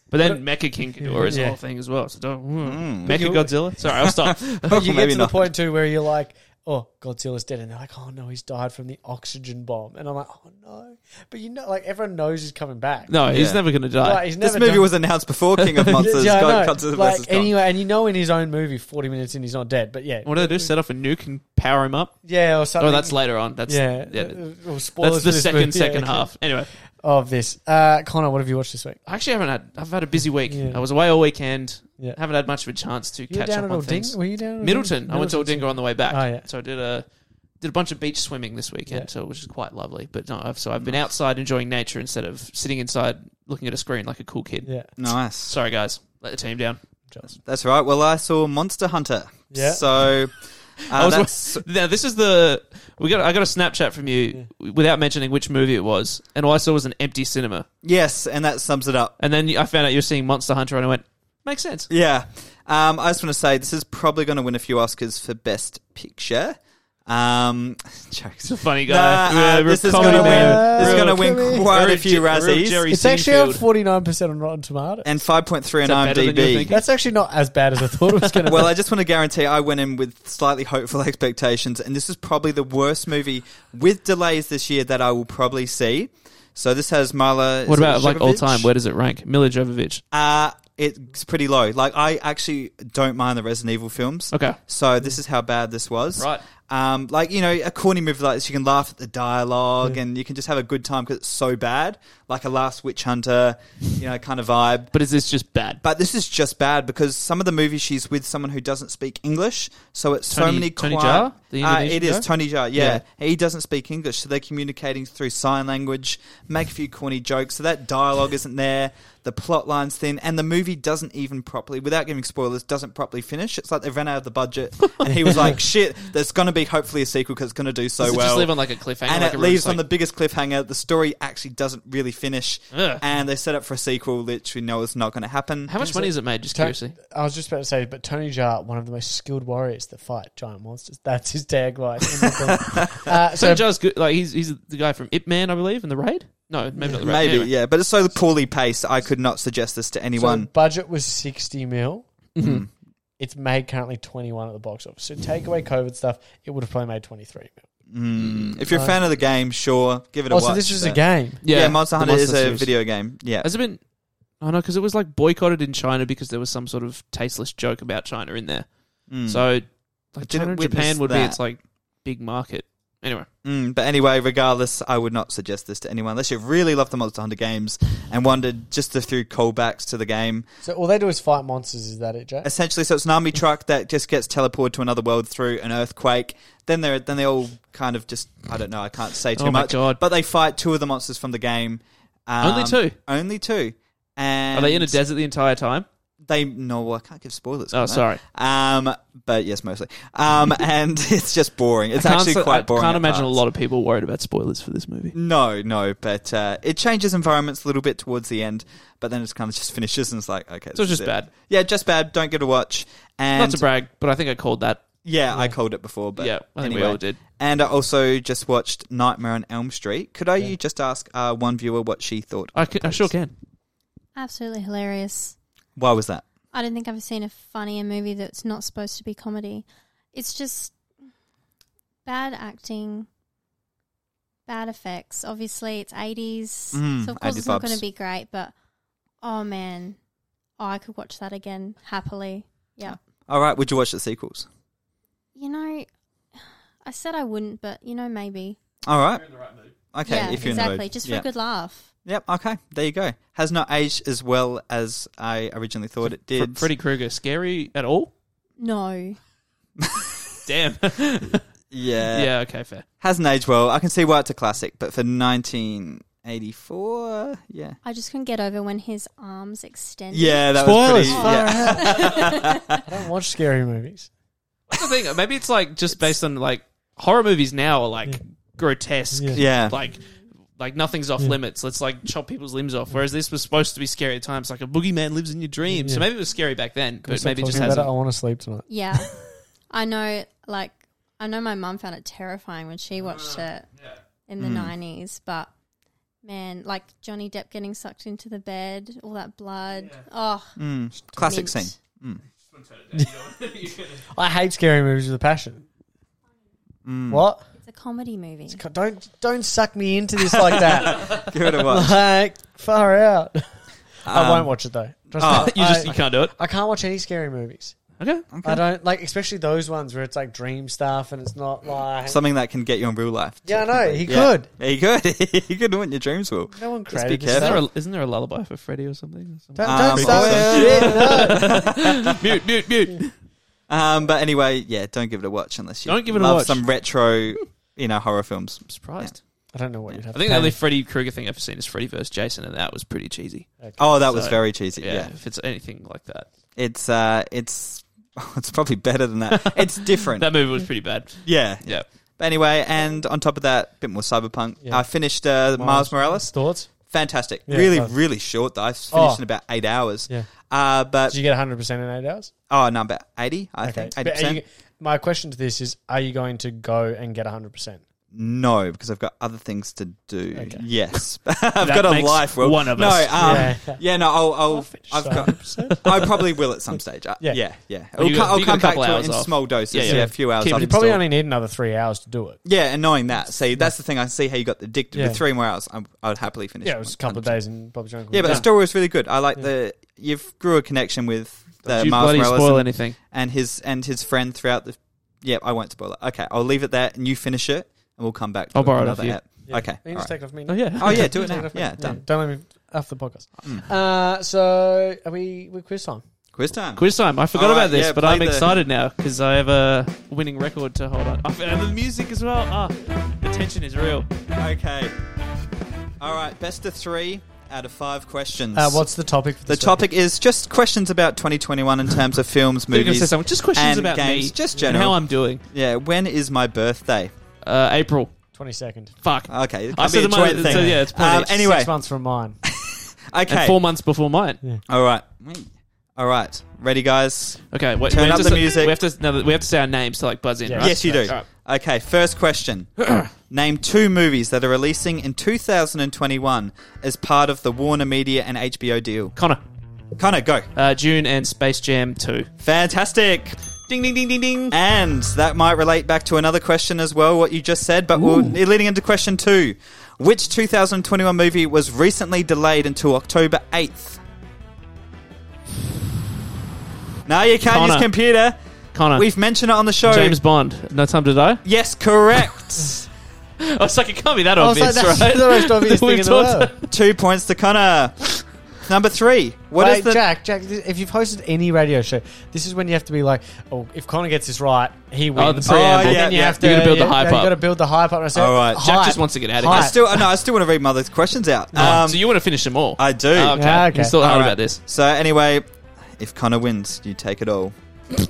B: But then Mecha King Ghidorah is a
C: Yeah.
B: whole thing as well. So don't hmm.
A: Mm.
B: Mecha Godzilla. Sorry, I'll stop.
A: Oh,
C: But you get
A: maybe
C: to the
A: not.
C: point too where you're like, oh, Godzilla's dead, and they're like, oh no, he's died from the oxygen bomb, and I'm like, oh no, but you know, like everyone knows he's coming back.
B: no, he's
A: Yeah.
B: never going to die.
C: Like, he's
A: This
C: never
A: movie
C: done-
A: was announced before King of Monsters.
C: Yeah, I
A: God,
C: know.
A: Godzilla versus
C: like
A: Kong.
C: anyway, and you know, in his own movie, forty minutes in, he's not dead, but yeah,
B: What do they do? Set off a nuke and power him up?
C: yeah, or something.
B: Oh, that's later on. That's
C: yeah, Uh,
B: yeah.
C: Well,
B: that's
C: spoilers for
B: the
C: this
B: second
C: movie. Yeah,
B: second
C: okay.
B: half. Anyway,
C: of this. Uh, Connor, what have you watched this week?
B: I actually haven't had. I've had a busy week.
C: Yeah.
B: I was away all weekend.
C: Yeah.
B: Haven't had much of a chance to
C: You were
B: catch up
C: down at
B: on
C: Aldinga?
B: things.
C: Were you down? at Aldinga?
B: Middleton. I went to
C: Middleton's-
B: Aldinga on the way back.
C: Oh, yeah.
B: So I did a did a bunch of beach swimming this weekend,
C: Yeah.
B: so which is quite lovely. But no, I've, so I've been outside enjoying nature instead of sitting inside looking at a screen like a cool kid.
C: Yeah,
A: nice.
B: Sorry guys, let the team down.
A: That's right. Well, I saw Monster Hunter.
C: Yeah.
A: So
B: I
A: uh,
B: was-
A: that's
B: Now this is the we got. I got a Snapchat from you without mentioning which movie it was, and all I saw was an empty cinema.
A: yes, and that sums it up.
B: And then I found out you're seeing Monster Hunter, and I went, makes sense.
A: Yeah. Um, I just want to say this is probably going to win a few Oscars for Best Picture. Um, jokes.
B: He's a funny guy.
A: Nah, uh,
B: Real
A: this is
B: comedy
A: going to
B: man.
A: win. This is
B: Real-
A: going to win
C: comedy.
A: quite
B: real
A: a few
B: Jer- real
A: Razzies
B: Jerry
C: it's actually on
B: Seinfeld.
C: forty nine percent on Rotten Tomatoes.
A: and 5.3
B: Is that
A: on
B: better than you were
A: IMDb.
B: thinking?
C: That's actually not as bad as I thought it was going to
A: Well, I just want to guarantee I went in with slightly hopeful expectations, and this is probably the worst movie with delays this year that I will probably see. So this has Marla.
B: What
A: is it
B: about like all
A: Jovovich?
B: time? Where does it rank? Mila Jovovich.
A: Uh, it's pretty low. Like I actually don't mind the Resident Evil films.
B: Okay.
A: So this is how bad this was.
B: Right.
A: Um, like you know, a corny movie like this, you can laugh at the dialogue and you can just have a good time because it's so bad. Like a Last Witch Hunter, you know, kind of vibe.
B: But is this just bad?
A: But this is just bad because some of the movies she's with someone who doesn't speak English, so it's so
B: Tony-
A: many.
B: Tony
A: quiet-
B: Jaa, the
A: uh,
B: Indonesian
A: it is
B: guy?
A: Tony Jaa. Yeah. he doesn't speak English, so they're communicating through sign language. Make a few corny jokes, so that dialogue isn't there. The plot line's thin, and the movie doesn't even properly, without giving spoilers, doesn't properly finish. It's like they ran out of the budget, and he was like, "Shit, there's going to be hopefully a sequel because it's going to do so
B: Does it
A: well."
B: just live on like a cliffhanger?
A: and
B: like
A: it
B: everyone's
A: leaves on the
B: like,
A: biggest cliffhanger. The story actually doesn't really finish,
B: Ugh.
A: and they set up for a sequel. Literally, no, it's not going to happen.
B: How much money is it made? Just
C: Ta-
B: curiously.
C: I was just about to say, but Tony Jaa, one of the most skilled warriors that fight giant monsters. That's his tagline. in the film. uh,
B: So
C: so,
B: Joe's good. Like he's he's the guy from Ip Man, I believe, in the raid. No, maybe not the raid.
A: Maybe,
B: Anyway.
A: yeah, but it's so poorly paced. I could not suggest this to
C: so
A: anyone.
C: budget was sixty mil. mm-hmm.
A: Mm-hmm.
B: Mhm.
C: It's made currently twenty one at the box office. So take away COVID stuff, it would have probably made twenty three
A: Mm. If you're a
C: Uh,
A: fan of the game, sure, give it a
C: mil.
A: watch.
C: Also, this is a
A: but-
C: game.
A: Yeah,
B: Yeah,
A: Monster
B: the
A: Hunter is a
B: series.
A: video game. Yeah,
B: Has it been? I know because it was like boycotted in China because there was some sort of tasteless joke about China in there.
A: Mm.
B: So, like
A: didn't
B: China and
A: witness
B: Japan would be
A: that.
B: its like big market. Anyway,
A: Mm, but anyway, regardless, I would not suggest this to anyone unless you really love the Monster Hunter games and wondered just the few callbacks to the game.
C: So all they do is fight monsters. Is that it, Jay?
A: Essentially, so it's an army truck that just gets teleported to another world through an earthquake. Then they then they all kind of just I don't know. I can't say too
B: Oh my
A: much.
B: God.
A: But they fight two of the monsters from the game. Um,
B: Only two?
A: Only two. And
B: are they in a desert the entire time?
A: they no, well, I can't give spoilers.
B: Oh,
A: can I?
B: sorry.
A: Um, but yes, mostly. Um, and it's just boring. It's
B: I can't
A: actually
B: s-
A: quite boring.
B: I can't
A: at
B: imagine a
A: parts.
B: lot of people worried about spoilers for this movie.
A: No, no, but uh, it changes environments a little bit towards the end, but then it kind of just finishes and it's like, okay,
B: So
A: this
B: it's
A: is
B: just
A: it.
B: bad.
A: Yeah, just bad. Don't get a watch. And
B: Not to brag, but I think I called that.
A: yeah, I called it before, but
B: yeah, I think we
A: anyway.
B: all did.
A: And I also just watched Nightmare on Elm Street. Could I
C: Yeah.
A: you just ask uh, one viewer what she thought?
B: I, c- I sure can.
D: Absolutely hilarious.
A: Why was that?
D: I don't think I've seen a funnier movie that's not supposed to be comedy. It's just bad acting, bad effects. Obviously, it's 80s,
A: Mm,
D: so of course
A: 80s
D: it's not
A: vibes.
D: going to be great, but oh man, oh, I could watch that again happily. Yeah.
A: All right, would you watch the sequels?
D: You know, I said I wouldn't, but you know, maybe.
A: All right. Okay,
D: yeah,
A: if you're
D: exactly.
A: in the mood.
D: Just for
A: yeah.
D: a good laugh.
A: Yep. Okay. There you go. Has not aged as well as I originally thought it
B: Fr-
A: did.
B: Freddy Krueger, scary at all?
D: No.
B: Damn.
A: Uh, Yeah.
B: yeah. Okay. Fair.
A: Hasn't aged well. I can see why it's a classic, but for 1984, yeah.
D: I just couldn't get over when his arms extended.
A: Yeah, that
C: Spoilers.
A: was pretty. Yeah.
C: I don't watch scary movies.
B: That's the thing. Maybe it's like just based on like horror movies now are like
C: Yeah.
B: grotesque.
C: Yeah.
A: yeah.
B: Like. Like nothing's off
C: Yeah.
B: limits. Let's like chop people's limbs off. Whereas this was supposed to be scary at times, like a boogeyman lives in your dreams. So
C: Yeah.
B: maybe it was scary back then,
C: Can we
B: but
C: stop
B: maybe it just
C: talking about
B: hasn't.
C: it? I want to sleep tonight.
D: Yeah. I know, like, I know my mum found it terrifying when she watched
B: Ah,
D: it in the
A: Mm.
D: 90s, but man, like Johnny Depp getting sucked into the bed, all that blood. Oh,
A: Mm. Classic
D: mint.
A: scene. Mm.
C: I hate scary movies with a passion.
A: Mm.
C: What?
D: It's a comedy movie.
C: It's co- Don't don't suck me into this like that.
A: Give it a watch.
C: like far out. I
A: Um,
C: won't watch it though. Trust
A: oh,
C: me.
B: you just
C: I,
B: you can't do it.
C: I can't watch any scary movies.
B: Okay.
A: Okay.
C: I don't like, especially those ones where it's like dream stuff and it's not like.
A: Something that can get you in real life.
C: yeah, I know. He
A: Yeah.
C: could.
A: Yeah, you could. you could win your dreams, Will.
C: No one
A: Just
C: created
A: be
C: this
A: careful.
B: Isn't there,
C: stuff.
B: a, isn't there a lullaby for Freddy or something?
C: Don't,
A: Um,
C: don't start
A: well-
C: that shit.
B: mute, mute, mute.
A: Um, but anyway, yeah, don't give it a watch unless you
B: Don't give it a
A: love
B: watch.
A: some retro, you know, horror films.
B: I'm surprised.
C: I don't know what you'd have.
B: I think
C: to
B: the only
C: pay.
B: Freddy Krueger thing I've seen is Freddy vs. Jason, and that was pretty cheesy.
A: Oh, that was
B: So,
A: very cheesy.
B: Yeah,
A: yeah.
B: if it's anything like that.
A: It's uh, it's it's probably better than that. It's different.
B: That movie was pretty bad.
A: yeah.
B: Yeah.
A: But anyway, and on top of that, a bit more cyberpunk.
C: Yeah.
A: I finished uh, Miles
C: Miles.
A: Morales.
C: thoughts.
A: Fantastic.
C: Yeah,
A: really,
C: nice.
A: really short though. I finished
C: Oh.
A: in about eight hours.
C: Yeah.
A: Uh, but
C: Did you get 100 percent in eight hours?
A: oh, no, about eighty. I think eighty
C: But are you,
A: percent.
C: my question to this is: Are you going to go and get 100 percent?
A: No, because I've got other things to do.
C: Okay.
A: Yes, I've
B: That
A: got a
B: makes
A: life. Will.
B: one of
A: no,
B: us.
A: Um, yeah.
C: Yeah.
A: no. I'll. I'll
C: I'll finish
A: I've got.
C: 100%.
A: I probably will at some stage. Uh, yeah,
C: Yeah.
A: yeah, yeah.
B: Well, you
A: I'll,
B: got-
A: co- I'll
B: you got a
A: come back
B: couple
A: to it
B: hours
A: in
B: off.
A: small doses. Yeah,
B: Yeah, yeah.
A: a few hours.
B: Keep-
A: I'd
C: You probably
A: install.
C: only need another three hours to do it.
A: Yeah, and knowing that, see, that's the thing. I see how you got addicted.
C: Yeah.
A: With three more hours, I'm, I would happily finish.
C: Yeah, it was a couple of
A: 100%.
C: days in Bob's Jungle.
A: Yeah, but the
C: Done.
A: story was really good. I like the you've grew a connection with the Uh, Miles Morales and,
B: anything.
A: and his and his friend throughout the. Yeah, I won't spoil it. Okay, I'll leave it there, and you finish it, and we'll come back. To
B: I'll
A: it
B: borrow it
A: another
B: off you.
A: app.
C: Yeah.
A: Okay,
C: You can
A: all
C: just
A: right.
C: take it off me.
B: Oh, yeah.
A: Oh yeah, do it
C: Take
A: now.
C: off me.
A: Yeah, done.
C: Don't let me off the podcast.
A: Mm.
C: Uh, so are we? We quiz time.
A: Quiz time.
B: Quiz time. I forgot
A: All right,
B: about this,
A: yeah,
B: but
A: play
B: I'm
A: the-
B: excited now because I have a winning record to hold on. I have the music as well. Ah, the tension is real.
A: Okay. All right. Best of three out of five questions.
C: Uh, what's the topic? For
A: the
C: this week?
A: topic is just questions about 2021 in terms of films,
B: You're gonna say
A: movies,
B: something. Just questions
A: and
B: about
A: games,
B: me.
A: just
B: and how
A: general.
B: I'm doing.
A: yeah. When is my birthday?
B: Uh, April.
C: Twenty second.
B: Fuck.
A: Okay. it can
B: I
A: be
B: said
A: a
B: the moment-
A: joint thing.
B: so yeah, it's plenty.
A: Um, anyway,
C: six months from mine.
A: okay.
B: And four months before mine.
A: All right. All right. Ready, guys?
B: Okay, wait,
A: Turn
B: we have
A: up
B: to
A: the
B: say-
A: music.
B: We have to no, we have to say our names to like buzz in,
C: Yeah.
B: right?
A: yes, you do.
B: All
A: Okay. First question. Name two movies that are releasing in 2021 as part of the Warner Media and HBO deal.
B: Connor,
A: Connor, go.
B: uh, June, and Space Jam Two.
A: Fantastic.
B: Ding ding ding ding ding.
A: And that might relate back to another question as well, what you just said, but we're leading into question two. Which 2021 movie was recently delayed until October 8th? No, you can't
B: Connor.
A: use computer.
B: Connor,
A: We've mentioned it on the show.
B: James Bond. No time to die.
A: Yes, correct.
B: I was Oh, like, it can't be that
A: Oh,
C: I was like,
B: obvious,
C: that's
B: right?
C: the most obvious thing
B: We've
C: in the
B: talked-
C: world.
A: Two points to Connor. Number three. What is
C: Wait,
A: the.
C: Jack? Jack, this- if you've hosted any radio show, this is when you have to be like, "Oh, if Connor gets this right, he wins."
B: Oh, the preamble.
C: And
A: Oh, Yeah,
C: then you
A: yeah.
C: have to
B: You gotta build the
C: you-
B: hype
C: you
B: up.
C: got to build the hype up. And I said,
A: All right.
C: hype.
B: Jack just wants to get out of
A: I
B: here.
C: Hi.
A: still, no, I still want to read my other questions out.
B: Oh,
A: Um,
B: so you want to finish them all?
A: I do.
B: Oh, okay.
C: Yeah,
B: You
C: okay.
B: still
A: All
B: hard
A: right.
B: about this?
A: So anyway, If Connor wins, you take it all.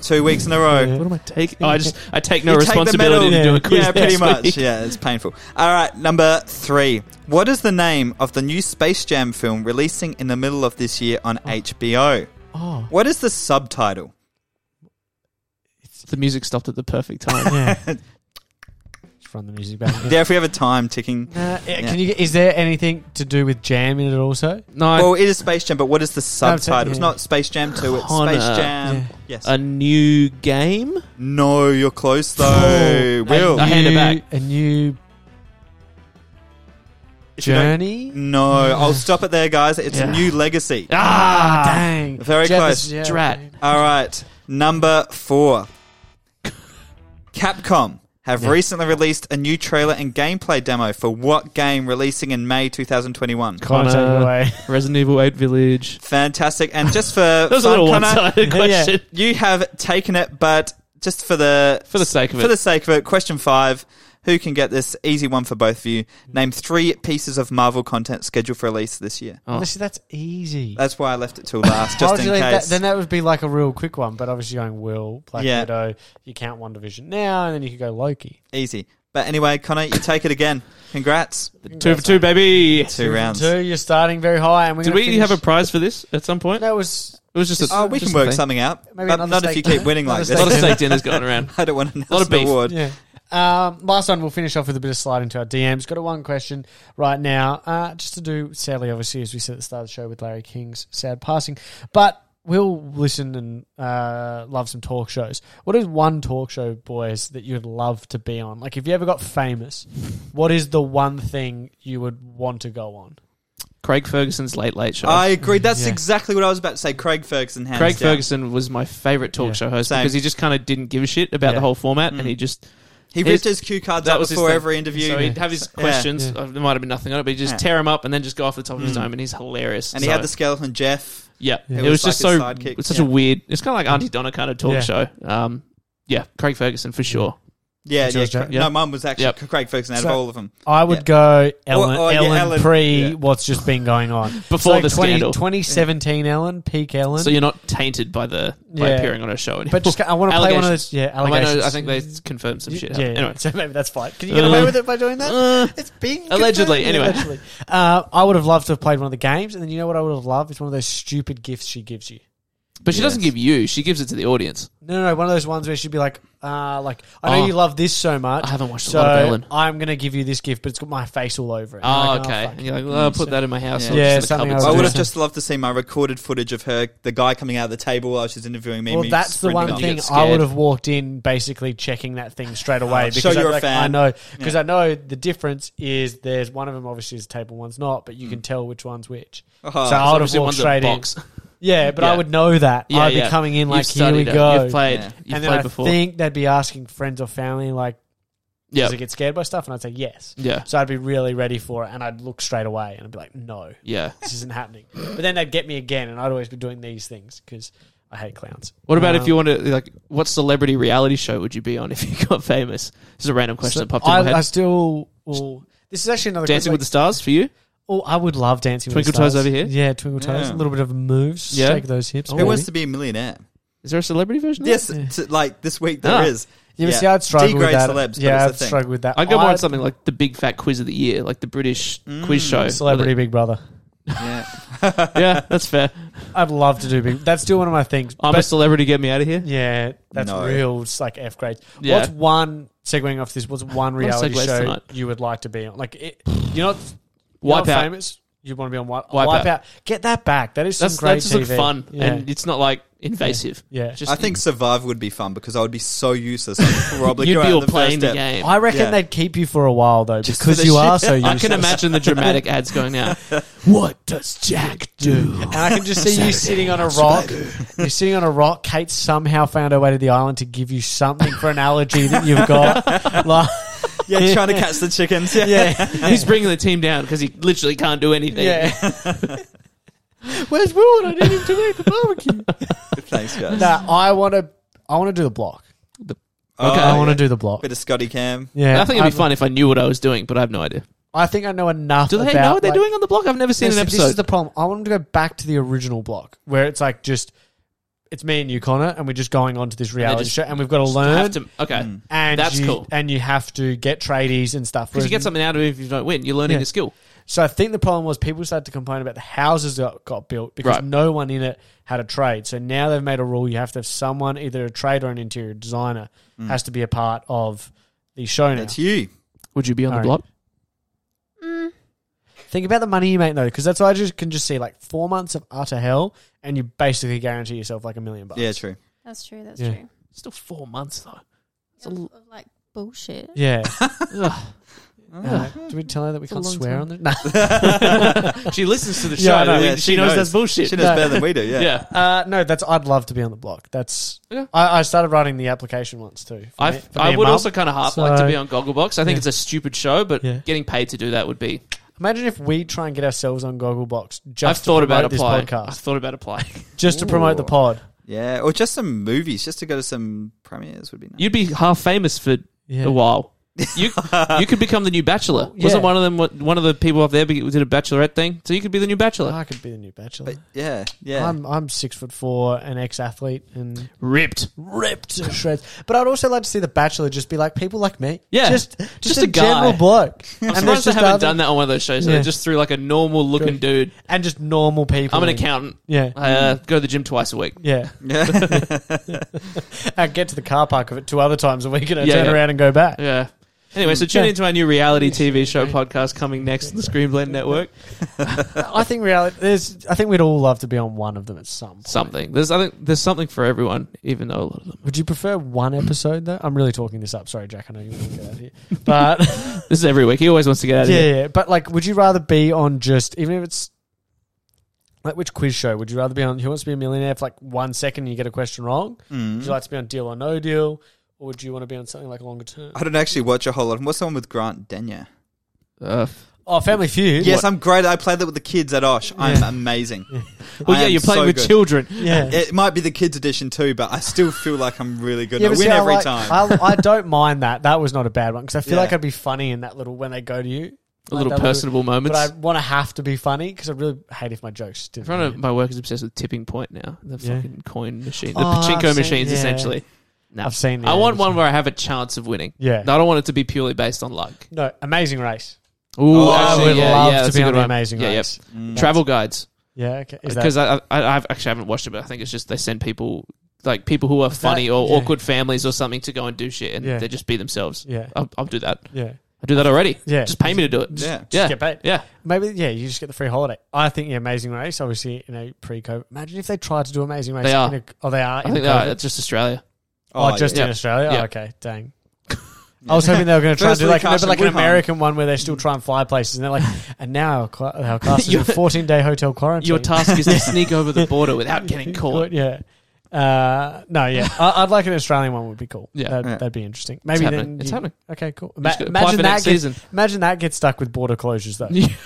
A: Two weeks in a row.
C: Yeah.
B: What am I taking? Oh, I just I take no
A: You take the
B: responsibility
A: medal.
B: to do
C: Yeah.
B: a quiz.
A: yeah, pretty
B: next
A: much.
B: week.
A: Yeah, it's painful. All right, number three. What is the name of the new Space Jam film releasing in the middle of this year on HBO?
B: Oh,
A: What is the subtitle?
B: the music stopped at the perfect time.
C: Yeah. Just run the music back. again.
A: There, if we have a time ticking.
C: Uh, yeah,
A: Yeah.
C: Can you? get- Is there anything to do with jam in it also?
B: no,
A: Well, it is Space Jam, but what is the subtitle? It's
C: yeah.
A: not Space Jam 2, it's Space
B: Connor.
A: Jam.
C: Yeah.
A: Yes.
B: a new game.
A: no, you're close though. Will.
B: I hand it back.
C: A new
A: If you don't-
C: journey.
A: No, I'll stop it there, guys. It's
B: Yeah.
A: a new legacy.
B: Ah,
C: dang!
A: Very close.
C: Jefferson- yeah,
B: Drat.
C: dang.
A: All right, number four. Capcom have
C: Yeah.
A: recently released a new trailer and gameplay demo for what game releasing in May 2021?
C: Connor, take it away.
B: Resident Evil Eight Village.
A: Fantastic. And just for
B: That was
A: fun,
B: a little
A: Connor,
B: one-sided
C: Yeah.
B: question.
A: you have taken it, but just for the
B: For the sake of
A: for
B: it.
A: the sake of it, question five. Who can get this easy one for both of you? Name three pieces of Marvel content scheduled for release this year.
B: Oh.
C: Honestly, that's easy.
A: That's why I left it till last,
C: How
A: just
C: would
A: in
C: you leave
A: case.
C: That, then that would be like a real quick one, but obviously going Will, Black
A: Yeah.
C: Widow, you count One Division now, and then you could go Loki.
A: Easy. But anyway, Connor, you take it again. Congrats.
B: Two for two, baby.
A: Two rounds.
C: Two, you're starting very high, and we're
B: Did
C: gonna
B: we
C: finish-
B: have a prize for this at some point?
C: That was
B: It was just a.
A: Oh, we
B: just
A: can
B: a
A: work
B: thing.
A: something out.
C: Maybe
A: but
C: another
A: not if you
C: steak
A: keep
C: dinner.
A: winning like
C: Another
B: A lot of
A: this.
B: steak dinners going around.
A: I don't want to
B: lot
A: announce
B: of
A: an
B: beef.
A: award.
C: yeah. Um, last one, we'll finish off with a bit of slide into our DMs. Got a one question right now, uh, just to do sadly, obviously, as we said at the start of the show with Larry King's sad passing, but we'll listen and uh, love some talk shows. What is one talk show, boys, that you'd love to be on? Like, if you ever got famous, what is the one thing you would want to go on?
B: Craig Ferguson's Late Late Show.
A: I agree. That's
C: Yeah.
A: exactly what I was about to say. Craig Ferguson. Hands
B: Craig
A: down.
B: Ferguson was my favorite talk
C: Yeah.
B: show host
A: Same.
B: because he just kind of didn't give a shit about
C: Yeah.
B: the whole format
A: Mm.
B: and he just
A: He
B: His-
A: ripped his cue cards
B: that
A: out
B: was his
A: before
B: thing.
A: every interview.
B: so he'd have his
A: Yeah.
B: questions.
C: Yeah.
B: uh, There might have been nothing on it, but he just
A: Yeah.
B: tear him up and then just go off the top of his
A: Mm.
B: dome, and he's hilarious.
A: and he
B: So,
A: had the skeleton Jeff.
B: yeah. It,
C: Yeah.
A: It
B: was,
A: was
B: just
A: like
B: so
A: his sidekick.
B: it's such
A: Yeah.
B: a weird. It's kind of like Auntie Donna kind of talk
C: Yeah.
B: show. Um, yeah, Craig Ferguson for sure.
A: Yeah, yeah,
C: George Jeff-
B: yeah.
A: No, mine was actually
B: Yep.
A: Craig Ferguson out
C: So-
A: of all of them.
C: I would
A: Yeah.
C: go Ellen,
A: Or- or, yeah,
C: Ellen,
A: Ellen,
C: pre
A: yeah.
C: what's just been going on.
B: Before
C: So
B: the scandal.
C: 2017 Ellen, peak Ellen.
B: So you're not tainted by the by
C: Yeah.
B: appearing on a show anymore.
C: but just, I want to play one of those. Yeah,
B: I, mean, I know-
C: allegations.
B: I think they confirmed some shit.
C: Yeah,
B: happened.
C: yeah.
B: Anyway,
C: so maybe that's fine. Can you get away
B: Uh,
C: with it by doing that?
B: Uh,
C: It's being
B: allegedly,
C: confirmed.
B: anyway.
C: Allegedly. Uh, I would have loved to have played one of the games, and then you know what I would have loved? It's one of those stupid gifts she gives you.
B: but she doesn't
A: Yes.
B: give you; she gives it to the audience.
C: No, no, no one of those ones where she'd be like, uh, like I know
B: Oh.
C: you love this so much.
B: I haven't watched a
C: so
B: lot of Ellen.
C: I'm going to give you this gift, but it's got my face all over it.
B: Oh,
C: And I'm like,
B: okay.
C: fuck.
B: And you're like, well, I'll put that in my house.
A: Yeah.
B: or
C: Yeah,
B: just in the
C: something
B: cupboard.
C: I'll
A: I
C: do
A: would have
C: that.
A: just loved to see my recorded footage of her, the guy coming out of the table while she's interviewing me.
C: Well,
A: me
C: that's the
A: sprinting
C: one
A: up.
C: thing
B: get
C: I would
B: scared.
C: have walked in basically checking that thing straight away
A: Oh,
C: because
A: show
C: I'd be
A: you're a
C: like,
A: fan.
C: I know because
A: Yeah.
C: I know the difference is there's one of them obviously is table, one's not, but you can tell which one's which.
A: Oh,
C: so I would have
B: Hmm. Uh, Obviously,
C: walked
B: one's a
C: straight in.
B: box.
C: Yeah, but
B: Yeah.
C: I would know that.
B: Yeah,
C: I'd
B: yeah.
C: be coming in like,
B: You've
C: here we
B: studied it.
C: go.
B: You've played.
A: Yeah.
B: You've
C: and then
B: played
C: I
B: before.
C: think they'd be asking friends or family like,
B: yeah,
C: does it get scared by stuff? And I'd say yes.
B: yeah,
C: So I'd be really ready for it, and I'd look straight away, and I'd be like, no,
B: yeah.
C: this isn't happening. But then they'd get me again, and I'd always be doing these things because I hate clowns.
B: What about if
C: Um,
B: you want to like? What celebrity reality show would you be on if you got famous? This is a random question
C: So
B: that popped in my
C: I,
B: head.
C: I still. Well, this is actually another
B: Dancing with the Stars for you?
C: Oh, I would love dancing. with
B: Twinkle
C: the
B: toes
C: stars.
B: over here?
C: Yeah, twinkle toes.
A: Yeah.
C: A little bit of moves.
B: Yeah.
C: Shake those hips.
A: Who
C: baby.
A: wants to be a millionaire?
B: Is there a celebrity version? of that?
A: Yes, t- like this week there
B: Ah.
A: is.
C: Yeah, but
A: Yeah.
C: see, I'd struggle with
A: Degrade
C: that.
A: celebs, but it's
C: yeah,
A: the
C: I'd
A: thing.
C: struggle with that.
B: I'd go
C: I'd-
B: on something like the Big Fat Quiz of the Year, like the British
A: Mm.
B: quiz show.
C: Celebrity Big Brother.
A: Yeah.
B: yeah, that's fair.
C: I'd love to do Big. That's still one of my things.
B: I'm a
C: but
B: celebrity. Get me out of here.
C: yeah, that's
A: No.
C: real. It's like F grades.
B: Yeah.
C: What's one segueing off this? What's one
B: Lot of
C: reality
B: segues
C: show
B: tonight.
C: you would like to be on? Like it, you're not you're
B: Wipe
C: not
B: out.
C: famous. You want to be on Wipe,
B: Wipeout.
C: Wipeout. Get that back. That is some
B: That's
C: great
B: that's just
C: TV.
B: like fun,
C: Yeah.
B: and it's not like invasive.
C: yeah.
B: Just
A: I think Survivor would be fun because I would be so useless. I'd probably
B: you'd
A: go
B: be
A: out
B: all
A: the first
B: playing the
A: step.
B: game.
C: I reckon
A: Yeah.
C: they'd keep you for a while though,
A: Just
C: because
A: for the
C: you
A: shit.
C: are so
B: I
C: useless.
B: can imagine the dramatic ads going now.
C: What does Jack do? And I can just see you sitting on a rock. You're sitting on a rock. Kate somehow found her way to the island to give you something for an allergy that you've got. Like,
A: Yeah, trying to catch the chickens. Yeah.
C: yeah,
B: He's bringing the team down because he literally can't do anything.
C: yeah. Where's Will? I need him to make the barbecue.
A: Thanks, guys.
C: Nah, I want to. I want to do the block.
A: Oh,
B: Okay.
C: I want to
A: yeah.
C: do the block.
A: Bit of Scotty Cam.
C: Yeah,
B: I think it'd be
C: I'm-
B: fun if I knew what I was doing, but I have no idea.
C: I think I know enough.
B: Do they
C: about,
B: know what they're
C: like-
B: doing on the block? I've never seen
C: No,
B: an
C: see,
B: episode.
C: This is the problem. I want them to go back to the original block where it's like just it's me and you, Connor, and we're just going on to this reality
B: just-
C: show, and we've got to learn.
B: Have to, okay.
A: Mm.
C: and
B: That's
C: you,
B: cool.
C: And you have to get tradies and stuff.
B: Because you get
C: Whereas-
B: something out of it if you don't win. You're learning
C: Yeah.
B: the skill.
C: So I think the problem was people started to complain about the houses that got built because
B: Right.
C: no one in it had a trade. So now they've made a rule you have to have someone, either a trade or an interior designer,
B: Mm.
C: has to be a part of the show now.
A: That's you.
B: Would you be on
C: All
B: the
C: right.
B: block?
D: Mm,
C: Think about the money you make though, because that's what I just can just see like four months of utter hell, and you basically guarantee yourself like a million bucks.
A: Yeah, true.
D: that's true. That's
C: Yeah.
D: true.
B: Still four months though. It's a
D: Of-
B: l-
D: of, like bullshit.
C: Yeah.
B: Ugh. Oh.
C: Uh, do we tell her that we
B: It's a
C: can't
B: long
C: swear
B: time.
C: on this? No.
B: she listens to the show.
C: Yeah, I know.
B: We-
A: Yeah,
B: she,
A: she
B: knows,
A: knows.
B: that's bullshit.
A: She knows
C: No.
A: better than we do. Yeah.
B: yeah.
C: Uh, no, that's I'd love to be on the block. That's
B: Yeah.
C: I, I started writing the application once too. for
B: I
C: me- for
B: I
C: being
B: would
C: mum.
B: also kind of half like to
C: So-
B: be on Gogglebox. I think
C: Yeah.
B: it's a stupid show, but
C: Yeah.
B: getting paid to do that would be.
C: imagine if we try and get ourselves on Gogglebox just
B: I've
C: to
B: thought about
C: promote this
B: applying. I've
C: podcast,
B: thought about applying.
C: just to promote the
A: Ooh.
C: pod.
A: Yeah, Or just some movies, just to go to some premieres would be nice.
B: You'd be half famous for
C: Yeah.
B: a while. You you could become the new Bachelor.
C: Yeah.
B: Wasn't one of them what- one of the people up there be- did a Bachelorette thing? So you could be the new Bachelor.
C: I could be the new bachelor.
A: But yeah, yeah.
C: I'm I'm six foot four, an ex athlete, and
B: Ripped.
C: ripped to shreds. But I'd also like to see the Bachelor just be like people like me.
B: Yeah.
C: just just,
B: Just
C: a,
B: a guy.
C: general bloke.
B: I'm
C: and
B: surprised they haven't
C: other-
B: done that on one of those shows.
C: Yeah.
B: They just threw like a normal looking dude.
C: And just normal people.
B: I'm an
C: in.
B: accountant.
C: Yeah,
B: I uh, go to the gym twice a week.
C: yeah.
A: yeah.
C: I get to the car park of it two other times a week, and I
B: Yeah,
C: turn
B: yeah.
C: around and go back.
B: Yeah. Anyway, so tune
C: Yeah.
B: into our new reality TV show podcast coming next on the Screenblend Network.
C: I think reality. There's. I think we'd all love to be on one of them at some. Point.
B: Something. There's I think there's something for everyone, even though a lot of them.
C: Would you prefer one episode though? I'm really talking this up. Sorry, Jack. I know you want to get out of here, but
B: This is every week. He always wants to get out of
C: yeah,
B: here.
C: yeah. But like, would you rather be on just even if it's like which quiz show? Would you rather be on Who Wants to Be a Millionaire for like one second and you get a question wrong?
B: Mm-hmm.
C: Would you
A: Mm.
C: like to be on Deal or No Deal, or would you want to be on something like longer term?
A: I don't actually watch a whole lot. What's the one with Grant Denyer?
B: Uh,
C: Oh, Family Feud.
A: Yes, I'm great. I played that with the kids at Osh. I'm amazing.
B: well,
A: I
B: yeah,
A: am
B: you're playing
A: so
B: with
A: good.
B: children.
C: yeah.
A: It might be the kids edition too, but I still feel like I'm really good.
C: Yeah,
A: and I
C: but
A: win
C: see, I
A: every
C: like-
A: time.
C: I, I don't mind that. That was not a bad one because I feel
A: Yeah.
C: like I'd be funny in that little when they go to you.
B: A
C: Like
B: little
C: that
B: personable
C: But
B: moments.
C: I want to have to be funny because I really hate if my jokes didn't.
B: Everyone at
C: land.
B: my work is obsessed with tipping point now. The
C: Yeah.
B: fucking coin machine. The
C: Oh, I've
B: pachinko
C: seen-
B: machines,
C: yeah.
B: essentially. No.
C: I've seen.
B: I
C: the
B: want
C: ads.
B: one where I have a chance of winning.
C: Yeah.
B: I don't want it to be purely based on luck.
C: No, Amazing Race.
B: Ooh,
A: Oh, I
B: actually,
A: would
B: yeah,
C: love
B: yeah,
C: to
B: that's
C: be
B: a
C: on
B: good
C: the
B: one.
C: Amazing
B: Yeah, yep.
C: Race.
A: Mm.
B: Travel guides.
C: Yeah, okay. Is that
B: because I, I I've actually haven't watched it, but I think it's just they send people like people who are
C: Is that-
B: funny or
C: yeah.
B: awkward families or something to go and do shit, and
C: Yeah.
B: they just be themselves.
C: yeah,
B: I'll, I'll do that.
C: yeah.
B: I do that already.
C: Yeah.
B: just pay me to do it.
A: Yeah.
B: yeah,
C: Get paid.
B: yeah.
C: Maybe yeah, you just get the free holiday. I think yeah, Amazing Race. Obviously, you know, pre-COVID. Imagine if they tried to do Amazing Race.
B: They are.
C: In a, oh, they are.
B: I
C: in
B: think
C: a
B: they are.
C: COVID?
B: It's just Australia.
A: Mm.
C: Oh, just
B: yeah.
C: in Australia.
B: Yeah.
C: Oh, okay, dang. I was hoping they were going to try and
A: Firstly,
C: do like, no, but
A: Carson,
C: like an
A: we can't.
C: American one where they still try and fly places, and they're like, and now our, cla- our class is in
B: Your-
C: fourteen day hotel quarantine.
B: Your task is to sneak over the border without getting caught.
C: yeah. Uh, no, yeah. I, I'd like an Australian one. Would be cool.
B: Yeah.
C: that'd,
A: Yeah.
C: that'd be interesting.
B: It's
C: Maybe
B: happening.
C: then
B: it's
C: you-
B: happening.
C: Okay, cool.
B: You
C: Ma-
B: just gotta apply for
C: imagine that.
B: next
C: Gets,
B: season.
C: imagine that gets stuck with border closures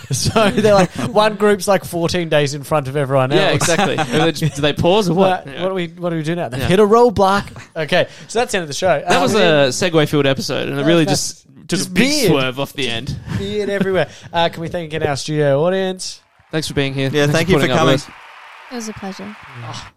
C: though. so they're like one group's like fourteen days in front of everyone else.
B: yeah, exactly. Are they just- do they pause or what?
C: What,
B: Yeah.
C: what do we What do we do now? They
B: Yeah.
C: hit a roadblock. Okay, so that's the end of the show. Uh,
B: that was a segue filled episode, and it
C: um, That-
B: really
C: that's-
B: just took a
C: just
B: big
C: weird.
B: swerve off the end.
C: beard everywhere. Uh, can we thank again our studio audience?
B: Thanks for being here.
A: Yeah,
B: Thanks
A: thank you for
B: putting up
A: coming.
B: with us.
D: It was a pleasure.
C: Ah.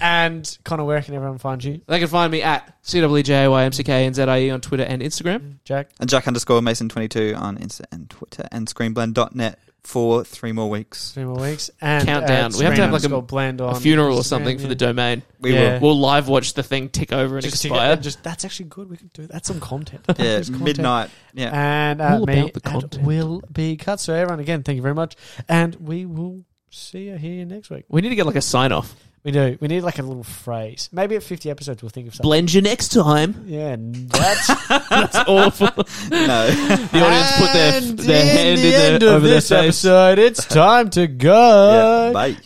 C: And Connor, where can everyone find you?
B: They can find me at CWJYMCKNZIE E on Twitter and Instagram.
C: Jack.
A: And Jack underscore Mason twenty two on Insta and Twitter and Screenblend.net for three more weeks.
C: Three more weeks. And
B: Countdown.
C: uh,
B: We have to have, like, a-
C: Screen blend on
B: a funeral or
C: Instagram,
B: something for
C: yeah.
B: the domain.
A: We
C: Yeah.
B: We'll live watch the thing tick over and
C: Just to
B: expire.
C: get- just that's actually good. We could do that's some content.
A: will. Yeah,
C: There's content.
A: midnight. Yeah.
C: And uh,
B: All
C: me
B: about the
C: and
B: content.
C: will be cut. So everyone, again, thank you very much, and we will see you here next week.
B: we need to get like a sign off.
C: We do. We need like a little phrase. Maybe at fifty episodes, we'll think of something.
B: Blend you next time.
C: yeah, that's
B: That's awful. the
A: Uh, no.
B: audience put their
C: And
B: their
C: in
B: hand
C: the
B: in their,
C: end of
B: over their
C: this
B: face.
C: episode. It's time to go.
A: yeah. Bye.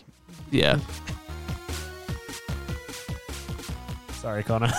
B: Yeah.
C: Sorry, Connor.